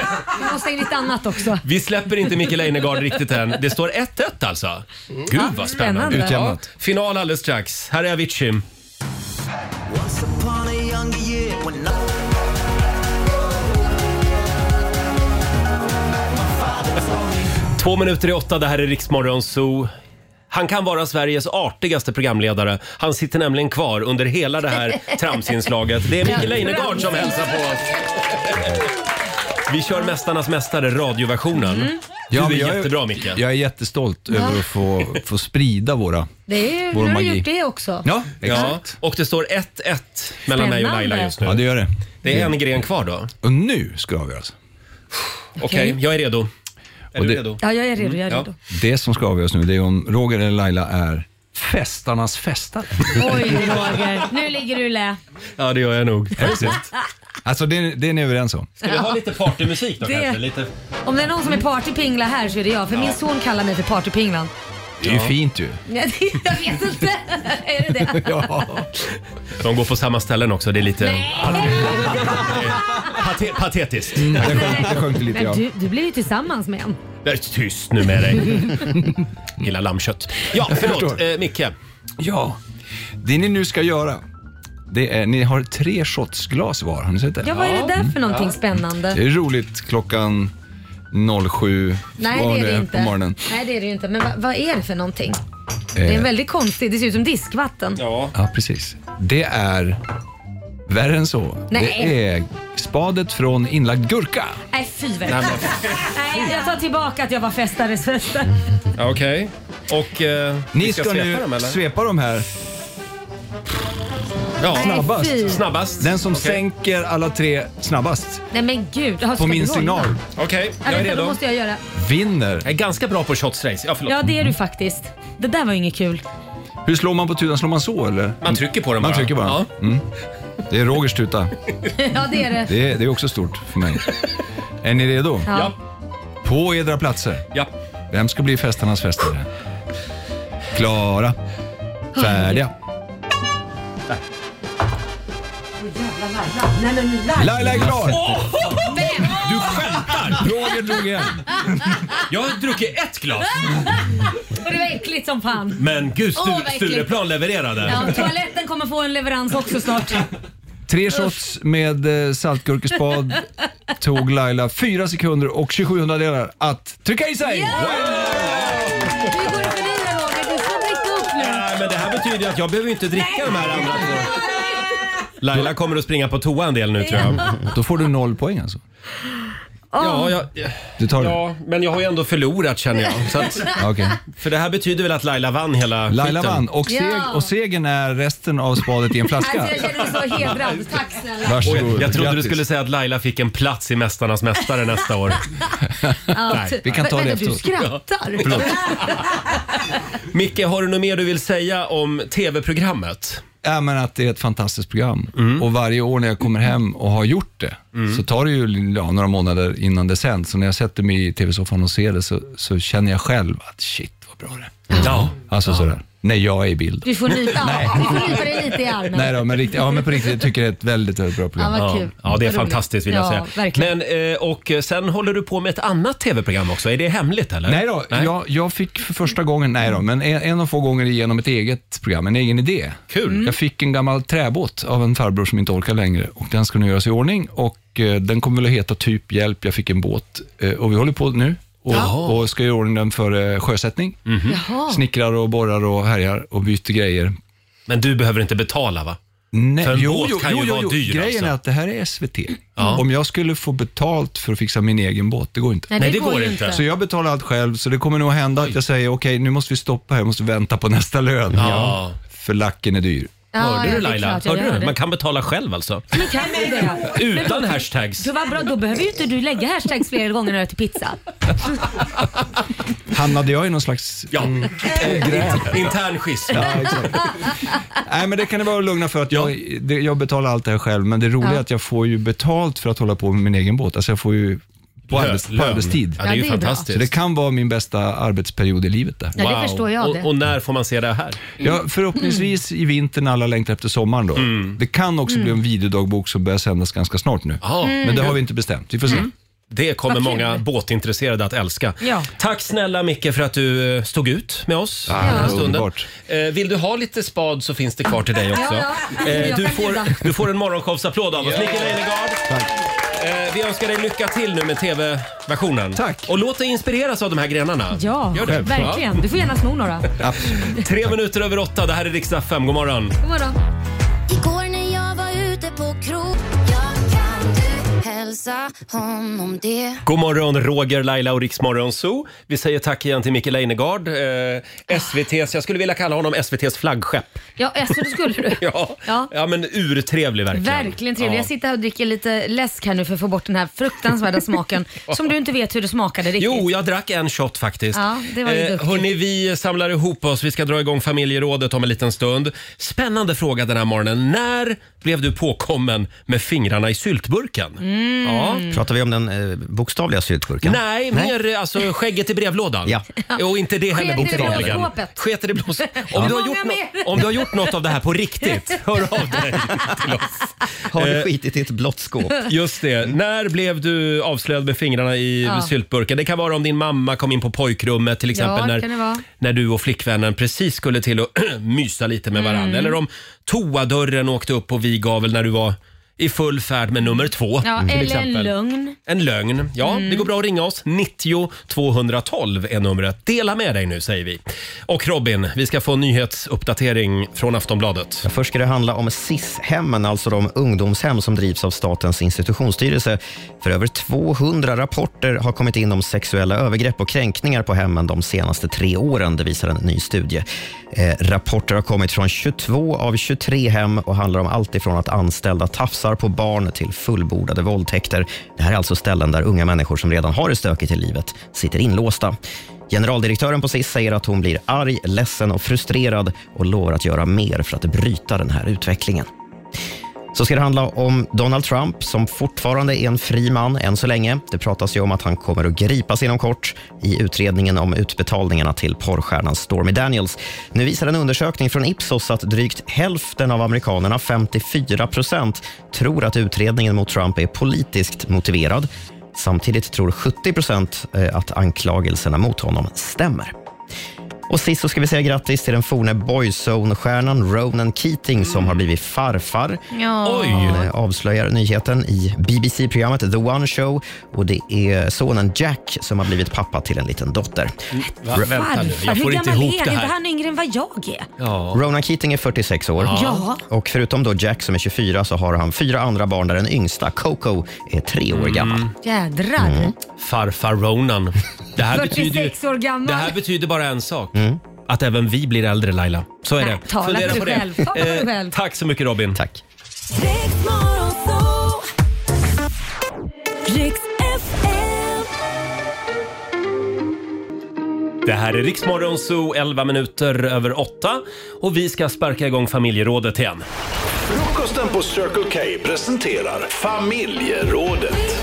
Speaker 2: vi måste ha in lite annat också.
Speaker 1: Vi släpper inte Micke Leijnegard riktigt än. Det står 1-1 alltså. Gud
Speaker 2: Ja,
Speaker 1: vad spännande.
Speaker 2: spännande. Utjämnat.
Speaker 1: Ja, final alldeles strax. Här är Avicii.
Speaker 8: Once upon a younger year when I...
Speaker 1: Två minuter i åtta, det här är Riksmorgon Zoo. Han kan vara Sveriges artigaste programledare. Han sitter nämligen kvar under hela det här
Speaker 2: (laughs)
Speaker 1: tramsinslaget. Det är Micke Leijnegard som hälsar på oss. Vi kör Mästarnas Mästare, radioversionen.
Speaker 2: Mm.
Speaker 1: Du
Speaker 17: Ja,
Speaker 1: är
Speaker 17: men jag är-
Speaker 1: jättebra Micke.
Speaker 17: Jag är jättestolt
Speaker 2: Ja.
Speaker 17: över att få, få sprida våra...
Speaker 2: Det är, nu
Speaker 17: Vår
Speaker 2: har du
Speaker 17: magi.
Speaker 2: gjort det också.
Speaker 17: Ja,
Speaker 1: exakt. Och det står 1-1 mellan mig och Laila just nu.
Speaker 17: Ja, det gör det.
Speaker 1: Det är en gren kvar då.
Speaker 17: Och nu ska alltså- det avgöras.
Speaker 1: Okej, jag är redo. Är
Speaker 17: Och
Speaker 1: du
Speaker 17: det-
Speaker 1: redo?
Speaker 2: Ja, jag är
Speaker 17: Mm,
Speaker 2: redo. Jag är
Speaker 1: Ja.
Speaker 17: (laughs)
Speaker 2: redo.
Speaker 17: Det som ska avgöras nu det är om Roger eller Laila är festarnas festare.
Speaker 2: Oj, Roger. Nu ligger du lä.
Speaker 1: Ja, det gör jag nog.
Speaker 17: Exakt. Alltså det, det är ni överens om.
Speaker 1: Ska vi ha lite partymusik då
Speaker 2: Det-
Speaker 1: kanske? Lite...
Speaker 2: (laughs) Om det är någon som är partypingla här så är det jag. För min son kallar mig för partypinglan.
Speaker 17: Det är ju fint ju.
Speaker 2: Nej, det- (laughs) Jag vet inte. (laughs) Är det det?
Speaker 1: De går på samma ställen också, det är lite
Speaker 2: Nej.
Speaker 1: pate- patetiskt.
Speaker 17: Mm,
Speaker 2: Men du, du blir ju tillsammans med en. (laughs)
Speaker 1: Var tyst nu med dig. Gillar lammkött. Ja, förlåt. Eh, Micke.
Speaker 17: Ja. Det ni nu ska göra, det är, ni har tre shotsglas var. Har ni sett det? Mm.
Speaker 2: Ja, vad är det där för någonting spännande?
Speaker 17: Det är roligt klockan 07
Speaker 2: Nej,
Speaker 17: vad
Speaker 2: det är det
Speaker 17: på
Speaker 2: inte.
Speaker 17: morgonen. Eh,
Speaker 2: Nej, det är det ju inte. Men vad, vad är det för någonting? Det är en väldigt konstig. Det ser ut som diskvatten.
Speaker 1: Ja.
Speaker 17: Ja, precis. Det är värre än så.
Speaker 2: Nej.
Speaker 17: Det är spadet från inlagd gurka.
Speaker 2: Nej, fy vad
Speaker 17: Nej,
Speaker 2: Nej, jag tar tillbaka att jag var
Speaker 17: (laughs)
Speaker 2: festares festare.
Speaker 1: Okej. Och eh,
Speaker 17: Ni ska, nu svepa dem här.
Speaker 1: Ja.
Speaker 2: Nej, fy.
Speaker 17: Snabbast.
Speaker 1: snabbast.
Speaker 17: Den som
Speaker 1: Okej.
Speaker 17: sänker alla tre snabbast
Speaker 2: Nej men gud. Har
Speaker 17: på min
Speaker 2: spelat roll?
Speaker 17: signal
Speaker 1: Okej,
Speaker 2: Ja, vänta, då måste jag göra.
Speaker 17: vinner. Jag
Speaker 1: är ganska bra på shotsrace. Ja, förlåt.
Speaker 2: Ja, det är du faktiskt. Det där var ju inget kul. (laughs)
Speaker 17: Hur slår man på tutan? Slår man så eller? Mm.
Speaker 1: Man trycker på den
Speaker 17: Man
Speaker 1: bara.
Speaker 17: trycker bara.
Speaker 1: Ja.
Speaker 17: Mm. Det är Rogers tuta.
Speaker 2: ja, det är det.
Speaker 17: Det är, det är också stort för mig.
Speaker 1: (laughs)
Speaker 17: Är ni redo?
Speaker 2: Ja. Ja.
Speaker 17: På edra platser.
Speaker 1: Ja.
Speaker 17: Vem ska bli festarnas festare? Klara. Färdiga.
Speaker 2: Nej, men
Speaker 17: Laila är klar!
Speaker 2: Vem?
Speaker 1: Eh, Du skämtar!
Speaker 17: Roger drog igen.
Speaker 1: Jag har druckit ett glas.
Speaker 2: (laughs) Och det var äckligt som fan.
Speaker 1: Men gud,
Speaker 2: Åh, vad
Speaker 1: Stu-
Speaker 2: äckligt.
Speaker 1: Stureplan levererade.
Speaker 2: Ja, toaletten kommer få en leverans också snart.
Speaker 17: Tre shots med eh,
Speaker 2: (laughs)
Speaker 17: saltgurkespad tog Laila 4 sekunder och 27 hundradelar att trycka i sig.
Speaker 2: Vi går för dig Roger, du får dricka upp nu.
Speaker 1: Nej, men det här betyder ju att jag behöver ju inte dricka de här andra två. Laila kommer att springa på toa en del nu tror jag.
Speaker 17: Då får du noll poäng alltså.
Speaker 1: Ja, jag,
Speaker 17: Du tar det.
Speaker 1: ja, men jag har ju ändå förlorat känner jag. Så att,
Speaker 17: (laughs) Okej.
Speaker 1: För det här betyder väl att Laila vann hela
Speaker 17: Laila
Speaker 1: skiten?
Speaker 17: vann och, seg-
Speaker 2: Ja.
Speaker 17: och segern är resten av spadet i en flaska.
Speaker 2: Alltså, jag känner mig
Speaker 1: (laughs)
Speaker 2: så hedrad. Tack snälla.
Speaker 17: Varsågod.
Speaker 1: Och jag, jag trodde
Speaker 17: Grattis.
Speaker 1: du skulle säga att Laila fick en plats i Mästarnas Mästare nästa
Speaker 2: (laughs)
Speaker 1: år.
Speaker 2: Ja,
Speaker 1: Nej,
Speaker 2: ty-
Speaker 1: vi kan ta
Speaker 2: Vä-
Speaker 1: det
Speaker 2: vänta, Du
Speaker 1: efteråt.
Speaker 2: skrattar.
Speaker 1: Micke, har du något mer du vill säga om tv-programmet?
Speaker 17: Ja, men att det är ett fantastiskt program.
Speaker 1: Mm.
Speaker 17: Och varje år när jag kommer hem och har gjort det, så tar det ju ja, några månader innan det sänds. Så när jag sätter mig i tv-soffan och ser det så, så känner jag själv att shit vad bra det är.
Speaker 1: Ja.
Speaker 17: Alltså sådär. när jag är i bild.
Speaker 2: Du får nypa,
Speaker 17: Nej.
Speaker 2: du får nypa dig lite i armen.
Speaker 17: Nej då, men, riktigt, ja, men på riktigt, jag tycker det är ett väldigt, väldigt bra program.
Speaker 2: Ja, vad kul.
Speaker 1: Ja, det är
Speaker 2: Vad roligt.
Speaker 1: fantastiskt vill jag
Speaker 2: Ja,
Speaker 1: säga.
Speaker 2: verkligen.
Speaker 1: Men, eh, och sen håller du på med ett annat tv-program också. Är det hemligt eller?
Speaker 17: Nej då, Jag, jag fick för första gången, nej då, men en, en av få gånger igenom ett eget program, en egen idé.
Speaker 1: Kul.
Speaker 17: Jag fick en gammal träbåt av en farbror som inte orkar längre och den ska nu göras i ordning och eh, den kommer väl att heta typ hjälp, jag fick en båt eh, och vi håller på nu
Speaker 15: Jaha.
Speaker 17: och, och ska göra i ordning den för eh, sjösättning.
Speaker 1: Mhm.
Speaker 15: Jaha.
Speaker 17: Snickrar och borrar och härjar och byter grejer.
Speaker 1: Men du behöver inte betala va?
Speaker 17: Nej,
Speaker 1: För en båt kan ju vara dyr,
Speaker 17: Grejen
Speaker 1: alltså.
Speaker 17: är att det här är SVT. Om jag skulle få betalt för att fixa min egen båt, det går inte.
Speaker 1: Nej, det Nej, det går går ju inte. inte.
Speaker 17: Så jag betalar allt själv, så det kommer nog hända att jag säger okej, nu måste vi stoppa här, jag måste vänta på nästa lön.
Speaker 1: Ja.
Speaker 17: För lacken är dyr.
Speaker 2: Ja, ja,
Speaker 1: hörde
Speaker 2: det
Speaker 1: du
Speaker 2: är
Speaker 1: Laila?
Speaker 2: klart jag
Speaker 1: hörde
Speaker 2: hörde.
Speaker 1: du? Man kan betala själv alltså.
Speaker 2: Men kan du det?
Speaker 1: Utan
Speaker 2: (laughs) Men då-
Speaker 1: hashtags.
Speaker 2: Då, vad bra, då behöver ju inte du lägga hashtags flera gånger när du äter pizza.
Speaker 17: Hamnade jag i någon slags... mm. Ja.
Speaker 1: (laughs) Intern schism.
Speaker 17: Ja, exakt. Nej, men det kan ni vara lugna för att jag, det, jag betalar allt det här själv, men det roliga
Speaker 2: Ja.
Speaker 17: är att jag får ju betalt för att hålla på med min egen båt. Alltså jag får ju på,
Speaker 1: Lö-
Speaker 17: arbets, på
Speaker 1: lön.
Speaker 17: arbetstid.
Speaker 1: Ja, det är ju Ja, det är bra. fantastiskt.
Speaker 17: Så det kan vara min bästa arbetsperiod i livet där.
Speaker 2: Ja, det förstår jag
Speaker 1: och,
Speaker 2: det.
Speaker 1: och när får man se det här?
Speaker 17: Ja, förhoppningsvis i vintern när alla längtar efter sommaren då.
Speaker 1: Mm.
Speaker 17: Det kan också bli en videodagbok som börjar sändas ganska snart nu.
Speaker 1: Ja. Mm.
Speaker 17: Men det har vi inte bestämt. Vi får se.
Speaker 1: Det kommer
Speaker 17: Mm. Vad kul.
Speaker 1: många båtintresserade att älska.
Speaker 17: Ja.
Speaker 1: Tack snälla Micke för att du eh, stod ut med oss
Speaker 17: Ja,
Speaker 1: den här
Speaker 17: det var
Speaker 1: stunden.
Speaker 17: underbart.
Speaker 1: Eh, Vill du ha lite spad så finns det kvar till dig också.
Speaker 15: Ja, ja.
Speaker 1: Eh,
Speaker 15: Jag
Speaker 1: Du,
Speaker 15: kan bjuda.
Speaker 1: får, du får en morgonshowsapplåd av oss. Micke Leijnegard. Eh, Vi önskar dig lycka till nu med tv-versionen. Tack. Och låt dig inspireras av de här grenarna.
Speaker 2: Ja,
Speaker 1: Gör det.
Speaker 2: verkligen. Du får gärna sno några.
Speaker 1: Ja. Tre minuter över åtta. Det här är riksdag 5. God morgon.
Speaker 2: God morgon.
Speaker 18: Igår när jag var ute på krog Jag kan du hälsa honom det
Speaker 1: God morgon, Roger, Laila och Riksmorgon Zoo. Vi säger tack igen till Micke Leijnegard, eh, SVTs, jag skulle vilja kalla honom SVTs flaggskepp.
Speaker 2: Ja, alltså det skulle du.
Speaker 1: Ja, ja.
Speaker 2: Ja.
Speaker 1: men urtrevlig (laughs) verkligen.
Speaker 2: Verkligen trevlig.
Speaker 1: Ja.
Speaker 2: Jag sitter här och dricker lite läsk här nu för att få bort den här
Speaker 1: (laughs)
Speaker 2: fruktansvärda smaken som du inte vet hur det smakade riktigt.
Speaker 1: Jo, jag drack en shot faktiskt. Eh,
Speaker 2: Ja, det var ju duktigt.
Speaker 1: hörni, vi samlar ihop oss. Vi ska dra igång familjerådet om en liten stund. Spännande fråga den här morgonen. När blev du påkommen med fingrarna i syltburken? Ja.
Speaker 3: Mm. Pratar vi om den eh, bokstavliga syltburken?
Speaker 1: Nej, mer alltså skägget i brevlådan.
Speaker 3: Ja.
Speaker 1: Och inte det heller
Speaker 3: Sket i
Speaker 1: bokstavligen.
Speaker 3: blåskåpet.
Speaker 1: Sket i det
Speaker 2: (laughs)
Speaker 1: blåskåpet.
Speaker 3: Ja.
Speaker 1: Om, du har
Speaker 3: Många
Speaker 1: gjort
Speaker 2: mer.
Speaker 1: nå- om du har gjort något av det här på riktigt,
Speaker 2: (laughs)
Speaker 1: hör av dig till oss.
Speaker 3: Har du
Speaker 1: Eh,
Speaker 3: skitit i ett blått skåp?
Speaker 1: (laughs) Just det. När blev du avslöjad med fingrarna i
Speaker 2: Ja.
Speaker 1: syltburken? Det kan vara om din mamma kom in på pojkrummet till exempel
Speaker 2: Ja,
Speaker 1: när,
Speaker 2: kan det vara.
Speaker 1: när du och flickvännen precis skulle till att (clears throat) mysa lite med varandra.
Speaker 2: Mm.
Speaker 1: Eller om toadörren åkte upp på vigavel när du var i full färd med nummer två.
Speaker 2: Ja,
Speaker 1: till
Speaker 2: eller
Speaker 1: exempel.
Speaker 2: en lögn.
Speaker 1: En lögn. Ja,
Speaker 2: Mm.
Speaker 1: det går bra att ringa oss. 90 212 är numret. Dela med dig nu säger vi. Och Robin, vi ska få en nyhetsuppdatering från Aftonbladet.
Speaker 3: Först ska det handla om SIS-hemmen, alltså de ungdomshem som drivs av Statens institutionsstyrelse. För över 200 rapporter har kommit in om sexuella övergrepp och kränkningar på hemmen de senaste tre åren. Det visar en ny studie. Eh, rapporter har kommit från 22 av 23 hem och handlar om allt ifrån att anställda tafsar på barn till fullbordade våldtäkter. Det här är alltså ställen där unga människor som redan har det stökigt i livet sitter inlåsta. Generaldirektören på SIS säger att hon blir arg, ledsen och frustrerad och lovar att göra mer för att bryta den här utvecklingen. Så ska det handla om Donald Trump som fortfarande är en fri man än så länge. Det pratas ju om att han kommer att gripas inom kort i utredningen om utbetalningarna till porrstjärnan Stormy Daniels. Nu visar en undersökning från Ipsos att drygt hälften av amerikanerna, 54 procent, tror att utredningen mot Trump är politiskt motiverad. Samtidigt tror 70 procent eh, att anklagelserna mot honom stämmer. Och sist så ska vi säga grattis till den forne Boyzone-stjärnan Ronan Keating som har blivit farfar.
Speaker 2: Mm. Ja. Oj.
Speaker 3: Han eh, avslöjar nyheten i BBC-programmet The One Show och det är sonen Jack som har blivit pappa till en liten dotter.
Speaker 1: Va, vänta nu, jag får
Speaker 2: Hur
Speaker 1: inte
Speaker 2: gammal
Speaker 1: ihop
Speaker 2: är han?
Speaker 1: det
Speaker 2: Är inte
Speaker 1: här.
Speaker 2: han yngre än vad jag är?
Speaker 3: Ronan Keating är 46 år.
Speaker 2: Ja.
Speaker 3: Och förutom då Jack som är 24 så har han fyra andra barn där den yngsta, Coco, är tre år
Speaker 2: Mm.
Speaker 3: gammal. Mm.
Speaker 2: Jädrar.
Speaker 1: Farfar Ronan. Mm. Det
Speaker 2: (laughs)
Speaker 1: här, betyder, ju-
Speaker 2: 46 år gammal.
Speaker 1: det här betyder bara en sak. Att även vi blir äldre Laila. Så är
Speaker 2: Nej,
Speaker 1: det.
Speaker 2: tala
Speaker 1: Fundera
Speaker 2: för dig
Speaker 1: på det.
Speaker 2: själv. Tala för dig
Speaker 1: Eh,
Speaker 2: själv.
Speaker 1: Tack så mycket Robin.
Speaker 3: Tack.
Speaker 1: Det här är Riksmorgon Zoo, 11 minuter över 8. Och vi ska sparka igång familjerådet igen.
Speaker 5: Frukosten på Circle K presenterar familjerådet.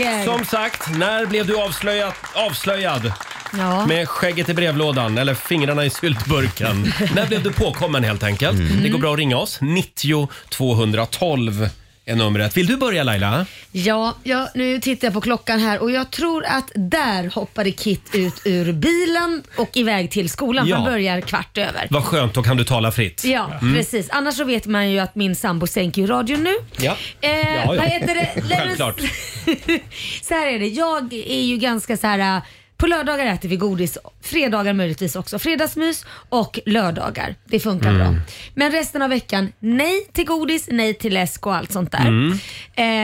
Speaker 19: iväg.
Speaker 1: Som sagt, när blev du avslöjad? avslöjad?
Speaker 2: Ah.
Speaker 19: Ja.
Speaker 1: Med skägget i brevlådan eller fingrarna i
Speaker 2: (laughs)
Speaker 1: syltburken. när blev du påkommen helt enkelt?
Speaker 2: Mm.
Speaker 1: Det går bra att ringa oss. 90 212 är numret. Vill du börja Laila?
Speaker 2: Ja, ja, nu tittar jag på klockan här och jag tror att där hoppade Kit ut ur bilen och iväg till skolan.
Speaker 1: Ja.
Speaker 2: för Han börjar kvart över.
Speaker 1: Vad skönt, då kan du tala fritt.
Speaker 2: Ja,
Speaker 1: Mm.
Speaker 2: precis. Annars så vet man ju att min sambo sänker ju radion nu.
Speaker 1: Ja.
Speaker 2: Eh,
Speaker 1: Ja, ja.
Speaker 2: Vad
Speaker 1: (laughs)
Speaker 2: heter det? Nej, men-
Speaker 1: Självklart.
Speaker 2: så här är det, jag är ju ganska så här. äh, På lördagar äter vi godis, fredagar möjligtvis också. Fredagsmys och lördagar. Det funkar
Speaker 8: Mm.
Speaker 2: bra. Men resten av veckan, nej till godis, nej till läsk och allt sånt där.
Speaker 8: Mm.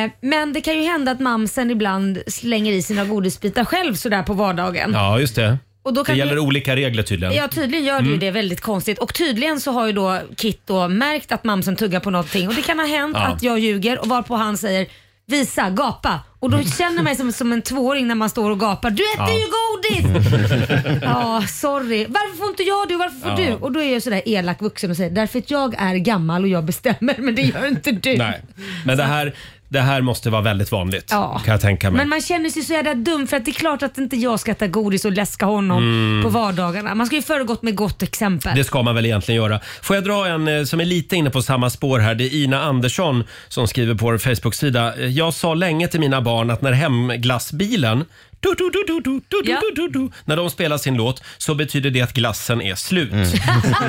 Speaker 2: Eh, men det kan ju hända att mamsen ibland slänger i sina godisbitar själv sådär på vardagen.
Speaker 1: Ja, just det.
Speaker 2: Och då kan
Speaker 1: det gäller
Speaker 2: du-
Speaker 1: olika regler tydligen.
Speaker 2: Ja tydligen gör det ju
Speaker 1: Mm.
Speaker 2: det väldigt konstigt och tydligen så har ju då Kit då märkt att mamsen tuggar på någonting och det kan ha hänt
Speaker 1: Ja.
Speaker 2: att jag ljuger och varpå han säger visa, gapa och då känner jag mig som, som en tvååring när man står och gapar. Du äter
Speaker 8: Ja.
Speaker 2: ju godis! (laughs) ja, sorry. Varför får inte jag det och varför får
Speaker 8: Ja.
Speaker 2: du? Och då är jag sådär elak vuxen och säger därför att jag är gammal och jag bestämmer men det gör inte du.
Speaker 1: Nej. Men det här, det här måste vara väldigt vanligt
Speaker 2: Ja.
Speaker 1: kan jag tänka mig.
Speaker 2: Men man känner sig så jävla dum för att det är klart att inte jag ska äta godis och läska honom
Speaker 1: Mm.
Speaker 2: på vardagarna. Man ska ju föregått med gott exempel.
Speaker 1: Det ska man väl egentligen göra. Får jag dra en eh, som är lite inne på samma spår här. Det är Ina Andersson som skriver på vår Facebook-sida. Eh, Jag sa länge till mina barn att när hemglassbilen du, du, du, du, du, du, du, du, du, när de spelar sin låt så betyder det att glassen är slut. (laughs)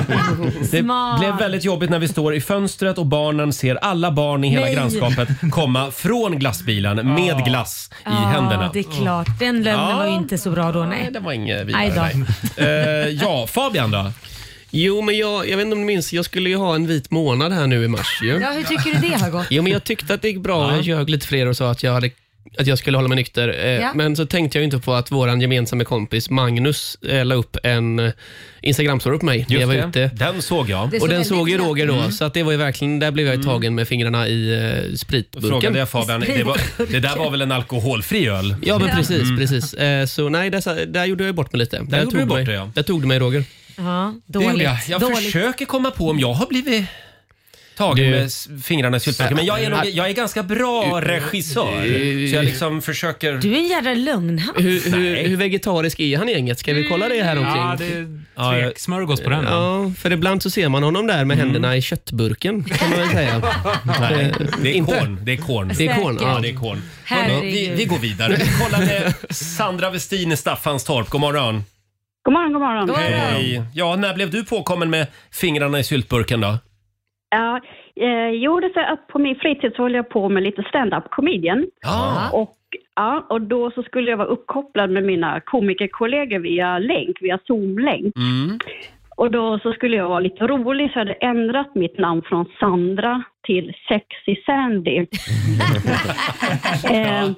Speaker 1: Det
Speaker 2: Smart.
Speaker 1: blev väldigt jobbigt när vi står i fönstret och barnen ser alla barn i hela
Speaker 2: Nej.
Speaker 1: grannskapet komma från glassbilen med glass i händerna.
Speaker 2: det är klart. Den lögnen
Speaker 1: Ja.
Speaker 2: var ju inte så bra då. Nej,
Speaker 1: det var inget
Speaker 2: Nej då.
Speaker 1: Eh, ja, Fabian då?
Speaker 10: Jo, men jag, jag vet inte om du minns, jag skulle ju ha en vit månad här nu i mars ju.
Speaker 2: Ja, hur tycker du det har gått?
Speaker 10: Jo, men jag tyckte att det gick bra. Jag ljög lite för er och sa att jag, hade, att jag skulle hålla mig nykter. Eh,
Speaker 2: Ja.
Speaker 10: Men så tänkte jag ju inte på att vår gemensamma kompis Magnus eh, la upp en eh, Instagram-story på mig när
Speaker 1: Just
Speaker 10: jag var
Speaker 1: det.
Speaker 10: ute.
Speaker 1: Den såg jag. Det
Speaker 10: Och den
Speaker 1: såg väldigt
Speaker 10: såg ju
Speaker 1: glatt
Speaker 10: Roger då,
Speaker 1: ut. Mm.
Speaker 10: så att det var ju verkligen, där blev jag ju tagen med fingrarna i eh, spritburken.
Speaker 1: Frågade jag Fabian, det, var, det där var väl en alkoholfri öl?
Speaker 10: Ja, men
Speaker 1: Mm.
Speaker 10: precis. precis. Eh, så nej, där, där gjorde jag ju bort mig lite.
Speaker 1: Där gjorde du
Speaker 10: tog
Speaker 1: bort
Speaker 10: mig,
Speaker 1: det, ja.
Speaker 10: Där tog du mig, Roger.
Speaker 2: Ja,
Speaker 1: Det
Speaker 2: dåligt.
Speaker 1: gjorde jag. Jag
Speaker 2: dåligt.
Speaker 1: försöker komma på om jag har blivit tagen med s- fingrarna i syltburken. Men jag är, nog, jag är ganska bra regissör. Så jag liksom försöker...
Speaker 2: Du är en jävla lögnhals.
Speaker 10: Hur, hur, hur vegetarisk är han i gänget? Ska vi kolla det här
Speaker 2: Mm.
Speaker 10: omkring?
Speaker 20: Ja, det är tvek smörgås på den.
Speaker 10: Ja, för ibland så ser man honom där med händerna i köttburken kan man väl säga.
Speaker 1: Mm. (laughs)
Speaker 10: Eh,
Speaker 1: Nej, det är
Speaker 10: Inte.
Speaker 1: korn. Det är korn.
Speaker 10: Det är korn,
Speaker 1: Ja,
Speaker 10: ja.
Speaker 1: det är korn.
Speaker 10: Herregud.
Speaker 1: Vi, vi går vidare. Vi kollar med Sandra Westin i Staffanstorp. God morgon.
Speaker 21: God morgon, god morgon.
Speaker 1: Hej. Ja, när blev du påkommen med fingrarna i syltburken då?
Speaker 21: Ja, eh, jo, det är så att på min fritid så håller jag på med lite stand-up comedian.
Speaker 1: Ah.
Speaker 21: Och, ja, och då så skulle jag vara uppkopplad med mina komikerkollegor via länk, via Zoom-länk.
Speaker 1: Mm.
Speaker 21: Och då så skulle jag vara lite rolig så jag hade ändrat mitt namn från Sandra till Sexy Sandy.
Speaker 8: (laughs)
Speaker 2: (laughs)
Speaker 21: eh,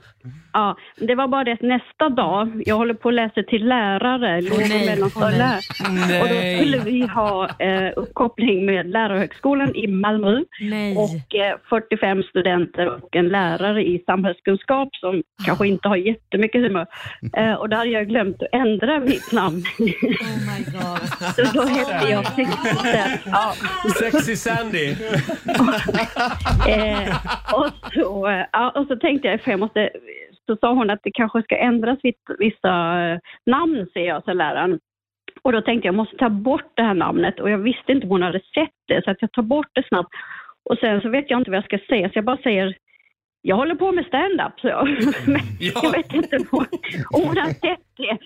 Speaker 21: ja, det var bara det att nästa dag, jag håller på att läsa till lärare, låg och
Speaker 8: nej,
Speaker 21: mellanstadielärare.
Speaker 8: åh nej.
Speaker 21: Och då
Speaker 8: Nej.
Speaker 21: skulle vi ha eh, uppkoppling med Lärarhögskolan i Malmö och eh, 45 studenter och en lärare i samhällskunskap som
Speaker 8: Ah.
Speaker 21: kanske inte har jättemycket humör. Eh, och där hade jag glömt att ändra mitt namn. (laughs) Så då hette jag Sexy ja.
Speaker 1: Sexy Sandy.
Speaker 21: (laughs) eh, och, så, eh, ja, och så tänkte jag, för jag måste, så sa hon att det kanske ska ändras vitt- vissa eh, namn, säger jag, sa läraren. Och då tänkte jag, jag måste ta bort det här namnet och jag visste inte om hon hade sett det, så att jag tar bort det snabbt. Och sen så vet jag inte vad jag ska säga, så jag bara säger jag håller på med stand-up, så
Speaker 1: (laughs)
Speaker 21: jag. (laughs) Men jag vet inte vad hon har sett det.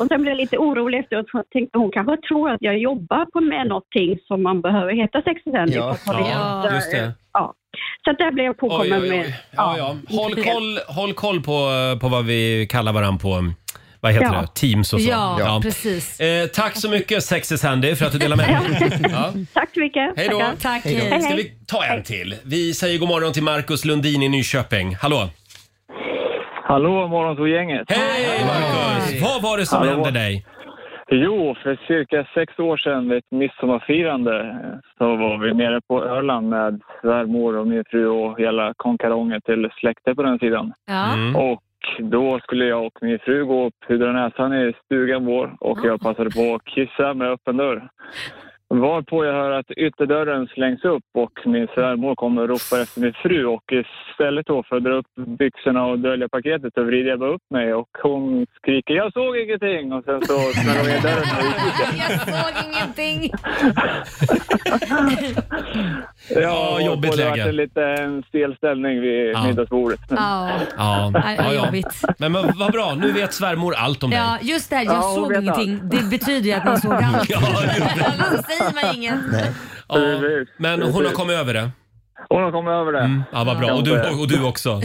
Speaker 21: Och sen blev jag lite orolig efteråt, för jag tänkte hon kanske tror att jag jobbar på med någonting som man behöver heta sexy Sandy
Speaker 1: Ja,
Speaker 21: för att ha
Speaker 1: ja,
Speaker 21: lite-
Speaker 1: just det.
Speaker 21: Ja. Så att där blev jag påkommen
Speaker 1: Oj, oj, oj.
Speaker 21: med...
Speaker 1: Ja, ja. Håll koll, håll koll på, på vad vi kallar varandra på vad heter
Speaker 21: Ja.
Speaker 1: det? Teams och så.
Speaker 21: Ja, precis.
Speaker 1: Eh, tack så mycket Sexy Sandy för att du delar
Speaker 15: (laughs)
Speaker 1: med dig. Ja.
Speaker 21: Tack så mycket.
Speaker 1: Hej då.
Speaker 21: Tackar. Hej,
Speaker 1: Ska
Speaker 21: hej.
Speaker 1: vi ta en till? Vi säger god morgon till Markus Lundin i Nyköping. Hallå!
Speaker 12: Hallå morgonsågänget!
Speaker 1: Hej Marcus! Vad var det som
Speaker 12: Hallå.
Speaker 1: hände dig?
Speaker 12: Jo, för cirka sex år sedan vid ett midsommarfirande eh, så var vi nere på Öland med svärmor och min fru och hela konkarongen till släkte på den sidan.
Speaker 8: Ja. Mm.
Speaker 12: Och då skulle jag och min fru gå och pudra näsan i stugan vår och jag passade på att kissa med öppen dörr. Varpå jag hör att ytterdörren slängs upp och min svärmor kommer och ropar efter min fru och istället då för att dra upp byxorna och dölja paketet så vrider jag bara upp mig och hon skriker “Jag såg ingenting!” och sen så smäller hon igen dörren och ut.
Speaker 15: Jag såg
Speaker 1: (laughs)
Speaker 15: ingenting.
Speaker 12: Ja,
Speaker 1: jobbigt
Speaker 12: och Det
Speaker 1: läge.
Speaker 12: var lite en stel ställning vid middagsbordet.
Speaker 15: Ja.
Speaker 1: Ja,
Speaker 15: Nej, vad jobbigt.
Speaker 1: Men vad vad bra, nu vet svärmor allt om dig.
Speaker 15: Ja, just det här. Jag
Speaker 12: Ja, hon
Speaker 15: såg
Speaker 12: vet
Speaker 15: ingenting. Det betyder ju att man såg allt.
Speaker 1: (laughs) Ja,
Speaker 15: Annars säger man inget.
Speaker 1: Ja, men hon har kommit över det.
Speaker 12: Hon har kommit över det.
Speaker 1: Mm, ja, vad bra. Och du, och du också.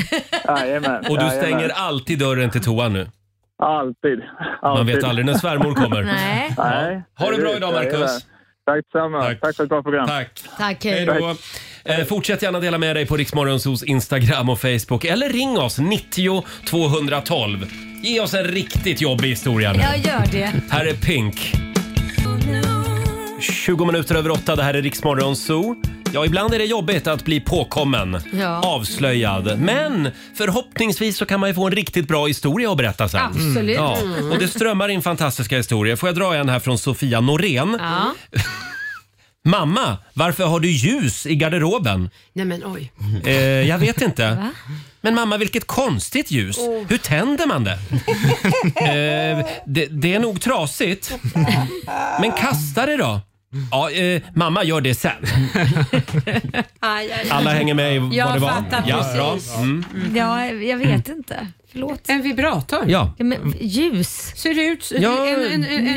Speaker 12: Jajamän.
Speaker 1: Och du
Speaker 12: jajamän.
Speaker 1: stänger alltid dörren till toan nu.
Speaker 12: Alltid.
Speaker 1: Man
Speaker 12: Alltid.
Speaker 1: vet aldrig när svärmor kommer.
Speaker 15: Nej.
Speaker 12: Nej.
Speaker 1: Ha det bra idag,
Speaker 12: Jajamän.
Speaker 1: Marcus.
Speaker 12: Tack detsamma. Tack. för ett bra program.
Speaker 1: Tack.
Speaker 15: Tack,
Speaker 1: Hej då. Eh, fortsätt gärna dela med dig på Riksmorgonsos Instagram och Facebook eller ring oss 90 212. Ge oss en riktigt jobbig historia nu.
Speaker 15: Jag gör det.
Speaker 1: Här är Pink. 20 minuter över åtta, det här är Riksmorgon Zoo. Ja, ibland är det jobbigt att bli påkommen,
Speaker 15: Ja.
Speaker 1: avslöjad. Men förhoppningsvis så kan man ju få en riktigt bra historia att berätta sen.
Speaker 15: Absolut.
Speaker 1: Ja,
Speaker 15: Mm.
Speaker 1: och det strömmar in fantastiska historier. Får jag dra en här från Sofia Norén?
Speaker 7: Ja.
Speaker 1: Mamma, varför har du ljus i garderoben?
Speaker 7: Nej men oj.
Speaker 1: Eh, jag vet inte.
Speaker 7: Va?
Speaker 1: Men mamma, vilket konstigt ljus.
Speaker 7: Oh.
Speaker 1: Hur tänder
Speaker 15: (laughs)
Speaker 1: man det? eh, det? Det är nog trasigt. Men kasta det då. Ja, eh, mamma gör det sen.
Speaker 7: (laughs) Aj, aj, aj.
Speaker 1: Alla hänger med i vad
Speaker 7: Jag
Speaker 1: det var.
Speaker 7: fattar
Speaker 1: bra.
Speaker 7: precis.
Speaker 1: Mm.
Speaker 15: Ja, jag vet inte. Förlåt.
Speaker 7: En vibrator?
Speaker 1: Ja.
Speaker 15: men ljus.
Speaker 7: Ser det ut
Speaker 1: Ja,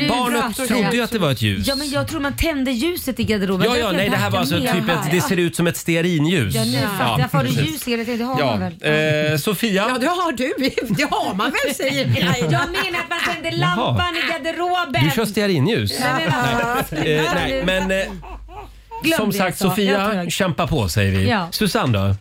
Speaker 1: barnet trodde ju att det var ett ljus.
Speaker 15: Ja, men jag tror man tände ljuset i garderoben.
Speaker 1: Ja, ja,
Speaker 15: Därför
Speaker 1: nej,
Speaker 15: jag
Speaker 1: det här var
Speaker 15: tackar
Speaker 1: alltså
Speaker 15: mer.
Speaker 1: typ ett, det ser ut som ett stearinljus.
Speaker 15: Ja, nu fattar jag. Varför har du
Speaker 1: precis.
Speaker 15: ljus i det? Det har man
Speaker 1: Ja,
Speaker 15: väl?
Speaker 1: eh, Sofia.
Speaker 7: Ja, det har du. Det har man väl, säger (laughs) jag.
Speaker 15: Jag menar att man tände
Speaker 1: Jaha.
Speaker 15: lampan i garderoben.
Speaker 1: Du kör stearinljus?
Speaker 15: Nej, men vad-
Speaker 1: nej. Eh, nej, men eh,
Speaker 7: Glöm
Speaker 1: som
Speaker 7: det
Speaker 1: sagt,
Speaker 7: jag sa. Jag
Speaker 1: Sofia,
Speaker 7: tror jag-
Speaker 1: kämpa på säger vi.
Speaker 7: Ja.
Speaker 1: Susanne då?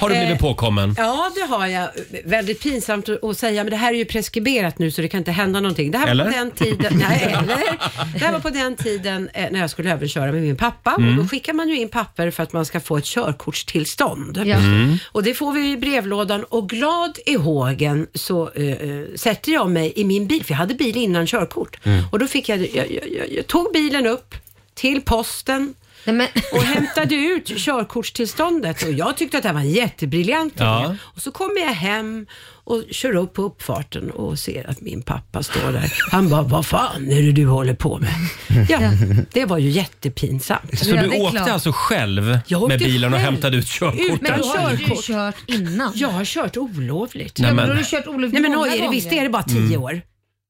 Speaker 1: Har du
Speaker 7: Eh,
Speaker 1: blivit påkommen?
Speaker 7: Ja, det har jag. Väldigt pinsamt att att säga, men det här är ju preskriberat nu så det kan inte hända någonting. Det här
Speaker 1: Eller?
Speaker 7: var på den tiden, nej, eller? Det här var på den tiden eh, när jag skulle överköra med min pappa.
Speaker 1: Mm.
Speaker 7: Och då skickar man ju in papper för att man ska få ett körkortstillstånd.
Speaker 15: Ja. Mm.
Speaker 7: Och det får vi i brevlådan och glad i hågen så eh, eh, sätter jag mig i min bil, för jag hade bil innan körkort.
Speaker 15: Mm.
Speaker 7: Och då fick jag, jag, jag, jag, jag tog bilen upp till posten och hämtade ut körkortstillståndet och jag tyckte att det här var en jättebriljant idé.
Speaker 15: Ja.
Speaker 7: Och så kommer jag hem och kör upp på uppfarten och ser att min pappa står där. Han bara, vad fan är det du håller på med? Ja, det var ju jättepinsamt.
Speaker 1: Så du åkte alltså själv
Speaker 7: åkte
Speaker 1: med bilen och
Speaker 7: själv.
Speaker 1: hämtade ut körkortet?
Speaker 7: Utan
Speaker 15: Då har du ju
Speaker 7: körkort.
Speaker 15: kört innan.
Speaker 7: Jag har kört olovligt.
Speaker 1: Nej, Ja, men men- då har du
Speaker 15: kört olovligt
Speaker 7: Nej, men
Speaker 15: många
Speaker 7: oj, är det,
Speaker 15: gånger.
Speaker 7: visst är det bara tio
Speaker 1: Mm.
Speaker 7: år?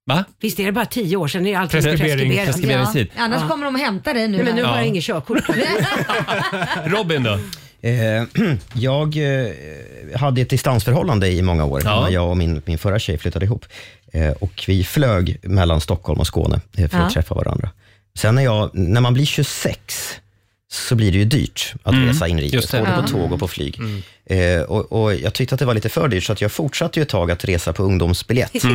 Speaker 1: Va?
Speaker 7: Visst är det bara tio år sedan? Är allt
Speaker 1: Preskribering-
Speaker 7: preskriberat?
Speaker 1: preskriberingstid.
Speaker 15: Ja, annars kommer de och hämtar dig nu.
Speaker 7: Nej, men nu
Speaker 15: här.
Speaker 7: har jag
Speaker 1: Ja.
Speaker 7: inget körkort.
Speaker 1: Robin då?
Speaker 3: Eh, (clears throat) jag eh, hade ett distansförhållande i många år,
Speaker 1: Ja.
Speaker 3: när jag och min, min förra tjej flyttade ihop. Eh, och vi flög mellan Stockholm och Skåne eh, för
Speaker 15: Ja.
Speaker 3: att träffa varandra. Sen när, jag, när man blir 26 så blir det ju dyrt att
Speaker 1: Mm,
Speaker 3: resa inrikes,
Speaker 1: just det.
Speaker 3: både
Speaker 1: Ja.
Speaker 3: på tåg och på flyg.
Speaker 1: Mm.
Speaker 3: Eh, och, och jag tyckte att det var lite för dyrt, så att jag fortsatte ju ett tag att resa
Speaker 7: (laughs)
Speaker 3: på ungdomsbiljett.
Speaker 15: Jaha.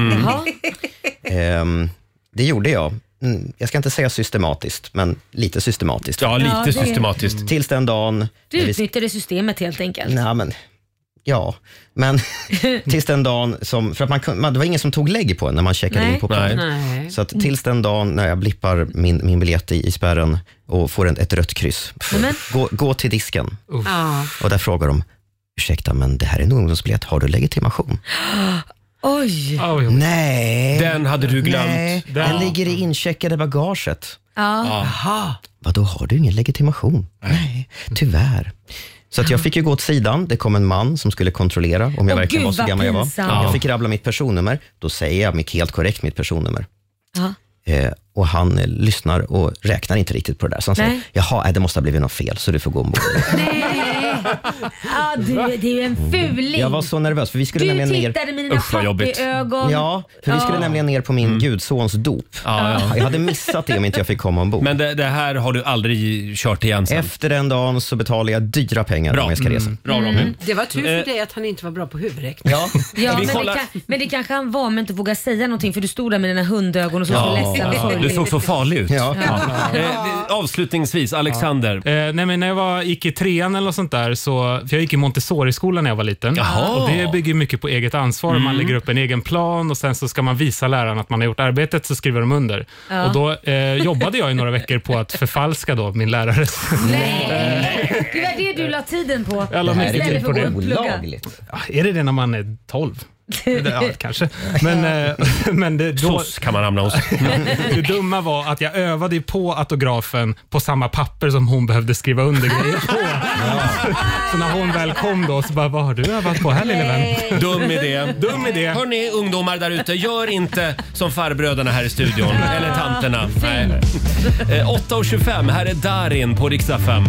Speaker 1: Mm.
Speaker 3: Ehm, det gjorde jag. Mm, Jag ska inte säga systematiskt, men lite systematiskt. Mm.
Speaker 1: Ja,
Speaker 15: lite Ja, det- systematiskt.
Speaker 3: Tills den dagen...
Speaker 15: Du
Speaker 3: när vi-
Speaker 15: utnyttjade systemet helt enkelt.
Speaker 3: Nej, men, ja,
Speaker 15: (laughs)
Speaker 3: men tills den dagen som... För att man, kunde- man, det var ingen som tog lägg på en när man checkade
Speaker 15: Nej.
Speaker 3: in på planet.
Speaker 15: Nej. Mm. Nej.
Speaker 3: Så att tills den dagen när jag blippar min, min biljett i, i spärren och får en, ett rött kryss.
Speaker 15: Nej, men-
Speaker 3: Gå, gå till disken.
Speaker 7: Ja.
Speaker 3: Och där frågar de, ursäkta, men det här är en ungdomsbiljett. Har du legitimation?
Speaker 15: Oj.
Speaker 3: Nej.
Speaker 1: Den hade du glömt.
Speaker 3: Nej, den
Speaker 1: Ja.
Speaker 3: ligger i incheckade bagaget.
Speaker 15: Ja.
Speaker 7: Aha.
Speaker 3: Vadå, har du ingen legitimation? Nej, tyvärr. Så att jag fick ju gå åt sidan. Det kom en man som skulle kontrollera om
Speaker 15: Åh,
Speaker 3: jag verkligen
Speaker 15: gud,
Speaker 3: var så
Speaker 15: vad
Speaker 3: gammal jag var.
Speaker 15: pinsamt.
Speaker 3: Jag fick rabbla mitt personnummer. Då säger jag mitt, helt korrekt mitt personnummer.
Speaker 15: Ja.
Speaker 3: Eh, och han eh, lyssnar och räknar inte riktigt på det där. Så han säger,
Speaker 15: Nej.
Speaker 3: jaha, äh, det måste ha blivit något fel, så du får gå ombord.
Speaker 15: Nej. Ja, du, det är ju en fuling.
Speaker 3: Jag var så nervös, för vi skulle
Speaker 15: Du
Speaker 3: nämligen ner...
Speaker 15: tittade med dina Usch, vad jobbigt. pappigögon.
Speaker 3: Ja, för vi skulle
Speaker 15: Ja.
Speaker 3: nämligen ner på min gudsons dop.
Speaker 1: Mm. ja.
Speaker 3: Jag hade missat det om inte jag fick komma ombord.
Speaker 1: Men det, det här har du aldrig kört igen sen?
Speaker 3: Efter den dagen så betalar jag dyra pengar om jag ska resa.
Speaker 1: Bra Robin.
Speaker 15: Mm.
Speaker 7: Det var tur
Speaker 1: Eh.
Speaker 7: för dig att han inte var bra på huvudräkning.
Speaker 3: Mm. Ja.
Speaker 15: Ja,
Speaker 1: Vi
Speaker 15: men,
Speaker 1: kollar-
Speaker 15: det kan, men det kanske han var men inte vågar säga någonting för du stod där med dina hundögon och såg så ledsen och sorglig
Speaker 1: Du såg så farlig ut.
Speaker 3: Ja.
Speaker 1: Eh, avslutningsvis, Alexander.
Speaker 10: Eh, nej, men när jag var, gick i trean eller något sånt där så, för jag gick i Montessori-skola när jag var liten.
Speaker 1: Jaha.
Speaker 10: Och det bygger mycket på eget ansvar. Man
Speaker 1: Mm.
Speaker 10: lägger upp en egen plan och sen så ska man visa läraren att man har gjort arbetet, så skriver de under.
Speaker 1: Ja.
Speaker 10: Och då eh, jobbade jag i några veckor på att förfalska då min lärares...
Speaker 2: Nej! Det var det du la tiden på.
Speaker 10: Jag la mycket tid på det.
Speaker 2: olagligt.
Speaker 10: Ja, Är det det när man är 12? Ja, kanske. Men, eh, (laughs) men det, då,
Speaker 1: SOS kan man hamna hos.
Speaker 10: (laughs) det dumma var att jag övade ju på autografen på samma papper som hon behövde skriva under grejer på. Så när hon väl kom då så bara, vad har du övat på här lille vän?
Speaker 1: Dum idé.
Speaker 10: Dum idé.
Speaker 1: Hörni ungdomar där ute, gör inte som farbröderna här i studion. Eller tanterna. Nej. Eh, 8.25, här är Darin på riksdag 5.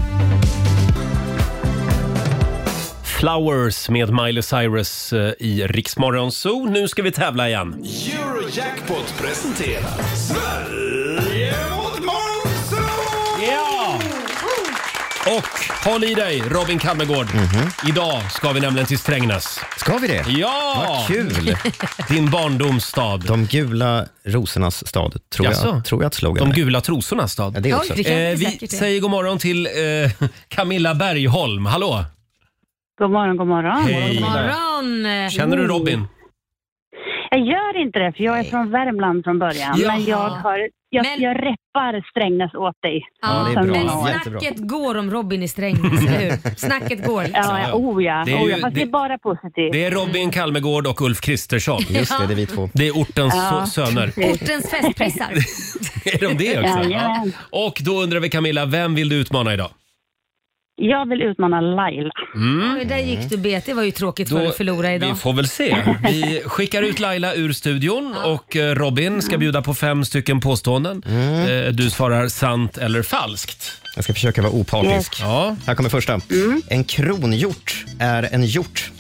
Speaker 1: Flowers med Miley Cyrus eh, i Riksmorgon Zoo. Nu ska vi tävla igen.
Speaker 13: Eurojackpot presenterar Sverige mot Monzo!
Speaker 1: Ja!
Speaker 17: Mm.
Speaker 1: Och håll i dig Robin Kalmegård. Idag ska vi nämligen till Strängnäs.
Speaker 3: Mhm. Ska vi det?
Speaker 1: Ja!
Speaker 3: Vad kul!
Speaker 1: (laughs) Din barndomsstad.
Speaker 3: De gula rosornas stad, tror,
Speaker 1: Jaså?
Speaker 3: jag, tror jag att slogan
Speaker 1: De
Speaker 3: är.
Speaker 1: gula trosornas stad.
Speaker 3: Ja, det också.
Speaker 1: Eh, vi säger god morgon till eh, (laughs) Camilla Bergholm. Hallå!
Speaker 21: God morgon, god morgon.
Speaker 1: Hej. God
Speaker 21: Eh.
Speaker 2: morgon.
Speaker 1: Känner du Robin?
Speaker 21: Jag gör inte det, för jag är från Värmland från början.
Speaker 2: Jaha.
Speaker 21: Men jag, har, jag, jag reppar Strängnäs åt dig.
Speaker 2: Ja,
Speaker 21: Sen
Speaker 2: men
Speaker 21: många år.
Speaker 2: snacket går om Robin i Strängnäs, eller
Speaker 1: (laughs)
Speaker 2: hur? Snacket går.
Speaker 21: Ja, ja, oh ja.
Speaker 1: Det är
Speaker 21: oh ja.
Speaker 1: ju-
Speaker 21: Fast det,
Speaker 1: det-
Speaker 21: är bara positivt.
Speaker 1: Det är Robin Kalmegård och Ulf Kristersson.
Speaker 21: Just det, det är vi
Speaker 1: två. Det är ortens
Speaker 21: Ja.
Speaker 1: so- söner.
Speaker 2: Ortens festpressar.
Speaker 1: (laughs) Är de det också? Ja.
Speaker 21: Jajamän.
Speaker 1: Och då undrar vi Camilla, vem vill du utmana idag?
Speaker 21: (laughs) Jag vill utmana Laila.
Speaker 2: Oj, där gick du bet. Det var ju tråkigt för
Speaker 1: Mm. Då-
Speaker 2: att förlora idag.
Speaker 1: Vi får väl se. Vi skickar ut Laila ur studion och eh, Robin ska bjuda på fem stycken påståenden.
Speaker 3: Mm.
Speaker 1: Eh, Du svarar sant eller falskt.
Speaker 3: Jag ska försöka vara opartisk. Mm.
Speaker 1: Yes. Ja.
Speaker 3: Här kommer första. En kronhjort är en hjort.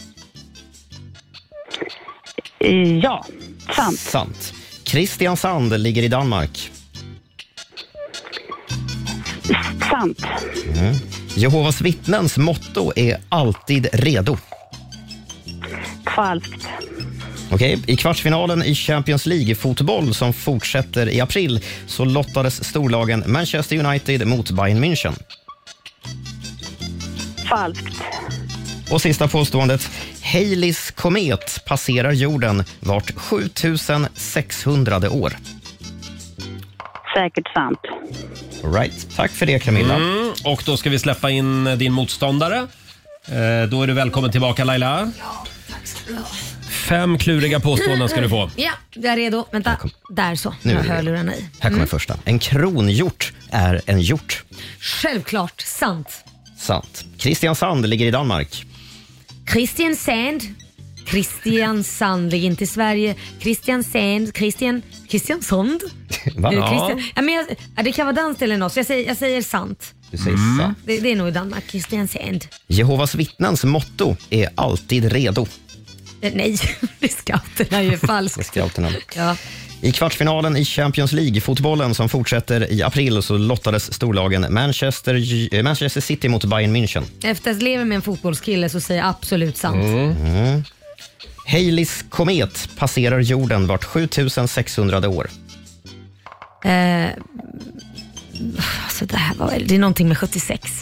Speaker 21: Ja, sant.
Speaker 3: Sant. Kristiansand ligger i Danmark.
Speaker 21: Sant.
Speaker 3: Mm. Jehovas vittnens motto är alltid redo.
Speaker 21: Falskt.
Speaker 3: Okej, I kvartsfinalen i Champions League-fotboll som fortsätter i april så lottades storlagen Manchester United mot Bayern München.
Speaker 21: Falskt.
Speaker 3: Och sista påståendet. Haleys komet passerar jorden vart 7600 år.
Speaker 21: Säkert sant.
Speaker 3: All Right. Tack för det, Camilla.
Speaker 1: Mm, och då ska vi släppa in eh, din motståndare. Eh, Då är du välkommen tillbaka Laila. Fem kluriga påståenden ska du få.
Speaker 2: Ja, jag är redo. Vänta. Där så.
Speaker 3: Nu
Speaker 2: Nu
Speaker 3: är
Speaker 2: har
Speaker 3: det
Speaker 2: hörlurarna i. Mm.
Speaker 3: Här kommer första. En kronhjort är en hjort.
Speaker 2: Självklart sant.
Speaker 3: Sant. Kristiansand ligger i Danmark.
Speaker 2: Christian Sand. Christian Sand ligger inte i Sverige. Christian Sand. Christian... Christian Sand?
Speaker 3: Va?
Speaker 2: Nu,
Speaker 3: Ja.
Speaker 2: Christian, ja, men jag, ja, det kan vara danskt eller något, så jag säger, jag säger sant. Mm.
Speaker 3: Du säger
Speaker 1: Mm.
Speaker 3: sant.
Speaker 2: Det, det är nog i Danmark. Christian Sand.
Speaker 3: Jehovas vittnens motto är alltid redo.
Speaker 2: Eh, nej, (laughs) det är scouterna ju. Falskt.
Speaker 3: Scouterna.
Speaker 2: Ja.
Speaker 3: I kvartsfinalen i Champions League-fotbollen som fortsätter i april så lottades storlagen Manchester, eh, Manchester City mot Bayern München.
Speaker 2: Efter att leva med en fotbollskille så säger jag absolut sant.
Speaker 3: Mm. Haleys komet passerar jorden vart 7600 år. Mm.
Speaker 2: Eh, alltså det här var, det är någonting med 76.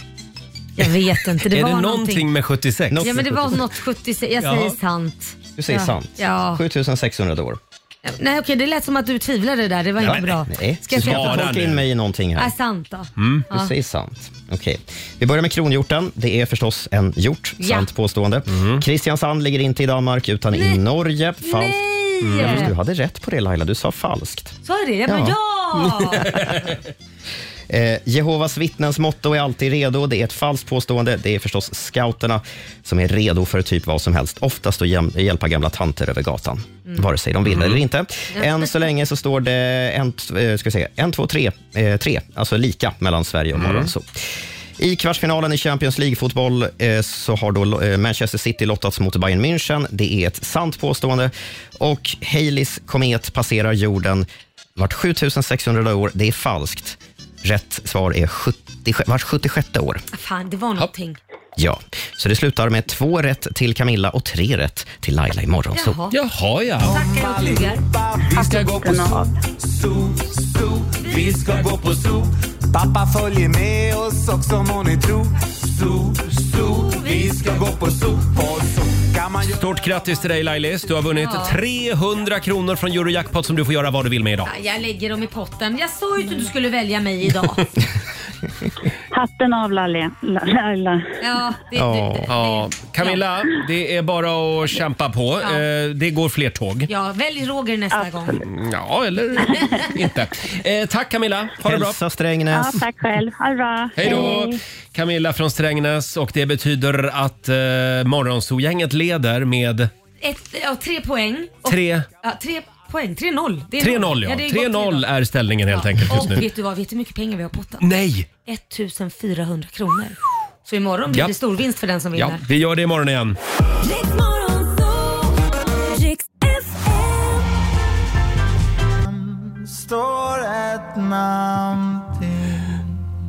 Speaker 2: Jag vet inte.
Speaker 3: (laughs)
Speaker 2: Det
Speaker 1: är
Speaker 2: var
Speaker 1: det någonting, med 76?
Speaker 2: Ja men det var något 76. Jag
Speaker 1: Ja.
Speaker 2: säger sant.
Speaker 3: Du säger
Speaker 2: ja.
Speaker 3: sant.
Speaker 2: Ja.
Speaker 3: 7600 år.
Speaker 2: Nej okej, det lät som att du tvivlade där. Det var inte bra. Ska
Speaker 3: Nej, du Mm.
Speaker 2: jag
Speaker 3: ska
Speaker 2: säga
Speaker 3: inte
Speaker 2: sant?
Speaker 3: tolka in mig i någonting
Speaker 2: Är
Speaker 3: här.
Speaker 2: sant då?
Speaker 3: Du
Speaker 2: Ja.
Speaker 3: säger sant. Okej. Vi börjar med kronhjorten. Det är förstås en hjort.
Speaker 2: Ja.
Speaker 3: Sant påstående. Kristiansand ligger inte i Danmark utan i Norge. Falskt.
Speaker 2: Nej!
Speaker 3: Ja, fast du hade rätt på det Laila, du sa falskt.
Speaker 2: Sa jag det? Jag bara,
Speaker 3: Ja.
Speaker 2: ja!
Speaker 3: (laughs) Eh, Jehovas vittnens motto är alltid redo. Det är ett falskt påstående. Det är förstås scouterna som är redo för typ vad som helst. Oftast att jäm- hjälpa gamla tanter över gatan,
Speaker 16: Mm.
Speaker 3: vare sig de vill eller inte. Än så länge så står det en, t- eh, ska vi säga, en två, tre, eh, tre, alltså lika mellan Sverige och
Speaker 16: Mm.
Speaker 3: Morgonzoo. I kvartsfinalen i Champions League-fotboll eh, så har då eh, Manchester City lottats mot Bayern München. Det är ett sant påstående. Och Haleys komet passerar jorden vart 7600 år. Det är falskt. Rätt svar är 70, vart 76 år.
Speaker 2: Fan, det var någonting.
Speaker 3: Ja, så det slutar med två rätt till Camilla och tre rätt till Laila i Morgonzoo.
Speaker 2: Jaha. Tackar och tuggar.
Speaker 6: Vi ska gå på zoo, zoo, zoo. Vi ska gå på zoo. Pappa följer med oss också må ni tro.
Speaker 10: Zoo, zoo, vi ska gå på zoo, på zoo. Kan man ju...
Speaker 1: Stort grattis till dig Lailis. Du har vunnit
Speaker 2: Ja.
Speaker 1: 300 kronor från Eurojackpot som du får göra vad du vill med idag.
Speaker 2: Ja, Jag lägger dem i potten. Jag sa ju inte att du skulle välja mig idag.
Speaker 1: (laughs)
Speaker 21: Hatten av Lalle. Laila.
Speaker 2: Ja, det,
Speaker 1: Ja. Camilla, det är bara att kämpa på.
Speaker 2: Ja.
Speaker 1: Eh, Det går fler tåg.
Speaker 2: ja välj Roger nästa gång.
Speaker 1: Ja, eller inte. Eh, tack Camilla, ha det bra.
Speaker 3: Hälsa Strängnäs.
Speaker 21: Ja, tack själv. Ha det bra.
Speaker 1: Hej då! Camilla från Strängnäs och det betyder att eh, Morgonzoo-gänget leder med
Speaker 2: Ett, ja, tre poäng. Och,
Speaker 1: Tre.
Speaker 2: Ja, tre poäng. 3-0. Det är
Speaker 1: 3-0. Ja.
Speaker 2: noll. det är gott,
Speaker 1: 3-0 är ställningen helt enkelt just
Speaker 2: Och
Speaker 1: nu.
Speaker 2: vet du vad? Vet du hur mycket pengar vi har pottat?
Speaker 1: Nej!
Speaker 2: 1400 kronor. Så imorgon blir
Speaker 1: Ja.
Speaker 2: det stor vinst för den som
Speaker 1: Ja,
Speaker 2: vinner.
Speaker 1: vi gör det imorgon igen.
Speaker 17: Står ett namn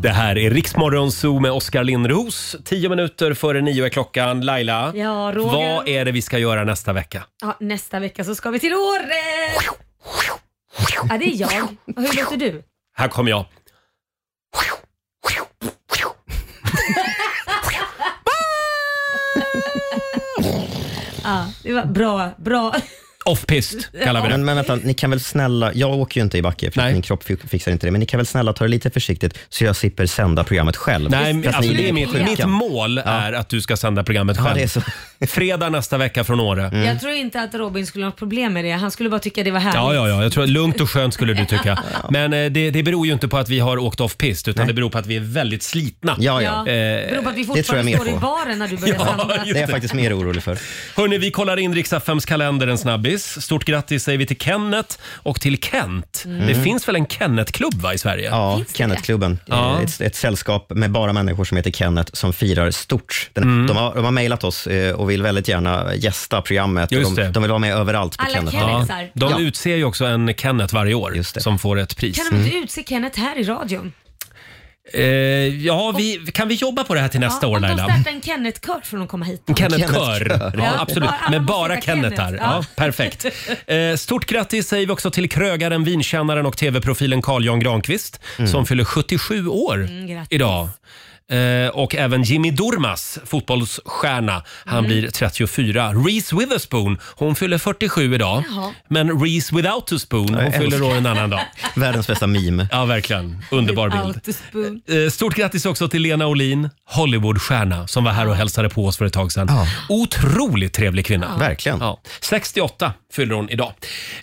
Speaker 1: Det här är Riksmorgonzoo med Oskar Lindros. Tio minuter före nio är klockan. Laila,
Speaker 2: Ja, Roger.
Speaker 1: vad är det vi ska göra nästa vecka?
Speaker 2: Ja, nästa vecka så ska vi till Åre! Ja, det är jag. Och hur låter du?
Speaker 1: Här kommer jag.
Speaker 2: Ja, det var bra, bra.
Speaker 1: Offpist
Speaker 2: kallar vi det.
Speaker 3: Men, men vänta, ni kan väl snälla, jag åker ju inte i backe för att min kropp fi- fixar inte det, men ni kan väl snälla ta det lite försiktigt så jag slipper sända programmet själv.
Speaker 1: Nej,
Speaker 3: För att
Speaker 1: alltså,
Speaker 3: ni
Speaker 1: det är
Speaker 3: är
Speaker 1: mitt,
Speaker 3: sjuka.
Speaker 1: mitt mål är att du ska sända programmet själv.
Speaker 3: det är (laughs) Mm.
Speaker 1: Fredag nästa vecka från Åre.
Speaker 2: Jag tror inte att Robin skulle ha något problem med det. Han skulle bara tycka det var härligt.
Speaker 1: Ja, ja, ja. Jag tror att lugnt och skönt skulle du
Speaker 3: (laughs)
Speaker 1: tycka. Men eh, det, det beror ju inte på att vi har åkt off-pist utan det beror på att vi är väldigt slitna. Eh,
Speaker 2: Det beror på att vi fortfarande står i baren när
Speaker 1: (laughs)
Speaker 2: du börjar sända.
Speaker 1: mer orolig för. Hörni, vi kollar in Riksaffems kalender en snabbis. Stort grattis säger vi till Kenneth och till Kent.
Speaker 3: Mm.
Speaker 1: Det finns väl en Kenneth-klubb va, i Sverige?
Speaker 3: Ja, Kennetklubben.
Speaker 1: Ja.
Speaker 3: Eh, Ett, ett sällskap med bara människor som heter Kenneth som firar stort. Den,
Speaker 1: Mm.
Speaker 3: de, har, de har mejlat oss eh, och vill väldigt gärna gästa programmet. Och
Speaker 1: Just
Speaker 3: de,
Speaker 1: det.
Speaker 3: de vill vara med överallt på
Speaker 2: Alla
Speaker 3: Kenneth.
Speaker 2: Kennethsar.
Speaker 1: De
Speaker 2: Ja.
Speaker 1: utser ju också en Kenneth varje år som får ett pris.
Speaker 2: Kan de inte utse Kenneth här i radion?
Speaker 1: Eh, ja, vi, kan vi jobba på det här till nästa
Speaker 2: ja,
Speaker 1: år
Speaker 2: om
Speaker 1: Laila?
Speaker 2: de startar en Kenneth-kör får de komma hit.
Speaker 1: En Kenneth-kör. Ja, absolut.
Speaker 2: alla
Speaker 1: Med
Speaker 2: måste
Speaker 1: bara
Speaker 2: heta
Speaker 1: Kennethar.
Speaker 2: Kenneth.
Speaker 1: Ja, perfekt. Eh, Stort grattis säger vi också till krögaren, vinkännaren och tv-profilen Carl-Jan Granqvist
Speaker 3: Mm.
Speaker 1: som fyller 77 år
Speaker 2: Mm, grattis.
Speaker 1: idag. Eh, och även Jimmy Durmaz, fotbollsstjärna. Han
Speaker 2: Mm.
Speaker 1: blir 34. Reese Witherspoon, hon fyller 47 idag.
Speaker 2: Jaha.
Speaker 1: Men Reese Without a Spoon, hon
Speaker 3: älskar-
Speaker 1: fyller år en annan dag.
Speaker 3: (laughs) Världens bästa meme.
Speaker 1: Ja, verkligen. Underbar bild.
Speaker 2: Out the spoon.
Speaker 1: Eh, Stort grattis också till Lena Olin, Hollywoodstjärna som var här och hälsade på oss för ett tag sedan. Otroligt trevlig kvinna.
Speaker 3: Ja. Verkligen.
Speaker 1: 68 fyller hon idag.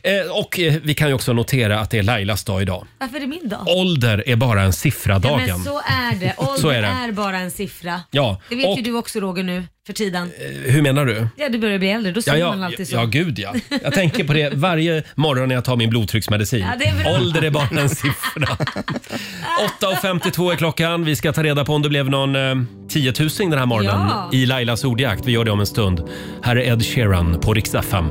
Speaker 1: Eh, Och eh, vi kan ju också notera att det är Lailas dag idag.
Speaker 2: Varför är det min dag?
Speaker 1: Ålder är bara en siffra,
Speaker 2: Ja,
Speaker 1: dagen.
Speaker 2: men så är det. Ålder
Speaker 1: Så är
Speaker 2: är,
Speaker 1: det.
Speaker 2: bara en siffra.
Speaker 1: Ja,
Speaker 2: Det vet
Speaker 1: och- Eh,
Speaker 2: ju du också Roger nu för tiden.
Speaker 1: Hur menar du?
Speaker 2: Ja, du börjar bli äldre. Då
Speaker 1: Ja,
Speaker 2: säger man
Speaker 1: ja,
Speaker 2: alltid så.
Speaker 1: ja, gud ja. Jag tänker på det varje morgon när jag tar min blodtrycksmedicin.
Speaker 2: Ja, det är bra.
Speaker 1: Ålder är bara en siffra. 8.52 är klockan. Vi ska ta reda på om det blev någon eh, 10 000 den här morgonen
Speaker 2: Ja.
Speaker 1: i Lailas ordjakt. Vi gör det om en stund. Här är Ed Sheeran på Rix FM.